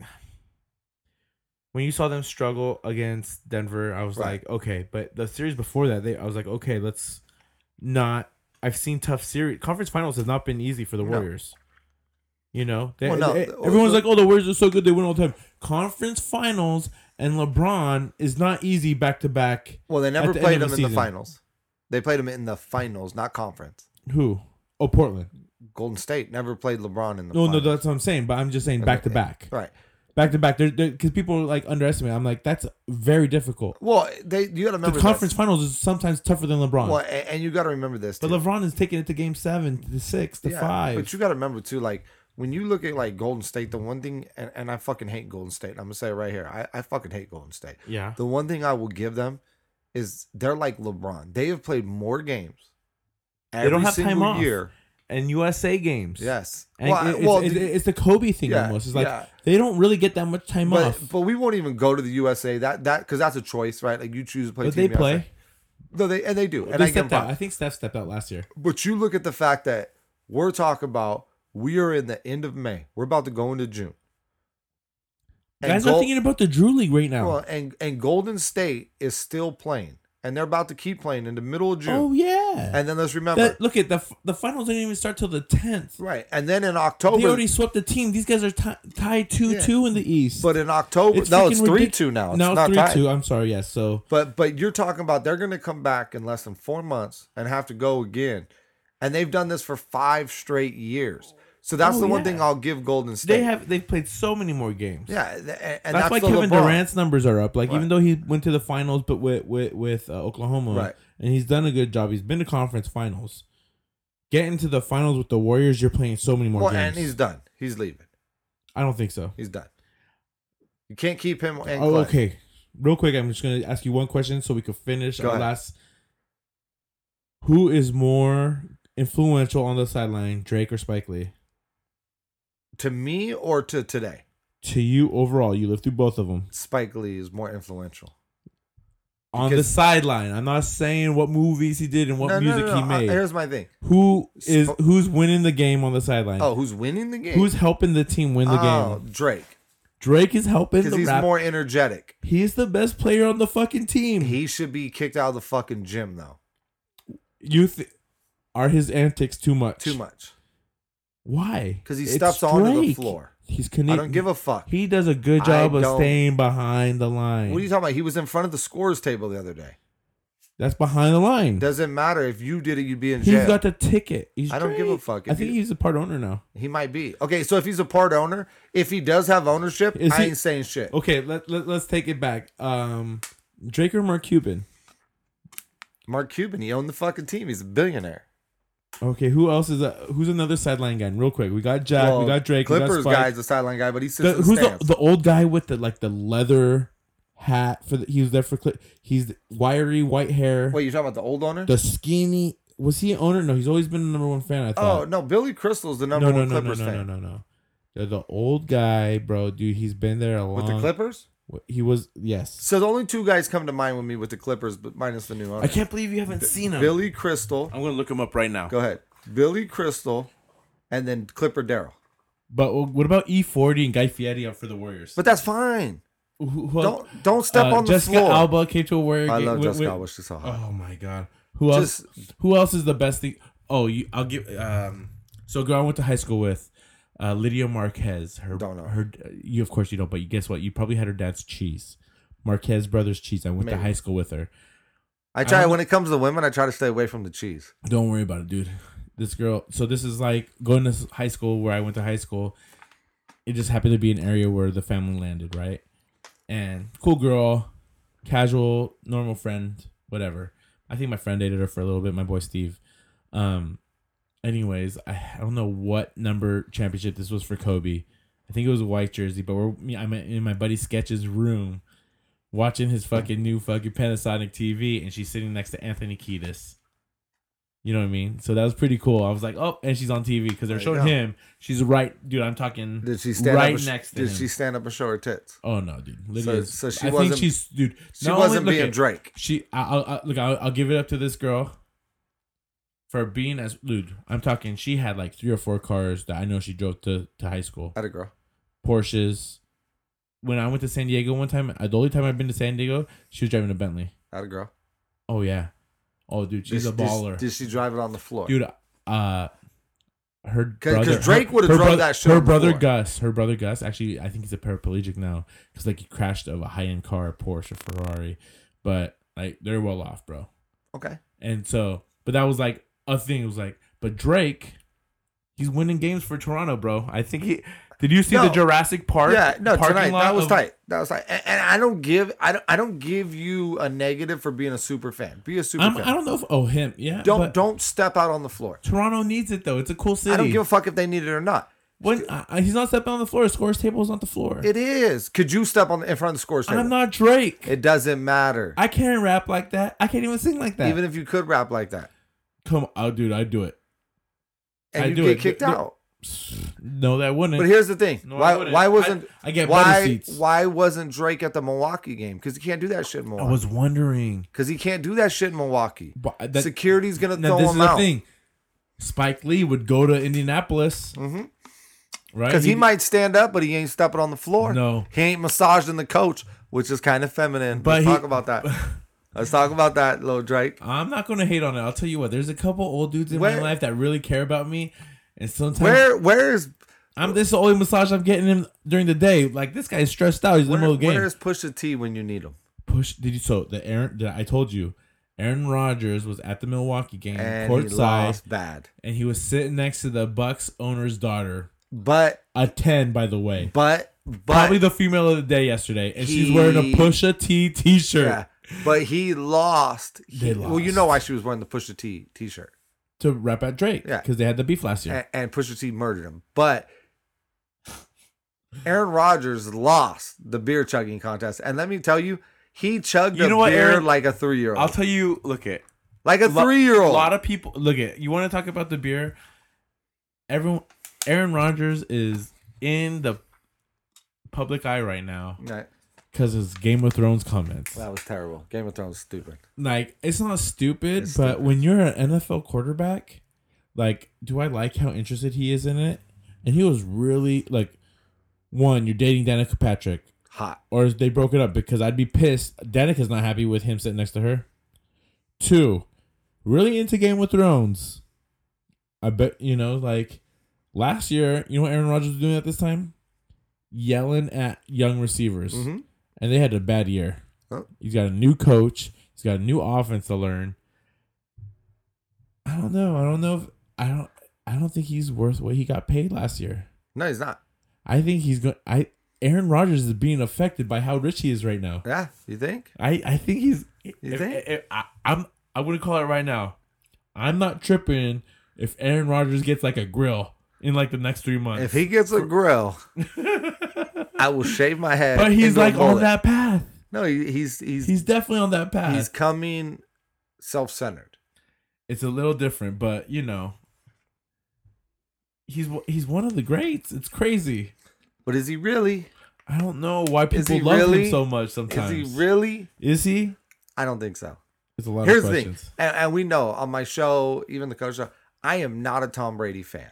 Speaker 4: when you saw them struggle against Denver, I was
Speaker 2: Right.
Speaker 4: like, okay. But the series before that, they I was like, okay, let's not. I've seen tough series. Conference finals has not been easy for the Warriors. You know, they, eh,
Speaker 2: Well, no,
Speaker 4: they-
Speaker 2: the-
Speaker 1: Everyone's
Speaker 2: the-
Speaker 1: like, "Oh, the Warriors are so good; they win all the time." Conference finals and LeBron is not easy back to back.
Speaker 2: Well, they never
Speaker 1: the end
Speaker 2: played
Speaker 1: of
Speaker 2: him
Speaker 1: the
Speaker 2: in the
Speaker 1: season.
Speaker 2: finals. They played him in the finals, not conference.
Speaker 1: Who? Oh, Portland.
Speaker 2: Golden State never played LeBron in the
Speaker 1: No, no,
Speaker 2: finals.
Speaker 1: that's what I'm saying. But I'm just saying back to back,
Speaker 2: right.
Speaker 1: back to back. They're because people like underestimate. I'm like, that's very difficult.
Speaker 2: Well, they you got to
Speaker 1: The
Speaker 2: remember
Speaker 1: conference
Speaker 2: This.
Speaker 1: finals is sometimes tougher than LeBron.
Speaker 2: Well, a- and, you got to remember this.
Speaker 1: But
Speaker 2: too.
Speaker 1: LeBron is taking it to game seven, to six, to
Speaker 2: Yeah,
Speaker 1: five.
Speaker 2: But you got to remember too, like when you look at like Golden State, the one thing, and, and I fucking hate Golden State. I'm gonna say it right here. I, I fucking hate Golden State.
Speaker 4: yeah,
Speaker 2: The one thing I will give them is they're like LeBron. They have played more games. Every
Speaker 4: don't have time
Speaker 2: single
Speaker 4: off.
Speaker 2: year.
Speaker 4: and USA games.
Speaker 2: Yes.
Speaker 1: And
Speaker 2: well, I-
Speaker 1: it- it's,
Speaker 2: well,
Speaker 1: it's,
Speaker 2: the-
Speaker 1: it's the Kobe thing
Speaker 2: yeah,
Speaker 1: almost. It's like
Speaker 2: yeah.
Speaker 1: they don't really get that much time
Speaker 2: but,
Speaker 1: off,
Speaker 2: but we won't even go to the USA. That that because that's a choice, right? Like you choose to play.
Speaker 1: but
Speaker 2: Team
Speaker 1: they play.
Speaker 2: USA. No, they and they do. And
Speaker 1: They
Speaker 2: I get
Speaker 1: stepped
Speaker 2: them
Speaker 1: out. I think Steph stepped out last year.
Speaker 2: But you look at the fact that we're talking about we are in the end of May. We're about to go into June. And
Speaker 1: Guys
Speaker 2: Gol-
Speaker 1: are thinking about the Drew League right now.
Speaker 2: well, and and Golden State is still playing, and they're about to keep playing in the middle of June.
Speaker 1: oh yeah.
Speaker 2: And then let's remember,
Speaker 1: That, look at the f- the finals didn't even start till the tenth.
Speaker 2: right? And then in
Speaker 1: They
Speaker 2: October,
Speaker 1: already swept the team. These guys are ti tied two two in the East.
Speaker 2: but in October, no, it's
Speaker 1: freaking
Speaker 2: three
Speaker 1: ridic-
Speaker 2: two now. It's
Speaker 1: now
Speaker 2: not
Speaker 1: it's three
Speaker 2: tied.
Speaker 1: two. I'm sorry. Yes. So
Speaker 2: But but you're talking about they're going to come back in less than four months and have to go again, and they've done this for five straight years. So that's
Speaker 4: Oh,
Speaker 2: the one
Speaker 4: yeah.
Speaker 2: thing I'll give Golden State.
Speaker 4: They have they've played so many more games.
Speaker 2: yeah, th- and, and that's,
Speaker 1: that's, why
Speaker 2: the
Speaker 1: Kevin
Speaker 2: LeBron.
Speaker 1: Durant's numbers are up. Like
Speaker 2: Right.
Speaker 1: even though he went to the finals, but with with with uh, Oklahoma,
Speaker 2: Right.
Speaker 1: and he's done a good job. He's been to conference finals. Getting to the finals with the Warriors, you're playing so many more
Speaker 2: Well,
Speaker 1: games.
Speaker 2: and he's done. He's leaving.
Speaker 1: I don't think so.
Speaker 2: He's done. You can't keep him. And
Speaker 1: Oh,
Speaker 2: Clay.
Speaker 1: okay. Real quick, I'm just gonna ask you one question so we can finish
Speaker 2: Go
Speaker 1: our
Speaker 2: ahead.
Speaker 1: last. Who is more influential on the sideline, Drake or Spike Lee?
Speaker 2: To me or to today,
Speaker 1: To you overall, you lived through both of them
Speaker 2: Spike Lee is more influential.
Speaker 1: on the
Speaker 2: Because-
Speaker 1: sideline. I'm not saying what movies he did and what
Speaker 2: No, no,
Speaker 1: music
Speaker 2: no, no.
Speaker 1: he
Speaker 2: I-
Speaker 1: made.
Speaker 2: here's my thing.
Speaker 1: Who is
Speaker 2: Sp-
Speaker 1: who's winning the game on the sideline?
Speaker 2: Oh, who's winning the game?
Speaker 1: Who's helping the team win the
Speaker 2: oh,
Speaker 1: game?
Speaker 2: Drake?
Speaker 1: Drake is helping
Speaker 2: Because
Speaker 1: the
Speaker 2: he's
Speaker 1: rap.
Speaker 2: more energetic.
Speaker 1: he's the best player on the fucking team.
Speaker 2: He should be kicked out of the fucking gym though.
Speaker 1: you th- are his antics too much?
Speaker 2: Too much.
Speaker 1: Why?
Speaker 2: 'Cause he
Speaker 1: It's
Speaker 2: steps onto the
Speaker 1: Drake.
Speaker 2: floor.
Speaker 1: He's Canadian.
Speaker 2: I don't give a fuck.
Speaker 1: He does a good
Speaker 2: I
Speaker 1: job of
Speaker 2: don't-
Speaker 1: staying behind the line.
Speaker 2: What are you talking about? He was in front of the scores table the other day.
Speaker 1: That's behind the line.
Speaker 2: Doesn't matter if you did it, you'd be in
Speaker 1: He's
Speaker 2: jail.
Speaker 1: got the ticket. He's
Speaker 2: I don't give a
Speaker 1: great.
Speaker 2: fuck.
Speaker 1: I
Speaker 2: If
Speaker 1: think
Speaker 2: you-
Speaker 1: he's a part owner now.
Speaker 2: he might be okay. So if he's a part owner, if he does have ownership,
Speaker 1: Is
Speaker 2: I
Speaker 1: he-
Speaker 2: ain't saying shit.
Speaker 1: Okay, let, let let's take it back. Um, Drake or Mark Cuban?
Speaker 2: Mark Cuban, he owned the fucking team. He's a billionaire.
Speaker 1: Okay, who else is uh, who's another sideline guy? Real quick, we got Jack,
Speaker 2: Well,
Speaker 1: we got Drake,
Speaker 2: Clippers
Speaker 1: we got Spike.
Speaker 2: guy's a sideline guy, but he sits
Speaker 1: The-
Speaker 2: in the
Speaker 1: who's the,
Speaker 2: stands.
Speaker 1: the old guy with the like the leather hat for the, he was there for Clip. He's the wiry white hair.
Speaker 2: Wait, you talking about the old owner?
Speaker 1: the skinny was he an owner? No, he's always been the number one fan. I
Speaker 2: oh
Speaker 1: thought.
Speaker 2: no, Billy Crystal's the number
Speaker 1: no, no,
Speaker 2: one
Speaker 1: no, no,
Speaker 2: Clippers
Speaker 1: no,
Speaker 2: fan
Speaker 1: no, no, no. The, the old guy, bro, dude. He's been there a long.
Speaker 2: with the Clippers.
Speaker 1: He was yes.
Speaker 2: So the only two guys come to mind with me with the Clippers, but minus the new owner.
Speaker 4: I can't believe you haven't seen him.
Speaker 2: Billy Crystal.
Speaker 1: Oh.
Speaker 3: I'm gonna look him up right now.
Speaker 2: Go ahead. Billy Crystal, and then Clipper Daryl.
Speaker 1: But what about E forty and Guy Fieri up for the Warriors?
Speaker 2: But that's fine.
Speaker 1: Who- who else?
Speaker 2: Don't don't step
Speaker 1: Uh,
Speaker 2: on the
Speaker 1: Jessica
Speaker 2: floor.
Speaker 1: Alba came to a Warrior
Speaker 2: I
Speaker 1: game.
Speaker 2: love
Speaker 1: Wait,
Speaker 2: Jessica
Speaker 1: wait.
Speaker 2: Alba. She's so hot.
Speaker 1: Oh my god. Who else? Who else is the best thing? Oh, you, I'll give. Um, so a girl I went to high school with, uh, Lydia Marquez. Her,
Speaker 2: Don't know.
Speaker 1: her. You of course you don't, but you guess what? You probably had her dad's cheese, Marquez brothers cheese. I went to
Speaker 2: Maybe.
Speaker 1: high school with her.
Speaker 2: I try
Speaker 1: I don't-
Speaker 2: when it comes to women, I try to stay away from the cheese.
Speaker 1: Don't worry about it, dude. This girl. So this is like going to s- high school where I went to high school. It just happened to be an area where the family landed, right? And cool girl, casual, normal friend, whatever. I think my friend dated her for a little bit. My boy Steve. Um. Anyways, I, I don't know what number championship this was for Kobe. I think it was a white jersey, but we're me- I'm in my buddy Sketch's room, watching his fucking new fucking Panasonic TV, and she's sitting next to Anthony Kiedis. You know what I mean? So that was pretty cool. I was like, oh, and she's on TV because they're
Speaker 2: There you
Speaker 1: showing
Speaker 2: go.
Speaker 1: him. She's right, dude. I'm talking.
Speaker 2: Did she stand
Speaker 1: right
Speaker 2: up? and sh-
Speaker 1: next to
Speaker 2: did
Speaker 1: him?
Speaker 2: she stand up and show her tits?
Speaker 1: Oh no, dude. Lydia's,
Speaker 2: so she
Speaker 1: I
Speaker 2: wasn't-
Speaker 1: think she's dude.
Speaker 2: She
Speaker 1: not only-
Speaker 2: wasn't
Speaker 1: look
Speaker 2: being
Speaker 1: at-
Speaker 2: Drake.
Speaker 1: She, I, I, I- look, I'll, I'll give it up to this girl for being as dude. I'm talking. She had like three or four cars that I know she drove to to high school.
Speaker 2: At a girl.
Speaker 1: Porsches. When I went to San Diego one time, uh, the only time I've been to San Diego, she was driving a Bentley.
Speaker 2: At a girl.
Speaker 1: Oh yeah. Oh dude, she's
Speaker 2: Did-
Speaker 1: a baller,
Speaker 2: Did, did she drive it on the floor?
Speaker 1: dude. Uh, her
Speaker 2: 'Cause- 'cause
Speaker 1: brother-
Speaker 2: Drake
Speaker 1: her-
Speaker 2: would've
Speaker 1: her
Speaker 2: drove
Speaker 1: brother-
Speaker 2: that shit
Speaker 1: Her
Speaker 2: on the
Speaker 1: brother
Speaker 2: floor.
Speaker 1: Gus, her brother Gus. Actually, I think he's a paraplegic now because like he crashed of a high end car, a Porsche, a Ferrari. But like they're well off, bro.
Speaker 2: Okay.
Speaker 1: And so, but that was like a thing. It was like, but Drake, he's winning games for Toronto, bro. I think he. Did you see
Speaker 2: No.
Speaker 1: the Jurassic Park?
Speaker 2: Yeah, no,
Speaker 1: parking
Speaker 2: tonight that
Speaker 1: lot
Speaker 2: was
Speaker 1: of-
Speaker 2: tight. That was tight. And, and I don't give I don't I don't give you a negative for being a super fan. Be a super
Speaker 1: I'm,
Speaker 2: fan.
Speaker 1: I don't know if oh him yeah.
Speaker 2: don't
Speaker 1: but
Speaker 2: don't step out on the floor.
Speaker 1: Toronto needs it though. It's a cool city.
Speaker 2: I don't give a fuck if they need it or not.
Speaker 1: when I, I- he's not stepping on the floor. His scorer's table is not the floor.
Speaker 2: It is. Could you step on in front of the scores table?
Speaker 1: I'm not Drake.
Speaker 2: it doesn't matter.
Speaker 1: I can't rap like that. I can't even sing like that.
Speaker 2: Even if you could rap like that,
Speaker 1: Come, oh, dude, I'd do it.
Speaker 2: and
Speaker 1: I
Speaker 2: you
Speaker 1: do
Speaker 2: get
Speaker 1: it.
Speaker 2: kicked
Speaker 1: The- the-
Speaker 2: out.
Speaker 1: No, that wouldn't.
Speaker 2: But here's the thing:
Speaker 1: No, I
Speaker 2: why
Speaker 1: wouldn't.
Speaker 2: why wasn't
Speaker 1: I, I get better
Speaker 2: why
Speaker 1: seats?
Speaker 2: why wasn't Drake at the Milwaukee game? Because he can't do that shit in
Speaker 1: I
Speaker 2: Milwaukee.
Speaker 1: was wondering.
Speaker 2: Because he can't do that shit in Milwaukee.
Speaker 1: But that,
Speaker 2: Security's gonna
Speaker 1: now
Speaker 2: uh, throw
Speaker 1: this is
Speaker 2: him
Speaker 1: the
Speaker 2: out
Speaker 1: thing. Spike Lee would go to Indianapolis,
Speaker 2: Mhm.
Speaker 1: right?
Speaker 2: because he might stand up, but he ain't stepping on the floor.
Speaker 1: No.
Speaker 2: he ain't massaging the coach, which is kind of feminine.
Speaker 1: But
Speaker 2: Let's
Speaker 1: he-
Speaker 2: talk
Speaker 1: [LAUGHS]
Speaker 2: about that. Let's talk about that, little Drake.
Speaker 1: I'm not gonna hate on it. I'll tell you what. There's a couple old dudes in
Speaker 2: Where-
Speaker 1: my life that really care about me, and sometimes
Speaker 2: Where where is
Speaker 1: I'm. This is the only massage I'm getting him during the day. Like this guy's stressed out. He's in the
Speaker 2: where,
Speaker 1: middle of the game.
Speaker 2: where is Pusha T when you need him?
Speaker 1: push did you so the Aaron that I told you Aaron Rodgers was at the Milwaukee game
Speaker 2: And he
Speaker 1: courtside
Speaker 2: lost bad,
Speaker 1: and he was sitting next to the Bucks owner's daughter
Speaker 2: but
Speaker 1: a 10 by the way
Speaker 2: but but
Speaker 1: probably the female of the day yesterday and she's
Speaker 2: He-
Speaker 1: wearing a Pusha T t-shirt
Speaker 2: yeah, but he lost. He-
Speaker 1: They
Speaker 2: Well, you
Speaker 1: lost.
Speaker 2: know why she was wearing the Pusha T t-shirt.
Speaker 1: to rep at Drake
Speaker 2: Yeah.
Speaker 1: cuz they had the beef last year
Speaker 2: and, and Pusha T murdered him. But Aaron Rodgers lost the beer chugging contest, and let me tell you, he chugged
Speaker 3: You
Speaker 2: a
Speaker 3: know what,
Speaker 2: beer
Speaker 3: Aaron?
Speaker 2: like a three year
Speaker 3: I'll
Speaker 2: old,
Speaker 3: tell you. Look at
Speaker 2: like a
Speaker 3: lo-
Speaker 2: three year
Speaker 3: a lot
Speaker 2: old.
Speaker 3: of people.
Speaker 1: look at you want to talk about the beer everyone Aaron Rodgers is in the public eye right now cuz his Game of Thrones comments
Speaker 2: That was terrible. Game of Thrones, stupid.
Speaker 1: like it's not stupid,
Speaker 2: It's
Speaker 1: but
Speaker 2: stupid.
Speaker 1: when you're an NFL quarterback, like, do I like how interested he is in it? And he was really like, one, you're dating Danica Patrick,
Speaker 2: Hot.
Speaker 1: or they broke it up because I'd be pissed. Danica's not happy with him sitting next to her. Two, really into Game of Thrones. I bet you know, like last year, you know what Aaron Rodgers was doing at this time? Yelling at young receivers
Speaker 2: Mhm.
Speaker 3: Mm-hmm.
Speaker 1: and they had a bad year.
Speaker 2: Huh.
Speaker 1: He's got a new coach. He's got a new offense to learn. I don't know. I don't know if I don't. I don't think he's worth what he got paid last year.
Speaker 2: No, he's not.
Speaker 1: I think he's going. I Aaron Rodgers is being affected by how rich he is right now.
Speaker 2: Yeah, you think?
Speaker 1: I I think he's.
Speaker 2: You
Speaker 1: if-
Speaker 2: think?
Speaker 1: if- I, I'm. I wouldn't call it right now. I'm not tripping if Aaron Rodgers gets like a grill in like the next three months.
Speaker 2: If he gets a grill, I will shave my
Speaker 1: [LAUGHS]
Speaker 2: head.
Speaker 1: but he's
Speaker 2: into a
Speaker 1: like on
Speaker 2: mullet.
Speaker 1: that path.
Speaker 2: No, he, he's he's he's,
Speaker 1: He's definitely on that path.
Speaker 2: coming self-centered.
Speaker 1: it's a little different, but you know, he's he's one of the greats. It's crazy.
Speaker 2: But is he really?
Speaker 1: I don't know why
Speaker 2: Is
Speaker 1: people
Speaker 2: he
Speaker 1: love him
Speaker 2: really?
Speaker 1: so much. Sometimes
Speaker 2: Is he really?
Speaker 1: Is he?
Speaker 2: I don't think so.
Speaker 1: It's a lot
Speaker 2: Here's
Speaker 1: of
Speaker 2: the thing,
Speaker 1: questions.
Speaker 2: and, and we know on my show, even the coach show, I am not a Tom Brady fan,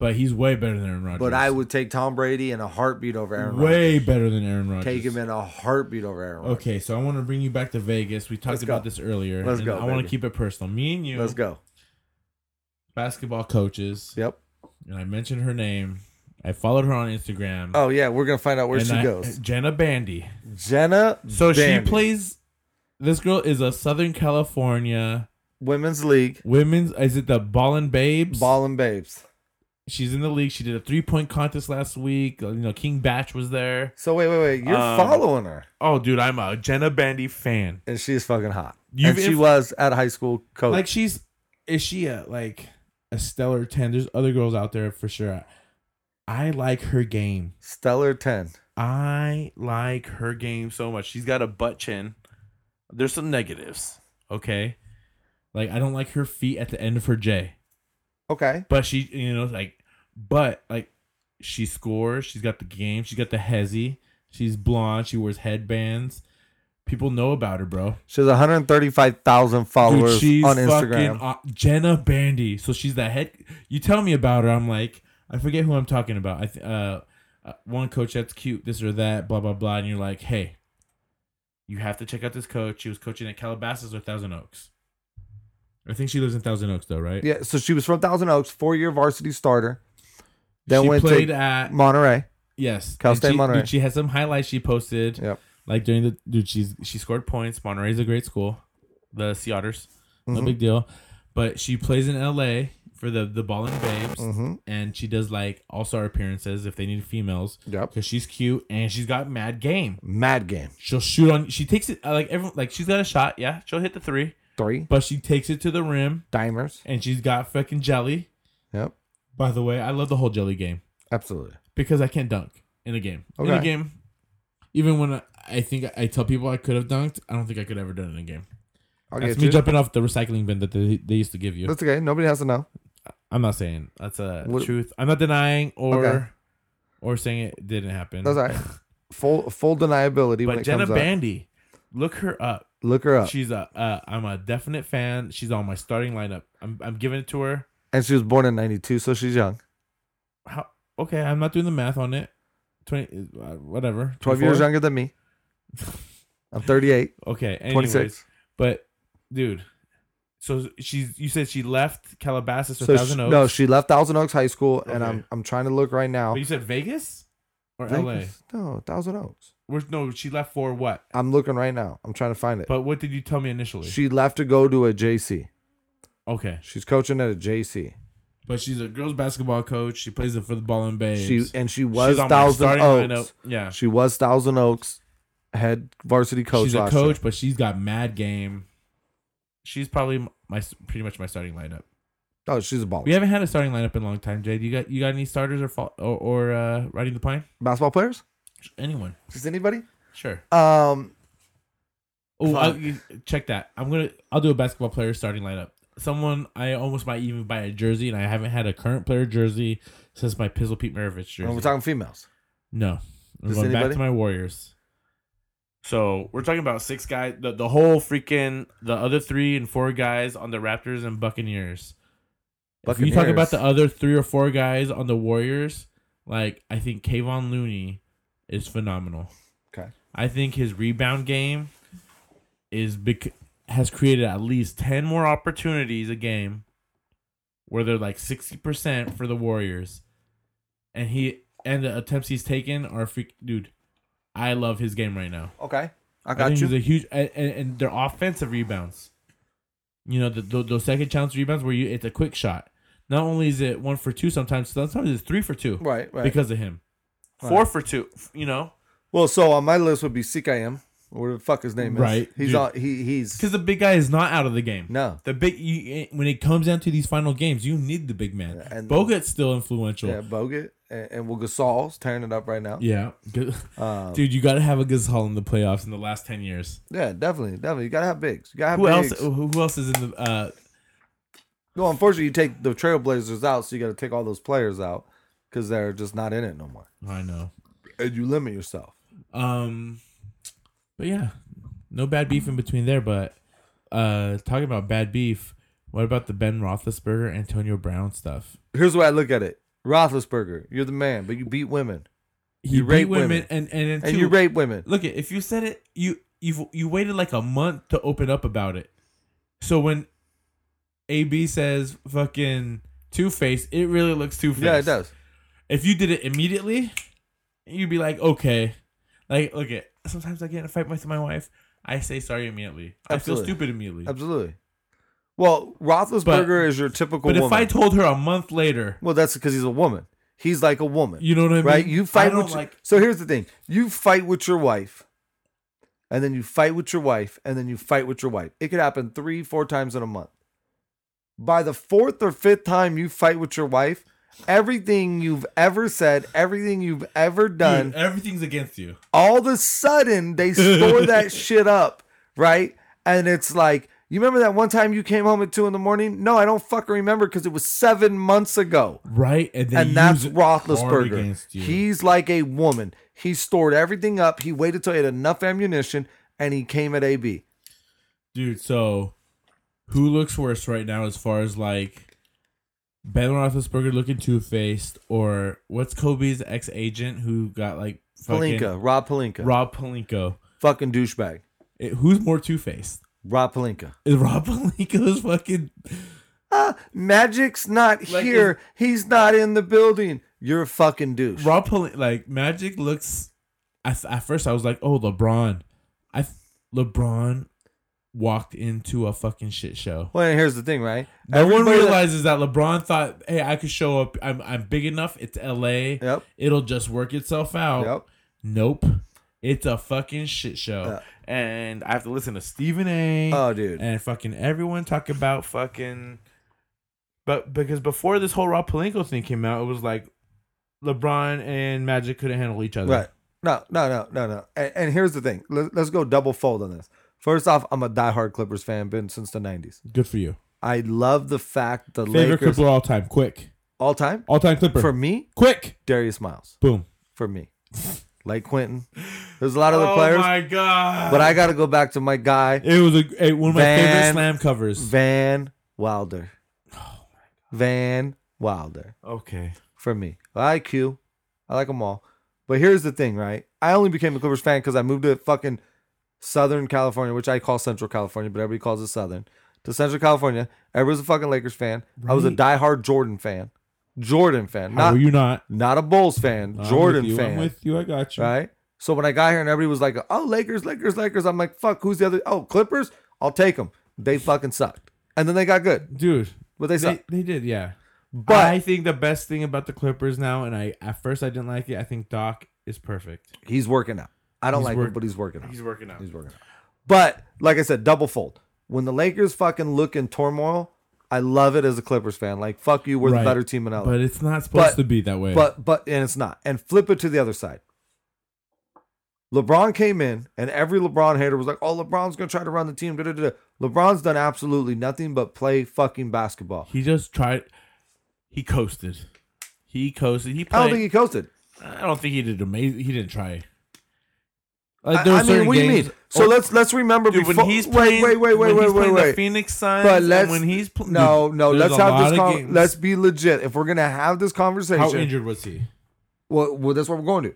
Speaker 1: But he's way better than Aaron Rodgers.
Speaker 2: but I would take Tom Brady in a heartbeat over Aaron Rodgers.
Speaker 1: way better than Aaron Rodgers.
Speaker 2: Take him in a heartbeat over Aaron Rodgers.
Speaker 1: Okay, so I want to bring you back to Vegas. We talked
Speaker 2: Let's go.
Speaker 1: about this earlier.
Speaker 2: Let's
Speaker 1: and
Speaker 2: go,
Speaker 1: I want
Speaker 2: baby.
Speaker 1: to keep it personal. Me and you,
Speaker 2: Let's go.
Speaker 1: basketball coaches,
Speaker 2: Yep.
Speaker 1: and I mentioned her name. I followed her on Instagram.
Speaker 2: Oh yeah, we're gonna find out where
Speaker 1: and
Speaker 2: she
Speaker 1: I-
Speaker 2: goes.
Speaker 1: Jenna Bandy.
Speaker 2: Jenna.
Speaker 1: So
Speaker 2: Bandy,
Speaker 1: she plays. This girl is a Southern California
Speaker 2: women's league
Speaker 1: women's. Is it the Ballin' Babes?
Speaker 2: ball and babes.
Speaker 1: She's in the league. She did a three point contest last week. Uh, You know, King Batch was there.
Speaker 2: So wait, wait, wait. You're
Speaker 1: Um,
Speaker 2: following her,
Speaker 1: Oh, dude, I'm a Jenna Bandy fan.
Speaker 2: and she's fucking hot.
Speaker 1: You've
Speaker 2: and she
Speaker 1: inf-
Speaker 2: was at high school coach.
Speaker 1: Like she's is she a like a stellar ten? There's other girls out there for sure. I like her game.
Speaker 2: Stellar ten.
Speaker 4: I like her game so much. She's got a butt chin. There's some negatives.
Speaker 1: Okay, like I don't like her feet at the end of her J.
Speaker 2: Okay.
Speaker 1: But she, you know, like, but like, she scores. She's got the game. She's got the hezzy. She's blonde. She wears headbands. People know about her, bro.
Speaker 2: She has 135,000
Speaker 1: Dude,
Speaker 2: followers
Speaker 1: she's
Speaker 2: on Instagram.
Speaker 1: fucking aw- Jenna Bandy. So she's the head. You tell me about her. I'm like, I forget who I'm talking about. I th- uh, uh, one coach that's cute, this or that, blah blah blah, and you're like, hey, you have to check out this coach. She was coaching at Calabasas or Thousand Oaks. I think she lives in Thousand Oaks though, right?
Speaker 2: yeah, so she was from Thousand Oaks, four-year varsity starter. Then
Speaker 1: she
Speaker 2: went
Speaker 1: played
Speaker 2: to
Speaker 1: at
Speaker 2: Monterey.
Speaker 1: Yes,
Speaker 2: Cal
Speaker 1: And
Speaker 2: State
Speaker 1: she,
Speaker 2: Monterey.
Speaker 1: Dude, she has some highlights she posted.
Speaker 2: Yep.
Speaker 1: Like during the dude, she's she scored points. Monterey's a great school. The Sea Otters, no
Speaker 2: Mhm.
Speaker 1: big deal. But she plays in L.A. for the the Ball and Babes,
Speaker 2: Mhm.
Speaker 1: and she does like all star appearances if they need females
Speaker 2: Yep.
Speaker 1: because she's cute and she's got mad game.
Speaker 2: Mad game.
Speaker 1: She'll shoot on. She takes it uh, like everyone like she's got a shot. Yeah, she'll hit the three,
Speaker 2: Three
Speaker 1: but she takes it to the rim
Speaker 2: dimers.
Speaker 1: and she's got fucking jelly.
Speaker 2: Yep.
Speaker 1: By the way, I love the whole jelly game
Speaker 2: Absolutely.
Speaker 1: because I can't dunk in a game. In a
Speaker 2: Okay.
Speaker 1: game, even when I, I think I tell people I could have dunked, I don't think I could ever done it in a game.
Speaker 2: I'll
Speaker 1: That's
Speaker 2: get
Speaker 1: me
Speaker 2: you.
Speaker 1: jumping off the recycling bin that they, they used to give you.
Speaker 2: That's okay. Nobody has to know.
Speaker 1: I'm not saying that's a
Speaker 2: What-
Speaker 1: truth. I'm not denying or
Speaker 2: Okay.
Speaker 1: or saying it didn't happen.
Speaker 2: That's all right. Full full deniability when
Speaker 1: But
Speaker 2: it
Speaker 1: Jenna
Speaker 2: comes up.
Speaker 1: Bandy, look her up.
Speaker 2: Look her up.
Speaker 1: She's a uh, I'm a definite fan. She's on my starting lineup. I'm I'm giving it to her.
Speaker 2: and she was born in 92, so she's young.
Speaker 1: How okay? I'm not doing the math on it. Twenty uh, whatever.
Speaker 2: 12 years
Speaker 1: 24?
Speaker 2: younger than me. I'm 38,
Speaker 1: [LAUGHS] Okay. Anyways,
Speaker 2: 26.
Speaker 1: But dude, so she's you said she left Calabasas or
Speaker 2: So she,
Speaker 1: Thousand Oaks.
Speaker 2: no, she left Thousand Oaks High School, and
Speaker 1: Okay.
Speaker 2: I'm I'm trying to look right now.
Speaker 1: But you said Vegas or
Speaker 2: Vegas? No, Thousand Oaks.
Speaker 1: LA? Where, no, she left for what?
Speaker 2: I'm looking right now. I'm trying to find it.
Speaker 1: But what did you tell me initially?
Speaker 2: She left to go to a JC.
Speaker 1: okay,
Speaker 2: She's coaching at a JC.
Speaker 1: but she's a girls basketball coach. She plays it for the Ball and Babes.
Speaker 2: She and she
Speaker 1: She's
Speaker 2: was
Speaker 1: on my
Speaker 2: Thousand
Speaker 1: starting lineup.
Speaker 2: Oaks.
Speaker 1: Yeah,
Speaker 2: She was Thousand Oaks head varsity coach
Speaker 1: she's a
Speaker 2: last
Speaker 1: coach,
Speaker 2: year.
Speaker 1: but she's got mad game. She's probably my pretty much my starting lineup.
Speaker 2: Oh, she's a baller.
Speaker 1: We haven't had a starting lineup in a long time, Jade. You got you got any starters or fall, or, or uh, riding the pine?
Speaker 2: Basketball players?
Speaker 1: Anyone?
Speaker 2: Just anybody?
Speaker 1: Sure.
Speaker 2: Um,
Speaker 1: Oh,
Speaker 2: Fuck.
Speaker 1: I'll- you- check that. I'm gonna. I'll do a basketball player starting lineup. Someone I almost might even buy a jersey, and I haven't had a current player jersey since my Pizzle Pete Maravich jersey.
Speaker 2: when Oh, we're talking females.
Speaker 1: no, I'm
Speaker 2: Just
Speaker 1: going back
Speaker 2: anybody?
Speaker 1: to my Warriors.
Speaker 4: So we're talking about six guys. The, the whole freaking the other three and four guys on the Raptors and Buccaneers.
Speaker 1: If you talk
Speaker 2: Buccaneers.
Speaker 1: about the other three or four guys on the Warriors, like I think Kayvon Looney is phenomenal.
Speaker 2: Okay.
Speaker 1: I think his rebound game is bec- has created at least 10 more opportunities a game where they're like 60% for the Warriors. And he and the attempts he's taken are freak dude. I love his game right now.
Speaker 2: Okay. I
Speaker 1: I
Speaker 2: got
Speaker 1: think
Speaker 2: you.
Speaker 1: he's a huge and, and, and their offensive rebounds. You know, the, tho- those second chance rebounds where you it's a quick shot. Not only is it one for two, sometimes sometimes it's three for two
Speaker 2: right, right.
Speaker 1: because of him. Four for two, you know,
Speaker 2: well, so on my list would be CKM, or whatever the fuck his name is.
Speaker 1: Right,
Speaker 2: He's
Speaker 1: dude.
Speaker 2: on. He he's
Speaker 1: because the big guy is not out of the game.
Speaker 2: no.
Speaker 1: The big you, eh, when it comes down to these final games, you need the big man.
Speaker 2: Yeah, and-
Speaker 1: Bogut's still influential.
Speaker 2: Yeah, Bogut and, and well, Gasol's tearing it up right now.
Speaker 1: Yeah. Good-
Speaker 2: Um,
Speaker 1: dude, you got to have a Gasol in the playoffs in the last ten years.
Speaker 2: yeah, definitely, definitely. You gotta have bigs. You gotta have
Speaker 1: Who
Speaker 2: bigs.
Speaker 1: else? Who who else is in the? Uh,
Speaker 2: No, unfortunately, you take the Trailblazers out, so you got to take all those players out because they're just not in it no more.
Speaker 1: I know.
Speaker 2: And you limit yourself.
Speaker 1: Um, but yeah, no bad beef in between there. But uh, talking about bad beef, what about the Ben Roethlisberger, Antonio Brown stuff?
Speaker 2: Here's the way I look at it: Roethlisberger, you're the man, but you
Speaker 1: [LAUGHS]
Speaker 2: beat women
Speaker 1: He
Speaker 2: You rape
Speaker 1: beat women,
Speaker 2: women.
Speaker 1: and and, and,
Speaker 2: and
Speaker 1: two,
Speaker 2: you rape women.
Speaker 1: Look, it if you said it, you you you waited like a month to open up about it. So when AB says fucking Two Face, it really looks Two Face.
Speaker 2: Yeah, it does.
Speaker 1: If you did it immediately, you'd be like, okay, like look it. Sometimes I get in a fight with my wife. I say sorry immediately. I
Speaker 2: Absolutely.
Speaker 1: feel stupid immediately.
Speaker 2: Absolutely. Well, Roethlisberger is your typical
Speaker 1: But if
Speaker 2: woman.
Speaker 1: I told her a month later,
Speaker 2: well, that's because he's a woman. He's like a woman,
Speaker 1: you know what I mean?
Speaker 2: right? You
Speaker 1: I
Speaker 2: fight
Speaker 1: don't
Speaker 2: with.
Speaker 1: like.
Speaker 2: so here's the thing: you fight with your wife, and then you fight with your wife, and then you fight with your wife. It could happen three, four times in a month. By the fourth or fifth time you fight with your wife, everything you've ever said, everything you've ever done,
Speaker 1: Dude, everything's against you.
Speaker 2: all of a sudden they store
Speaker 1: [LAUGHS]
Speaker 2: that shit up, right? And it's like, you remember that one time you came home at two in the morning? No, I don't fucking remember because it was seven months ago.
Speaker 1: Right? And, they
Speaker 2: and
Speaker 1: use
Speaker 2: that's
Speaker 1: it hard
Speaker 2: Roethlisberger.
Speaker 1: Against you.
Speaker 2: He's like a woman. He stored everything up. He waited till he had enough ammunition, and he came at AB.
Speaker 1: Dude, so who looks worse right now as far as like Ben Roethlisberger looking two faced, or what's Kobe's ex agent who got like fucking
Speaker 2: Palinka, Rob Palinka,
Speaker 1: Rob Palinko?
Speaker 2: fucking douchebag.
Speaker 1: It- who's more two faced?
Speaker 2: Rob Palinka.
Speaker 1: Is Rob [LAUGHS] Palinko's fucking
Speaker 2: Ah, Magic's not
Speaker 1: Like,
Speaker 2: here. He's not in the building. You're a fucking douche.
Speaker 1: Rob Palin- like Magic looks? At, at first, I was like, oh LeBron, I th- LeBron walked into a fucking shit show.
Speaker 2: Well, and here's the thing, right?
Speaker 1: No one
Speaker 2: Everybody that-
Speaker 1: realizes that LeBron thought, hey, I could show up. I'm I'm big enough. It's L.A.
Speaker 2: Yep.
Speaker 1: It'll just work itself out.
Speaker 2: Yep.
Speaker 1: Nope. It's a fucking shit show.
Speaker 4: And I have to listen to Stephen A.
Speaker 2: Oh, dude.
Speaker 1: And fucking everyone talk about
Speaker 4: fucking. But because before this whole Rob Palenko thing came out, it was like LeBron and Magic couldn't handle each other.
Speaker 2: Right. No, no, no, no, no. And, and here's the thing. Let, let's go double fold on this. First off, I'm a diehard Clippers fan, been since the 90s.
Speaker 1: good for you.
Speaker 2: I love the fact the
Speaker 1: Favorite
Speaker 2: Lakers
Speaker 1: Clipper all time. Quick.
Speaker 2: all time.
Speaker 1: All time Clipper.
Speaker 2: For me,
Speaker 1: Quick.
Speaker 2: Darius Miles.
Speaker 1: Boom.
Speaker 2: For me, Lake Quentin. There's a lot of other players,
Speaker 1: Oh god.
Speaker 2: but I got to go back to my guy
Speaker 1: it was a, a- one of my favorite
Speaker 2: Van-
Speaker 1: slam covers.
Speaker 2: Van Wilder.
Speaker 1: Oh
Speaker 2: Van Wilder.
Speaker 4: Okay.
Speaker 2: for me. I like Q. I like them all. But here's the thing, right? I only became a Clippers fan because I moved to fucking Southern California, which I call Central California, but everybody calls it Southern. To Central California, everybody's a fucking Lakers fan. I was a
Speaker 1: Right.
Speaker 2: diehard Jordan fan. Jordan fan.
Speaker 1: How
Speaker 2: Not
Speaker 1: are Oh, you not?
Speaker 2: not a Bulls fan.
Speaker 1: I'm
Speaker 2: Jordan
Speaker 1: with you.
Speaker 2: fan.
Speaker 1: I'm with you. I got you.
Speaker 2: right? So when I got here and everybody was like, "Oh, Lakers, Lakers, Lakers," I'm like, "Fuck, who's the other? Oh, Clippers. I'll take them. They fucking sucked, and then they got good,
Speaker 1: Dude.
Speaker 2: but they
Speaker 1: They,
Speaker 2: sucked.
Speaker 1: they did, yeah.
Speaker 2: But
Speaker 4: I think the best thing about the Clippers now, and I at first I didn't like it. I think Doc is perfect.
Speaker 2: he's working out. I don't
Speaker 1: He's
Speaker 2: like
Speaker 1: work-
Speaker 2: him, but he's working out.
Speaker 4: working out.
Speaker 2: He's working out. But like I said, double fold. When the Lakers fucking look in turmoil, I love it as a Clippers fan. Like fuck you, we're
Speaker 1: Right.
Speaker 2: the better team in LA.
Speaker 1: But it's not supposed
Speaker 2: But-
Speaker 1: to be that way.
Speaker 2: But but and it's not. And flip it to the other side. LeBron came in, and every LeBron hater was like, "Oh, LeBron's gonna try to run the team." Da, da, da. da." LeBron's done absolutely nothing but play fucking basketball.
Speaker 1: he just tried. He coasted. He coasted. He
Speaker 2: I don't
Speaker 1: played.
Speaker 2: think he coasted.
Speaker 1: I don't think he did amazing. He didn't try.
Speaker 2: I,
Speaker 1: Like there
Speaker 2: I
Speaker 1: were
Speaker 2: mean,
Speaker 1: certain
Speaker 2: what do you
Speaker 1: games.
Speaker 2: mean? So let's let's remember
Speaker 4: Dude,
Speaker 2: before.
Speaker 4: when he's
Speaker 2: wait,
Speaker 4: playing,
Speaker 2: wait, wait, wait,
Speaker 4: when
Speaker 2: wait,
Speaker 4: he's
Speaker 2: wait,
Speaker 4: playing the
Speaker 2: wait.
Speaker 4: Phoenix Suns,
Speaker 2: But
Speaker 4: and
Speaker 2: let's
Speaker 4: when he's pl-
Speaker 2: no,
Speaker 4: dude,
Speaker 2: no.
Speaker 4: there's
Speaker 2: Let's
Speaker 4: a
Speaker 2: have
Speaker 4: lot
Speaker 2: this.
Speaker 4: of
Speaker 2: Con-
Speaker 4: games.
Speaker 2: let's be legit. If we're gonna have this conversation,
Speaker 1: How injured was he?
Speaker 2: well, well, that's what we're going to.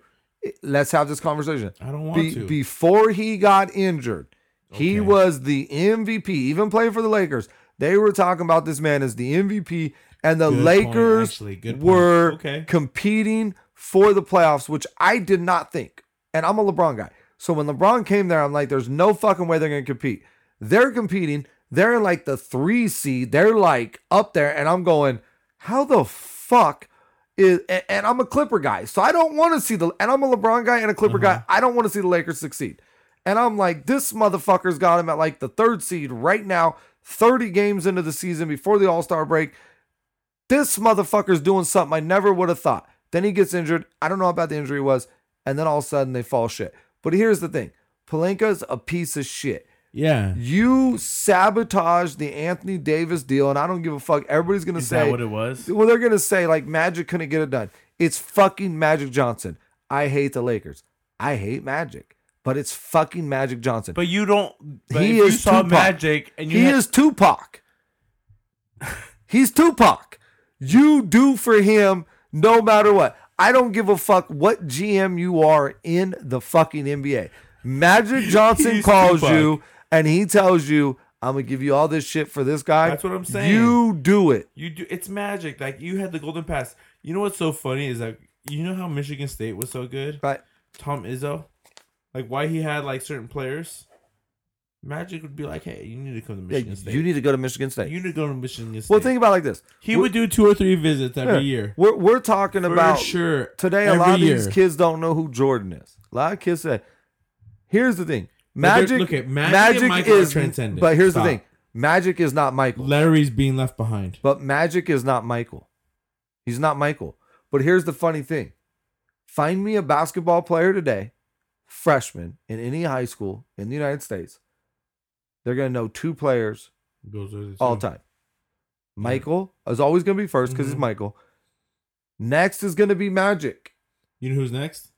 Speaker 2: Let's have this conversation.
Speaker 1: I don't want
Speaker 2: Be-
Speaker 1: to.
Speaker 2: Before he got injured,
Speaker 1: Okay.
Speaker 2: he was the MVP. Even playing for the Lakers, they were talking about this man as the MVP, and the
Speaker 1: Good point,
Speaker 2: Lakers
Speaker 1: actually. Good point.
Speaker 2: were
Speaker 4: Okay.
Speaker 2: competing for the playoffs, which I did not think. And I'm a LeBron guy, So when LeBron came there, I'm like, there's no fucking way they're going to compete. They're competing. They're in like the three seed. They're like up there. And I'm going, how the fuck is, and, and I'm a Clipper guy. So I don't want to see the, and I'm a LeBron guy and a Clipper guy.
Speaker 1: Mm-hmm.
Speaker 2: I don't want to see the Lakers succeed. And I'm like, this motherfucker's got him at like the third seed right now, 30 games into the season before the All Star break. This motherfucker's doing something I never would have thought. Then he gets injured. I don't know how bad the injury was. And then all of a sudden they fall shit. But here's the thing Palenka's a piece of shit.
Speaker 1: Yeah.
Speaker 2: You sabotaged the Anthony Davis deal, and I don't give a fuck. Everybody's going to
Speaker 1: Is
Speaker 2: say,
Speaker 1: that what it was?
Speaker 2: well, they're gonna say like Magic couldn't get it done. It's fucking Magic Johnson. I hate the Lakers. I hate Magic, but it's fucking Magic Johnson.
Speaker 4: But you don't. But
Speaker 2: He
Speaker 4: if you
Speaker 2: is
Speaker 4: saw
Speaker 2: Tupac.
Speaker 4: Magic and you
Speaker 2: he
Speaker 4: had- [LAUGHS]
Speaker 2: is Tupac. He's Tupac. You do for him no matter what. I don't give a fuck what GM you are in the fucking NBA.
Speaker 4: [LAUGHS]
Speaker 2: Magic Johnson
Speaker 4: He's
Speaker 2: calls
Speaker 4: Tupac.
Speaker 2: you and he tells you, I'm gonna give you all this shit for this guy.
Speaker 4: That's what I'm saying.
Speaker 2: You do it.
Speaker 4: You do. It's magic. Like you had the golden pass. You know what's so funny is like you know how Michigan State was so good.
Speaker 2: Right.
Speaker 4: Tom Izzo, like why he had like certain players. Magic would be like, hey, you need to come to
Speaker 2: Yeah,
Speaker 4: Michigan State.
Speaker 2: you need to go to Michigan State.
Speaker 4: You need to go to Michigan State.
Speaker 2: well, think about it like this.
Speaker 3: He would do two or three visits every
Speaker 2: Yeah.
Speaker 3: year.
Speaker 2: We're we're talking
Speaker 3: For
Speaker 2: about
Speaker 3: sure.
Speaker 2: today. A
Speaker 3: Every
Speaker 2: lot of
Speaker 3: year.
Speaker 2: these kids don't know who Jordan is. A lot of kids say, "Here's the thing,
Speaker 1: they're-
Speaker 2: Magic.
Speaker 1: look at- Magic and
Speaker 2: Magic,
Speaker 1: Michael are
Speaker 2: is
Speaker 1: transcendent.
Speaker 2: But here's
Speaker 1: Stop.
Speaker 2: the thing, Magic is not Michael.
Speaker 1: Larry's being left behind.
Speaker 2: But Magic is not Michael. He's not Michael. But here's the funny thing: find me a basketball player today, freshman in any high school in the United States. They're gonna know two players
Speaker 4: Those are the
Speaker 2: all
Speaker 4: two.
Speaker 1: Mm-hmm.
Speaker 2: time. Michael is always going to be first because it's Michael. Next is going to be Magic.
Speaker 1: You know who's next?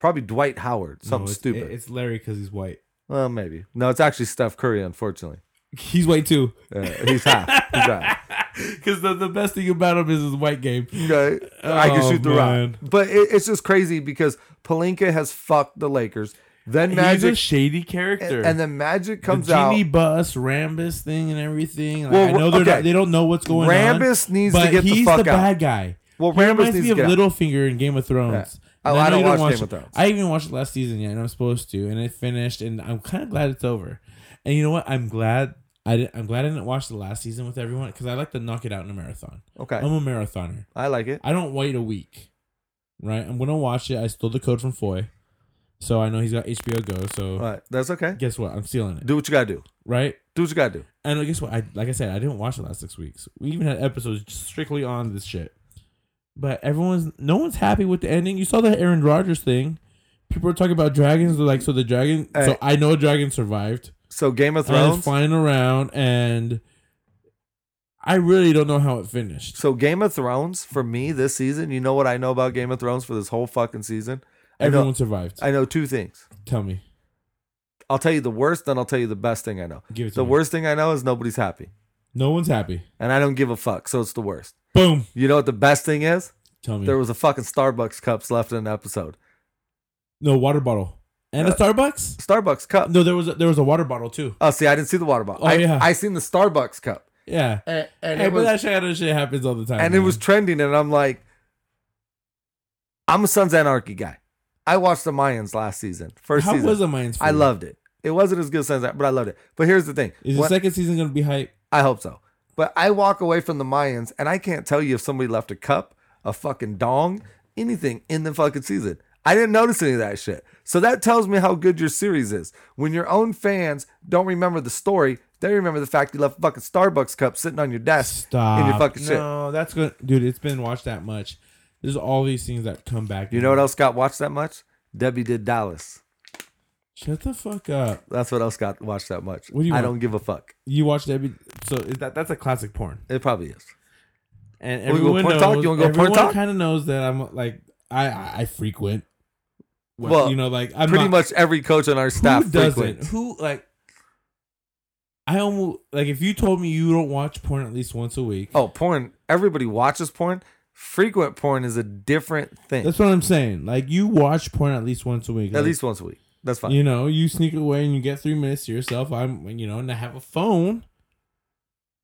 Speaker 2: Probably Dwight Howard, something
Speaker 1: it's,
Speaker 2: stupid.
Speaker 1: It's Larry because he's white. [LAUGHS]
Speaker 2: well, maybe. No, it's actually Steph Curry, unfortunately.
Speaker 1: He's white
Speaker 2: [LAUGHS]
Speaker 1: too.
Speaker 2: Uh, he's half.
Speaker 1: [LAUGHS]
Speaker 2: He's half.
Speaker 1: Because the, the best thing about him is his white game.
Speaker 2: Okay. I can
Speaker 1: Oh,
Speaker 2: shoot the rock.
Speaker 1: man.
Speaker 2: But it, it's just crazy because Palinka has fucked the Lakers. Then
Speaker 4: He's a
Speaker 2: Magic.
Speaker 4: shady
Speaker 2: And,
Speaker 4: character.
Speaker 2: and then Magic comes
Speaker 1: the Genie
Speaker 2: out.
Speaker 1: Bus, Rambus thing, and everything. Like,
Speaker 2: Well,
Speaker 1: I know they're
Speaker 2: okay.
Speaker 1: not, they don't know what's going on.
Speaker 2: Rambus needs to
Speaker 1: but
Speaker 2: get the
Speaker 1: he's
Speaker 2: fuck
Speaker 1: the
Speaker 2: out.
Speaker 1: bad guy.
Speaker 2: Well,
Speaker 1: he
Speaker 2: Rambus
Speaker 1: reminds
Speaker 2: needs
Speaker 1: me
Speaker 2: to
Speaker 1: of
Speaker 2: get out.
Speaker 1: Littlefinger in Game of Thrones.
Speaker 2: Oh,
Speaker 1: And
Speaker 2: I
Speaker 1: know
Speaker 2: don't
Speaker 1: you
Speaker 2: watch Game of Thrones.
Speaker 1: I haven't even watched it last season yet, and I'm supposed to. And it finished, and I'm kind of glad it's over. And you know what? I'm glad I didn't, I'm glad I didn't watch the last season with everyone because I like to knock it out in a marathon.
Speaker 2: Okay.
Speaker 1: I'm a marathoner.
Speaker 2: I
Speaker 1: [LAUGHS]
Speaker 2: like it.
Speaker 1: I don't wait a week, right? I'm gonna watch it. I stole the code from Foy, so I know he's got HBO Go. So
Speaker 2: All right. That's okay.
Speaker 1: guess what? I'm stealing it,
Speaker 2: Do what you got to do.
Speaker 1: right?
Speaker 2: Do what you got to do.
Speaker 1: And guess what? I like I said, I didn't watch the last six weeks. We even had episodes strictly on this shit. But everyone's no one's happy with the ending. You saw the Aaron Rodgers thing. People are talking about dragons. They're like, so the dragon.
Speaker 2: Hey.
Speaker 1: So I know a dragon survived.
Speaker 2: So, Game of
Speaker 1: And it's
Speaker 2: Thrones.
Speaker 1: flying around, and I really don't know how it finished.
Speaker 2: So Game of Thrones for me this season, you know what I know about Game of Thrones for this whole fucking season? I
Speaker 1: Everyone
Speaker 2: know
Speaker 1: survived.
Speaker 2: I know two things.
Speaker 1: Tell me,
Speaker 2: I'll tell you the worst, then I'll tell you the best thing I know.
Speaker 1: give it to
Speaker 2: The
Speaker 1: me.
Speaker 2: worst thing I know is nobody's happy.
Speaker 1: No one's happy.
Speaker 2: And I don't give a fuck, so it's the worst.
Speaker 1: Boom.
Speaker 2: You know what the best thing is?
Speaker 1: Tell me.
Speaker 2: There was a fucking Starbucks cups left in an episode.
Speaker 1: no water bottle and a
Speaker 2: Uh,
Speaker 1: Starbucks.
Speaker 2: Starbucks cup.
Speaker 1: No, there was a, there was a water bottle too.
Speaker 2: Oh, see, I didn't see the water bottle.
Speaker 1: Oh,
Speaker 2: I,
Speaker 1: yeah.
Speaker 2: I seen the Starbucks cup.
Speaker 1: Yeah.
Speaker 2: And, and
Speaker 1: Hey,
Speaker 2: it
Speaker 1: but
Speaker 2: was,
Speaker 1: that shit, that shit happens all the time.
Speaker 2: and it
Speaker 1: man.
Speaker 2: was trending, and I'm like, I'm a Sons of Anarchy guy. I watched the Mayans last season. First
Speaker 1: How
Speaker 2: season.
Speaker 1: was the Mayans? for
Speaker 2: I
Speaker 1: you?
Speaker 2: loved it. It wasn't as good as that, but I loved it. But here's the thing.
Speaker 1: Is
Speaker 2: When-
Speaker 1: the second season gonna be hype?
Speaker 2: I hope so. But I walk away from the Mayans and I can't tell you if somebody left a cup, a fucking dong, anything in the fucking season. I didn't notice any of that shit. So that tells me how good your series is. When your own fans don't remember the story, they remember the fact you left a fucking Starbucks cup sitting on your desk in your
Speaker 1: Stop.
Speaker 2: fucking shit.
Speaker 1: No, that's good, dude. It's been watched that much. There's all these things that come back.
Speaker 2: You know what else got watched that much? Debbie did Dallas.
Speaker 1: Shut the fuck up.
Speaker 2: That's what else got watched that much.
Speaker 1: What do you
Speaker 2: I
Speaker 1: want?
Speaker 2: don't give a fuck.
Speaker 1: You watched every.
Speaker 4: so is that that's a classic porn.
Speaker 2: It probably is.
Speaker 4: And
Speaker 2: We go
Speaker 4: everyone
Speaker 2: porn
Speaker 4: knows.
Speaker 2: talk? You wanna go porn
Speaker 4: everyone
Speaker 2: talk?
Speaker 4: kind of knows that I'm like I I, I frequent. Well,
Speaker 2: Well,
Speaker 4: you know, like I'm
Speaker 2: Pretty
Speaker 4: not-
Speaker 2: much every coach on our staff
Speaker 1: who doesn't?
Speaker 2: frequents.
Speaker 1: Who like? I almost like if you told me you don't watch porn at least once a week.
Speaker 2: Oh, porn. Everybody watches porn. Frequent porn is a different thing.
Speaker 1: That's what I'm saying. Like you watch porn at least once a week.
Speaker 2: At
Speaker 1: Like,
Speaker 2: least once a week. That's fine.
Speaker 1: You know, you sneak away and you get three minutes to yourself. I'm, you know, and I have a phone.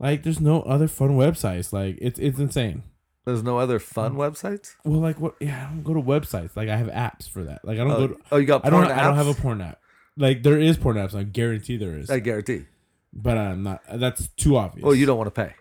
Speaker 1: Like, there's no other fun websites. Like, it's it's insane.
Speaker 2: There's no other fun
Speaker 1: Mm-hmm.
Speaker 2: websites.
Speaker 1: Well, like what? Yeah, I don't go to websites. Like I have apps for that. Like I don't
Speaker 2: Oh,
Speaker 1: go. To,
Speaker 2: oh, you got
Speaker 1: I don't.
Speaker 2: porn
Speaker 1: I don't
Speaker 2: apps?
Speaker 1: have a porn app. Like there is porn apps. I guarantee there is.
Speaker 2: I guarantee.
Speaker 1: but I'm not. That's too obvious.
Speaker 2: Well, Oh, you don't want to pay.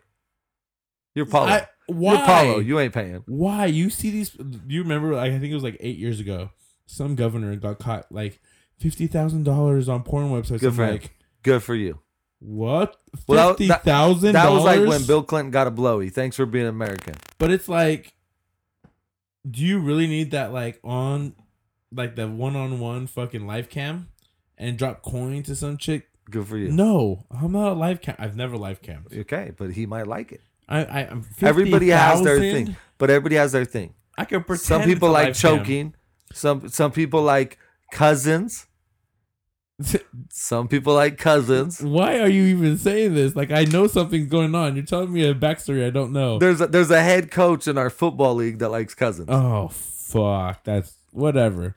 Speaker 2: You're Paulo.
Speaker 1: I, why?
Speaker 2: You're Paulo. You ain't paying.
Speaker 1: why you see these do you remember like, i think it was like eight years ago some governor got caught like $50000 on porn websites
Speaker 2: Good
Speaker 1: I'm
Speaker 2: for him.
Speaker 1: like
Speaker 2: Good for you.
Speaker 1: what
Speaker 2: Well, that- that-
Speaker 1: $50000
Speaker 2: That was like when Bill Clinton got a blowy. Thanks for being American.
Speaker 1: but it's like do you really need that like on like the one-on-one fucking life cam and drop coin to some chick
Speaker 2: Good for you.
Speaker 1: no i'm not a life cam i've never life cam
Speaker 2: Okay, but he might like it.
Speaker 1: i, I i'm 50,
Speaker 2: Everybody has their thing, but everybody has their thing.
Speaker 4: I could pretend.
Speaker 2: some people
Speaker 4: it's a
Speaker 2: like
Speaker 4: live cam.
Speaker 2: choking. Some some people like
Speaker 1: [LAUGHS]
Speaker 2: cousins. Some people like cousins.
Speaker 1: why are you even saying this like i know something's going on you're telling me a backstory i don't know
Speaker 2: There's a, there's a head coach in our football league that likes cousins.
Speaker 1: Oh fuck, that's whatever.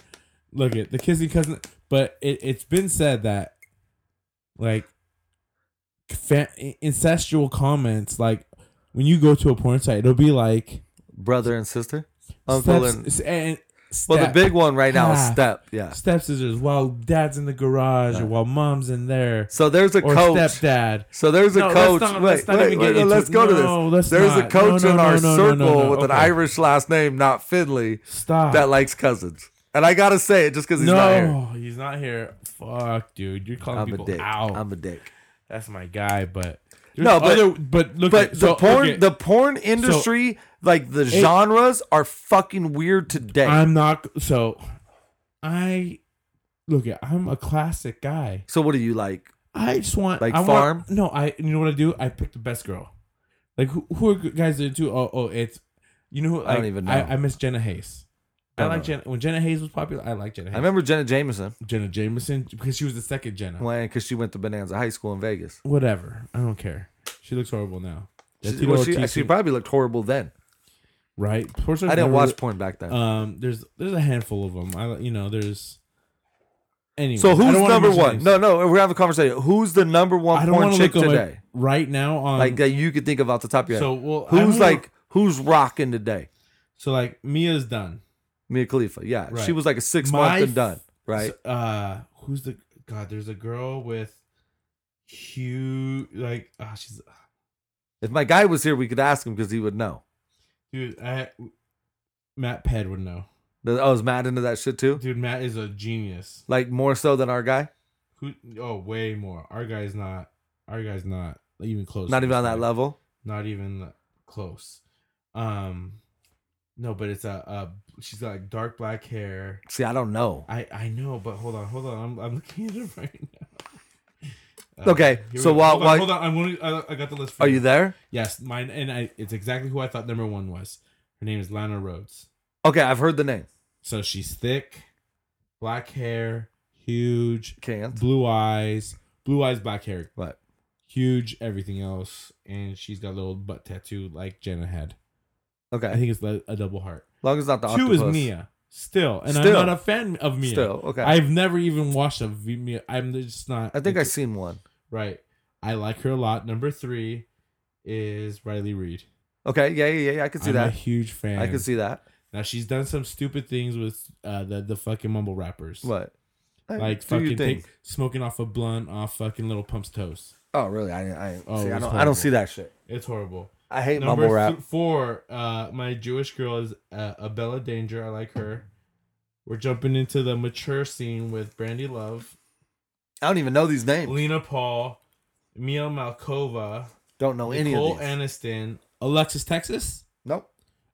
Speaker 1: Look at the kissing cousin, but it, it's been said that like fa- incestual comments, like when you go to a porn site, it'll be like
Speaker 2: Brother and sister, uncle
Speaker 1: steps-
Speaker 2: and
Speaker 1: s- and
Speaker 2: well, the
Speaker 1: step-
Speaker 2: big one right now is
Speaker 1: Ah.
Speaker 2: step. Yeah.
Speaker 1: step scissors while dad's in the garage
Speaker 2: Yeah.
Speaker 1: or while mom's in there
Speaker 2: So there's a
Speaker 1: or
Speaker 2: coach.
Speaker 1: stepdad.
Speaker 2: So there's a
Speaker 1: No, let's
Speaker 2: coach.
Speaker 1: not-
Speaker 2: wait,
Speaker 1: let's not
Speaker 2: wait,
Speaker 1: even
Speaker 2: wait,
Speaker 1: get into-
Speaker 2: let's go to this.
Speaker 1: no, let's
Speaker 2: there's a
Speaker 1: not.
Speaker 2: coach
Speaker 1: No, no,
Speaker 2: in our
Speaker 1: no, no, no,
Speaker 2: circle
Speaker 1: no, no.
Speaker 2: with an
Speaker 1: Okay.
Speaker 2: Irish last name, not Finley,
Speaker 1: Stop.
Speaker 2: that likes cousins. And I gotta say it just because he's not here.
Speaker 1: no, he's not here. Fuck, dude, you're calling
Speaker 2: I'm a
Speaker 1: people
Speaker 2: dick.
Speaker 1: out.
Speaker 2: I'm a dick.
Speaker 1: That's my guy, but
Speaker 2: No, but-
Speaker 1: other, but look,
Speaker 2: But
Speaker 1: at,
Speaker 2: the
Speaker 1: so,
Speaker 2: porn,
Speaker 1: okay,
Speaker 2: the porn industry, like the genres, are fucking weird today.
Speaker 1: I'm not so. I look at. I'm a classic guy.
Speaker 2: so what do you like?
Speaker 1: I just want
Speaker 2: Like
Speaker 1: I want-
Speaker 2: farm?
Speaker 1: no, I. You know what I do? I pick the best girl. Like who, who are guys that are too? Oh, oh, it's you know. who- Like,
Speaker 2: I don't even know.
Speaker 1: I, I miss Jenna Hayes. I
Speaker 2: Don't
Speaker 1: like
Speaker 2: know.
Speaker 1: Jenna when Jenna Hayes was popular. I like Jenna. Hayes.
Speaker 2: I remember Jenna Jameson
Speaker 1: Jenna Jameson because she was the second Jenna.
Speaker 2: playing because she went to Bonanza High School in Vegas.
Speaker 1: Whatever. I don't care. She looks horrible now.
Speaker 2: She,
Speaker 1: Tito
Speaker 2: well, she,
Speaker 1: Ortiz,
Speaker 2: she probably looked horrible then.
Speaker 1: right.
Speaker 2: I didn't watch porn back then.
Speaker 1: Um, there's there's a handful of them. I you know there's. Anyway,
Speaker 2: so
Speaker 1: I
Speaker 2: who's
Speaker 1: don't wanna
Speaker 2: number
Speaker 1: mention
Speaker 2: one?
Speaker 1: names.
Speaker 2: No, no, we're having a conversation. Who's the number
Speaker 1: I
Speaker 2: one
Speaker 1: don't
Speaker 2: porn
Speaker 1: want to
Speaker 2: chick
Speaker 1: look
Speaker 2: today?
Speaker 1: today. right now on
Speaker 2: like that you could think of off the top of your head.
Speaker 1: so well I
Speaker 2: who's
Speaker 1: don't-
Speaker 2: like who's rocking today?
Speaker 1: so like Mia's done
Speaker 2: Mia Khalifa. Yeah, she
Speaker 1: Right.
Speaker 2: was like a six
Speaker 1: My
Speaker 2: month
Speaker 1: f-
Speaker 2: and done. Right.
Speaker 1: So, uh, who's the God? There's a girl with huge like ah she's
Speaker 2: if my guy was here, we could ask him because he would know.
Speaker 1: dude. I, Matt Ped would know.
Speaker 2: Th- I was mad oh, into that shit too.
Speaker 1: Dude, Matt is a genius.
Speaker 2: Like more so than our guy.
Speaker 1: Who? Oh, way more. Our guy's not. Our guy's not even close.
Speaker 2: Not
Speaker 1: to
Speaker 2: even
Speaker 1: this
Speaker 2: on that
Speaker 1: guy.
Speaker 2: level.
Speaker 1: not even close. Um, no, but it's a, a she's got like dark black hair.
Speaker 2: See, I don't know.
Speaker 1: I I know, but hold on, hold on, I'm I'm looking at it [LAUGHS] right now.
Speaker 2: Okay,
Speaker 1: here we
Speaker 2: so
Speaker 1: go.
Speaker 2: while-
Speaker 1: hold on,
Speaker 2: while-
Speaker 1: hold on, I'm going I, I got the list. For
Speaker 2: Are you there?
Speaker 1: Yes, mine, and I. It's exactly who I thought number one was. Her name is Lana Rhodes.
Speaker 2: Okay, I've heard the name.
Speaker 1: So she's thick, black hair, huge,
Speaker 2: Can't.
Speaker 1: blue eyes, blue eyes, black hair,
Speaker 2: What?
Speaker 1: huge, everything else, and she's got a little butt tattoo like Jenna had. I
Speaker 2: Okay.
Speaker 1: think it's le- a double heart.
Speaker 2: Long as not the
Speaker 1: Two
Speaker 2: octopus.
Speaker 1: is Mia still, and
Speaker 2: Still.
Speaker 1: I'm not a fan of Mia.
Speaker 2: Still. Okay. I,
Speaker 1: I've never even watched a v- Mia. I'm just not.
Speaker 2: think I seen one.
Speaker 1: right. I like her a lot. Number three is Riley Reed.
Speaker 2: Okay. Yeah, yeah, yeah. I can see
Speaker 1: I'm a
Speaker 2: that.
Speaker 1: huge fan.
Speaker 2: I can see that.
Speaker 1: Now she's done some stupid things with uh, the the fucking mumble rappers.
Speaker 2: What?
Speaker 1: Like
Speaker 2: do
Speaker 1: fucking
Speaker 2: you think?
Speaker 1: take- smoking off a blunt off fucking little pumps toast.
Speaker 2: Oh, really? I, I,
Speaker 1: Oh,
Speaker 2: see,
Speaker 1: it was
Speaker 2: I don't. I
Speaker 1: horrible.
Speaker 2: don't see that shit.
Speaker 1: It's horrible.
Speaker 2: I hate
Speaker 1: Number
Speaker 2: mumble rap.
Speaker 1: th- four, uh, my Jewish girl is uh, Abella Danger. I like her. We're jumping into the mature scene with Brandy Love,
Speaker 2: I don't even know these names.
Speaker 1: Lena Paul, Mia Malkova,
Speaker 2: Don't know any
Speaker 1: Nicole
Speaker 2: of these.
Speaker 1: Aniston, Alexis Texas,
Speaker 2: nope.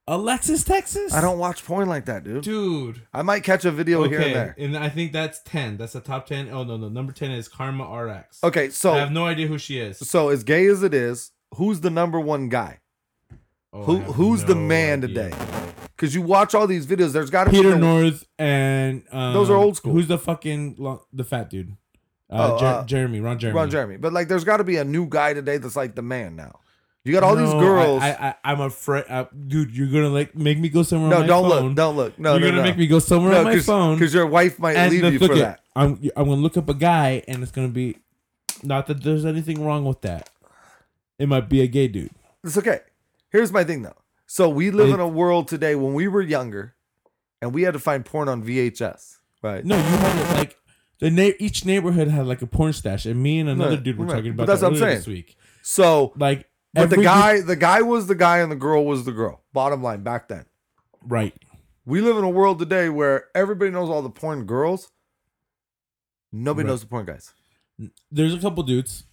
Speaker 1: Alexis Texas.
Speaker 2: I don't watch porn like that, dude.
Speaker 1: dude.
Speaker 2: I might catch a video here and
Speaker 1: Okay,
Speaker 2: there.
Speaker 1: and I think that's ten. That's the top ten. Oh no, no, number ten is Karma RX.
Speaker 2: Okay,
Speaker 1: I
Speaker 2: so
Speaker 1: have no idea who she is.
Speaker 2: so as gay as it is, who's the number one guy?
Speaker 1: Oh, I
Speaker 2: Who
Speaker 1: have
Speaker 2: who's the
Speaker 1: no
Speaker 2: man
Speaker 1: idea.
Speaker 2: today? Because you watch all these videos, there's got to be
Speaker 1: Peter
Speaker 2: the-
Speaker 1: North and um,
Speaker 2: Those are old school.
Speaker 1: Who's the fucking lo- the fat dude? Uh,
Speaker 2: Oh,
Speaker 1: Jer-
Speaker 2: uh,
Speaker 1: Jeremy, Ron Jeremy.
Speaker 2: Ron Jeremy, but like there's got to be a new guy today that's like the man now. You got all these
Speaker 1: No,
Speaker 2: girls.
Speaker 1: I, I, I, am afraid, uh, dude. You're gonna like make me go somewhere. on
Speaker 2: no,
Speaker 1: my
Speaker 2: don't
Speaker 1: phone.
Speaker 2: look, don't look. No,
Speaker 1: you're
Speaker 2: no,
Speaker 1: gonna
Speaker 2: no.
Speaker 1: make me go somewhere on my phone.
Speaker 2: because your wife might
Speaker 1: and
Speaker 2: leave
Speaker 1: look-
Speaker 2: you for
Speaker 1: look it,
Speaker 2: that.
Speaker 1: I'm I'm gonna look up a guy, and it's gonna be not that there's anything wrong with that. It might be a gay dude.
Speaker 2: It's okay. Here's my thing though. So we live
Speaker 1: It-
Speaker 2: in a world today when we were younger and we had to find porn on VHS. Right.
Speaker 1: No, you had it like the na- each neighborhood had like a porn stash, and me and another
Speaker 2: Right,
Speaker 1: dude were
Speaker 2: right.
Speaker 1: talking
Speaker 2: But
Speaker 1: about
Speaker 2: that's
Speaker 1: that
Speaker 2: what I'm
Speaker 1: earlier
Speaker 2: saying.
Speaker 1: this week.
Speaker 2: So
Speaker 1: Like,
Speaker 2: but the
Speaker 1: every-
Speaker 2: guy the guy was the guy and the girl was the girl. Bottom line back then.
Speaker 1: right?
Speaker 2: We live in a world today where everybody knows all the porn girls. Nobody
Speaker 1: Right.
Speaker 2: knows the porn guys.
Speaker 1: There's a couple dudes.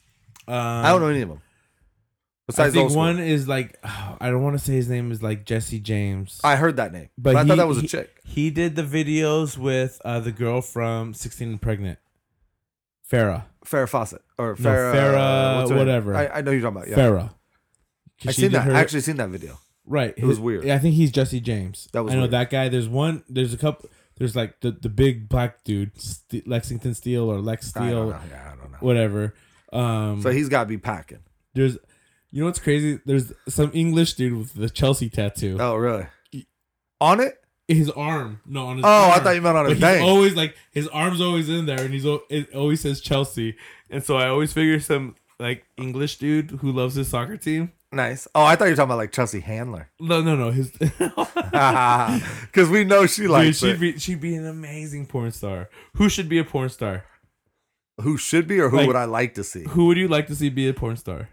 Speaker 1: Um,
Speaker 2: I don't know any of them.
Speaker 4: I
Speaker 2: Besides
Speaker 4: think
Speaker 2: those
Speaker 4: one
Speaker 2: one,
Speaker 4: is
Speaker 1: [SIGHS]
Speaker 4: like I don't want to say his name is like Jesse James.
Speaker 2: I heard that name, but,
Speaker 4: But
Speaker 2: I thought
Speaker 4: he-
Speaker 2: that was a
Speaker 4: he-
Speaker 2: chick.
Speaker 4: he did the videos with uh, the girl from 16 and Pregnant, Farah.
Speaker 2: Farrah Fawcett or
Speaker 1: No,
Speaker 2: Farrah, uh,
Speaker 1: Farrah,
Speaker 2: what's her name?
Speaker 1: whatever.
Speaker 2: I, I know who you're talking about. Yeah,
Speaker 1: Farah. 'Cause
Speaker 2: I
Speaker 1: she
Speaker 2: seen
Speaker 1: did
Speaker 2: that.
Speaker 1: her-
Speaker 2: I actually seen that video.
Speaker 1: Right. It
Speaker 2: was weird.
Speaker 1: I think he's Jesse James.
Speaker 2: That was
Speaker 1: I know
Speaker 2: weird.
Speaker 1: that guy. There's one. There's a couple. There's like the, the big black dude, St- Lexington Steel or Lex
Speaker 2: I don't
Speaker 1: Steel,
Speaker 2: know. Yeah, I don't know.
Speaker 1: whatever. Um,
Speaker 2: So he's got to be packing.
Speaker 1: there's, you know what's crazy? There's some English dude with the Chelsea tattoo.
Speaker 2: Oh, really? On it?
Speaker 1: His arm, no, on his.
Speaker 2: Oh, I
Speaker 1: arm.
Speaker 2: thought you meant on
Speaker 1: But
Speaker 2: his
Speaker 1: he's
Speaker 2: thing.
Speaker 1: always like his arm's always in there, and he's al- it always says Chelsea.
Speaker 4: And so I always figure some like English dude who loves his soccer team.
Speaker 2: nice. Oh, I thought you were talking about like Chelsea Handler, [LAUGHS]
Speaker 4: No, no, no.
Speaker 1: [LAUGHS]
Speaker 4: His
Speaker 2: because we know she
Speaker 4: Dude,
Speaker 2: likes
Speaker 4: she'd
Speaker 2: it.
Speaker 4: be she'd be an amazing porn star. Who should be a porn star?
Speaker 2: who should be or who
Speaker 4: like-
Speaker 2: would I like to see?
Speaker 4: Who would you like to see be a porn star?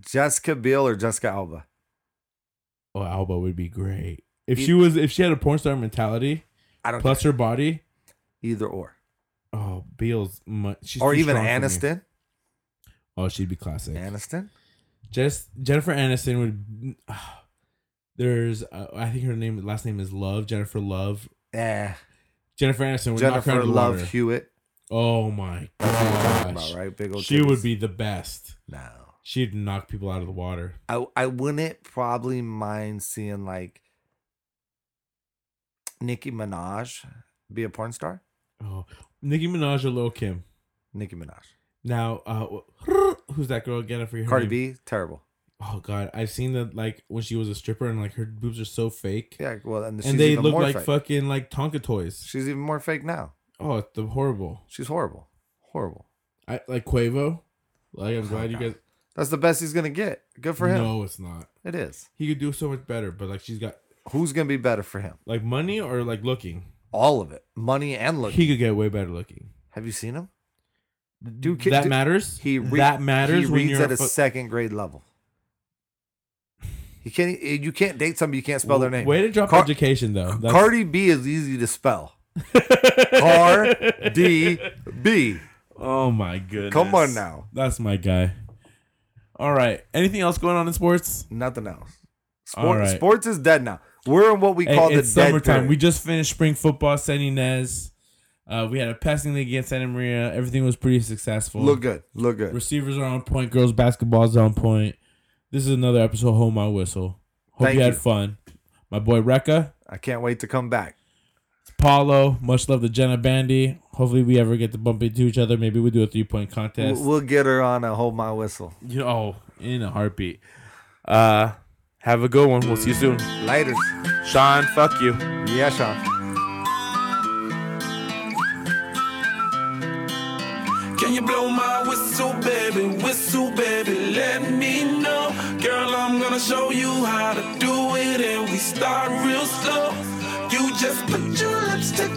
Speaker 2: Jessica Biel or Jessica Alba?
Speaker 1: Oh, Alba would be great if she was if she had a porn star mentality
Speaker 2: I don't
Speaker 1: plus her body.
Speaker 2: either or
Speaker 1: Oh, Beale's much. She's
Speaker 2: or
Speaker 1: too
Speaker 2: even
Speaker 1: strong for me.
Speaker 2: Aniston.
Speaker 1: Oh, she'd be classic.
Speaker 2: Aniston.
Speaker 1: Just Jennifer Aniston would. [SIGHS] there's, uh, I think her name, last name is Love. Jennifer Love.
Speaker 2: Yeah.
Speaker 1: Jennifer Aniston would knock her out
Speaker 2: Eh, Jennifer
Speaker 1: of the
Speaker 2: Love
Speaker 1: water.
Speaker 2: Hewitt.
Speaker 1: Oh my
Speaker 2: About
Speaker 1: gosh,
Speaker 2: right. Big old.
Speaker 1: she would
Speaker 2: titties.
Speaker 1: be the best.
Speaker 2: No.
Speaker 1: She'd knock people out of the water.
Speaker 2: I I wouldn't probably mind seeing like Nicki Minaj be a porn star.
Speaker 1: Oh, Nicki Minaj or Lil Kim.
Speaker 2: Nicki Minaj,
Speaker 1: Now, uh, who's that girl again? I forget her
Speaker 2: Cardi
Speaker 1: name.
Speaker 2: B, terrible.
Speaker 1: Oh God, I've seen that like when she was a stripper and like her boobs are so fake,
Speaker 2: Yeah, well, and, she's
Speaker 1: and they
Speaker 2: even
Speaker 1: look
Speaker 2: more
Speaker 1: like
Speaker 2: fake.
Speaker 1: fucking like Tonka toys.
Speaker 2: She's even more fake now.
Speaker 1: Oh, it's the horrible.
Speaker 2: She's horrible, horrible.
Speaker 1: I like Quavo. Like I'm glad you guys.
Speaker 2: That's the best he's gonna get. Good Oh, for him.
Speaker 1: No, it's not.
Speaker 2: It is.
Speaker 1: He could do so much better, but like she's got
Speaker 2: Who's gonna be better for him?
Speaker 1: like money or like looking.
Speaker 2: All of it, money and look.
Speaker 1: He could get way better looking.
Speaker 2: Have you seen him? Dude, ki-
Speaker 1: that
Speaker 2: dude,
Speaker 1: matters.
Speaker 2: He re-
Speaker 1: that matters
Speaker 2: He
Speaker 1: when
Speaker 2: reads
Speaker 1: you're
Speaker 2: at a
Speaker 1: fu-
Speaker 2: second grade level. You can't. You can't date somebody. You can't spell their name.
Speaker 1: Way to drop
Speaker 2: Car-
Speaker 1: education though. That's,
Speaker 2: Cardi B is easy to spell.
Speaker 1: [LAUGHS]
Speaker 2: R D B.
Speaker 1: oh my goodness.
Speaker 2: Come on now.
Speaker 1: That's my guy. All right. Anything else going on in sports?
Speaker 2: Nothing else.
Speaker 1: All
Speaker 2: Sport,
Speaker 1: right.
Speaker 2: Sports is dead now. We're in what we
Speaker 1: Hey,
Speaker 2: call the
Speaker 1: it's summertime.
Speaker 2: dead
Speaker 1: We
Speaker 2: period.
Speaker 1: just finished spring football. San Inez. Uh, we had a passing league against Santa Maria. Everything was pretty successful.
Speaker 2: Look good. Look good.
Speaker 1: Receivers are on point. Girls basketball is on point. This is another episode. of Hold my whistle. Hope
Speaker 2: Thank
Speaker 1: you had
Speaker 2: you.
Speaker 1: fun. My boy Rekka,
Speaker 2: I can't wait to come back.
Speaker 1: Paulo. Much love to Jenna Bandy. Hopefully we ever get to bump into each other. Maybe we do a three point contest.
Speaker 2: We'll, we'll get her on a hold my whistle.
Speaker 4: You know, oh, in a heartbeat. Uh, have a good one. We'll see you soon.
Speaker 2: Later.
Speaker 4: Sean, fuck you.
Speaker 2: Yeah, Sean.
Speaker 5: Can you blow my whistle, baby? Whistle, baby, let me know. Girl, I'm gonna show you how to do it, and we start real slow. You just put your lips together.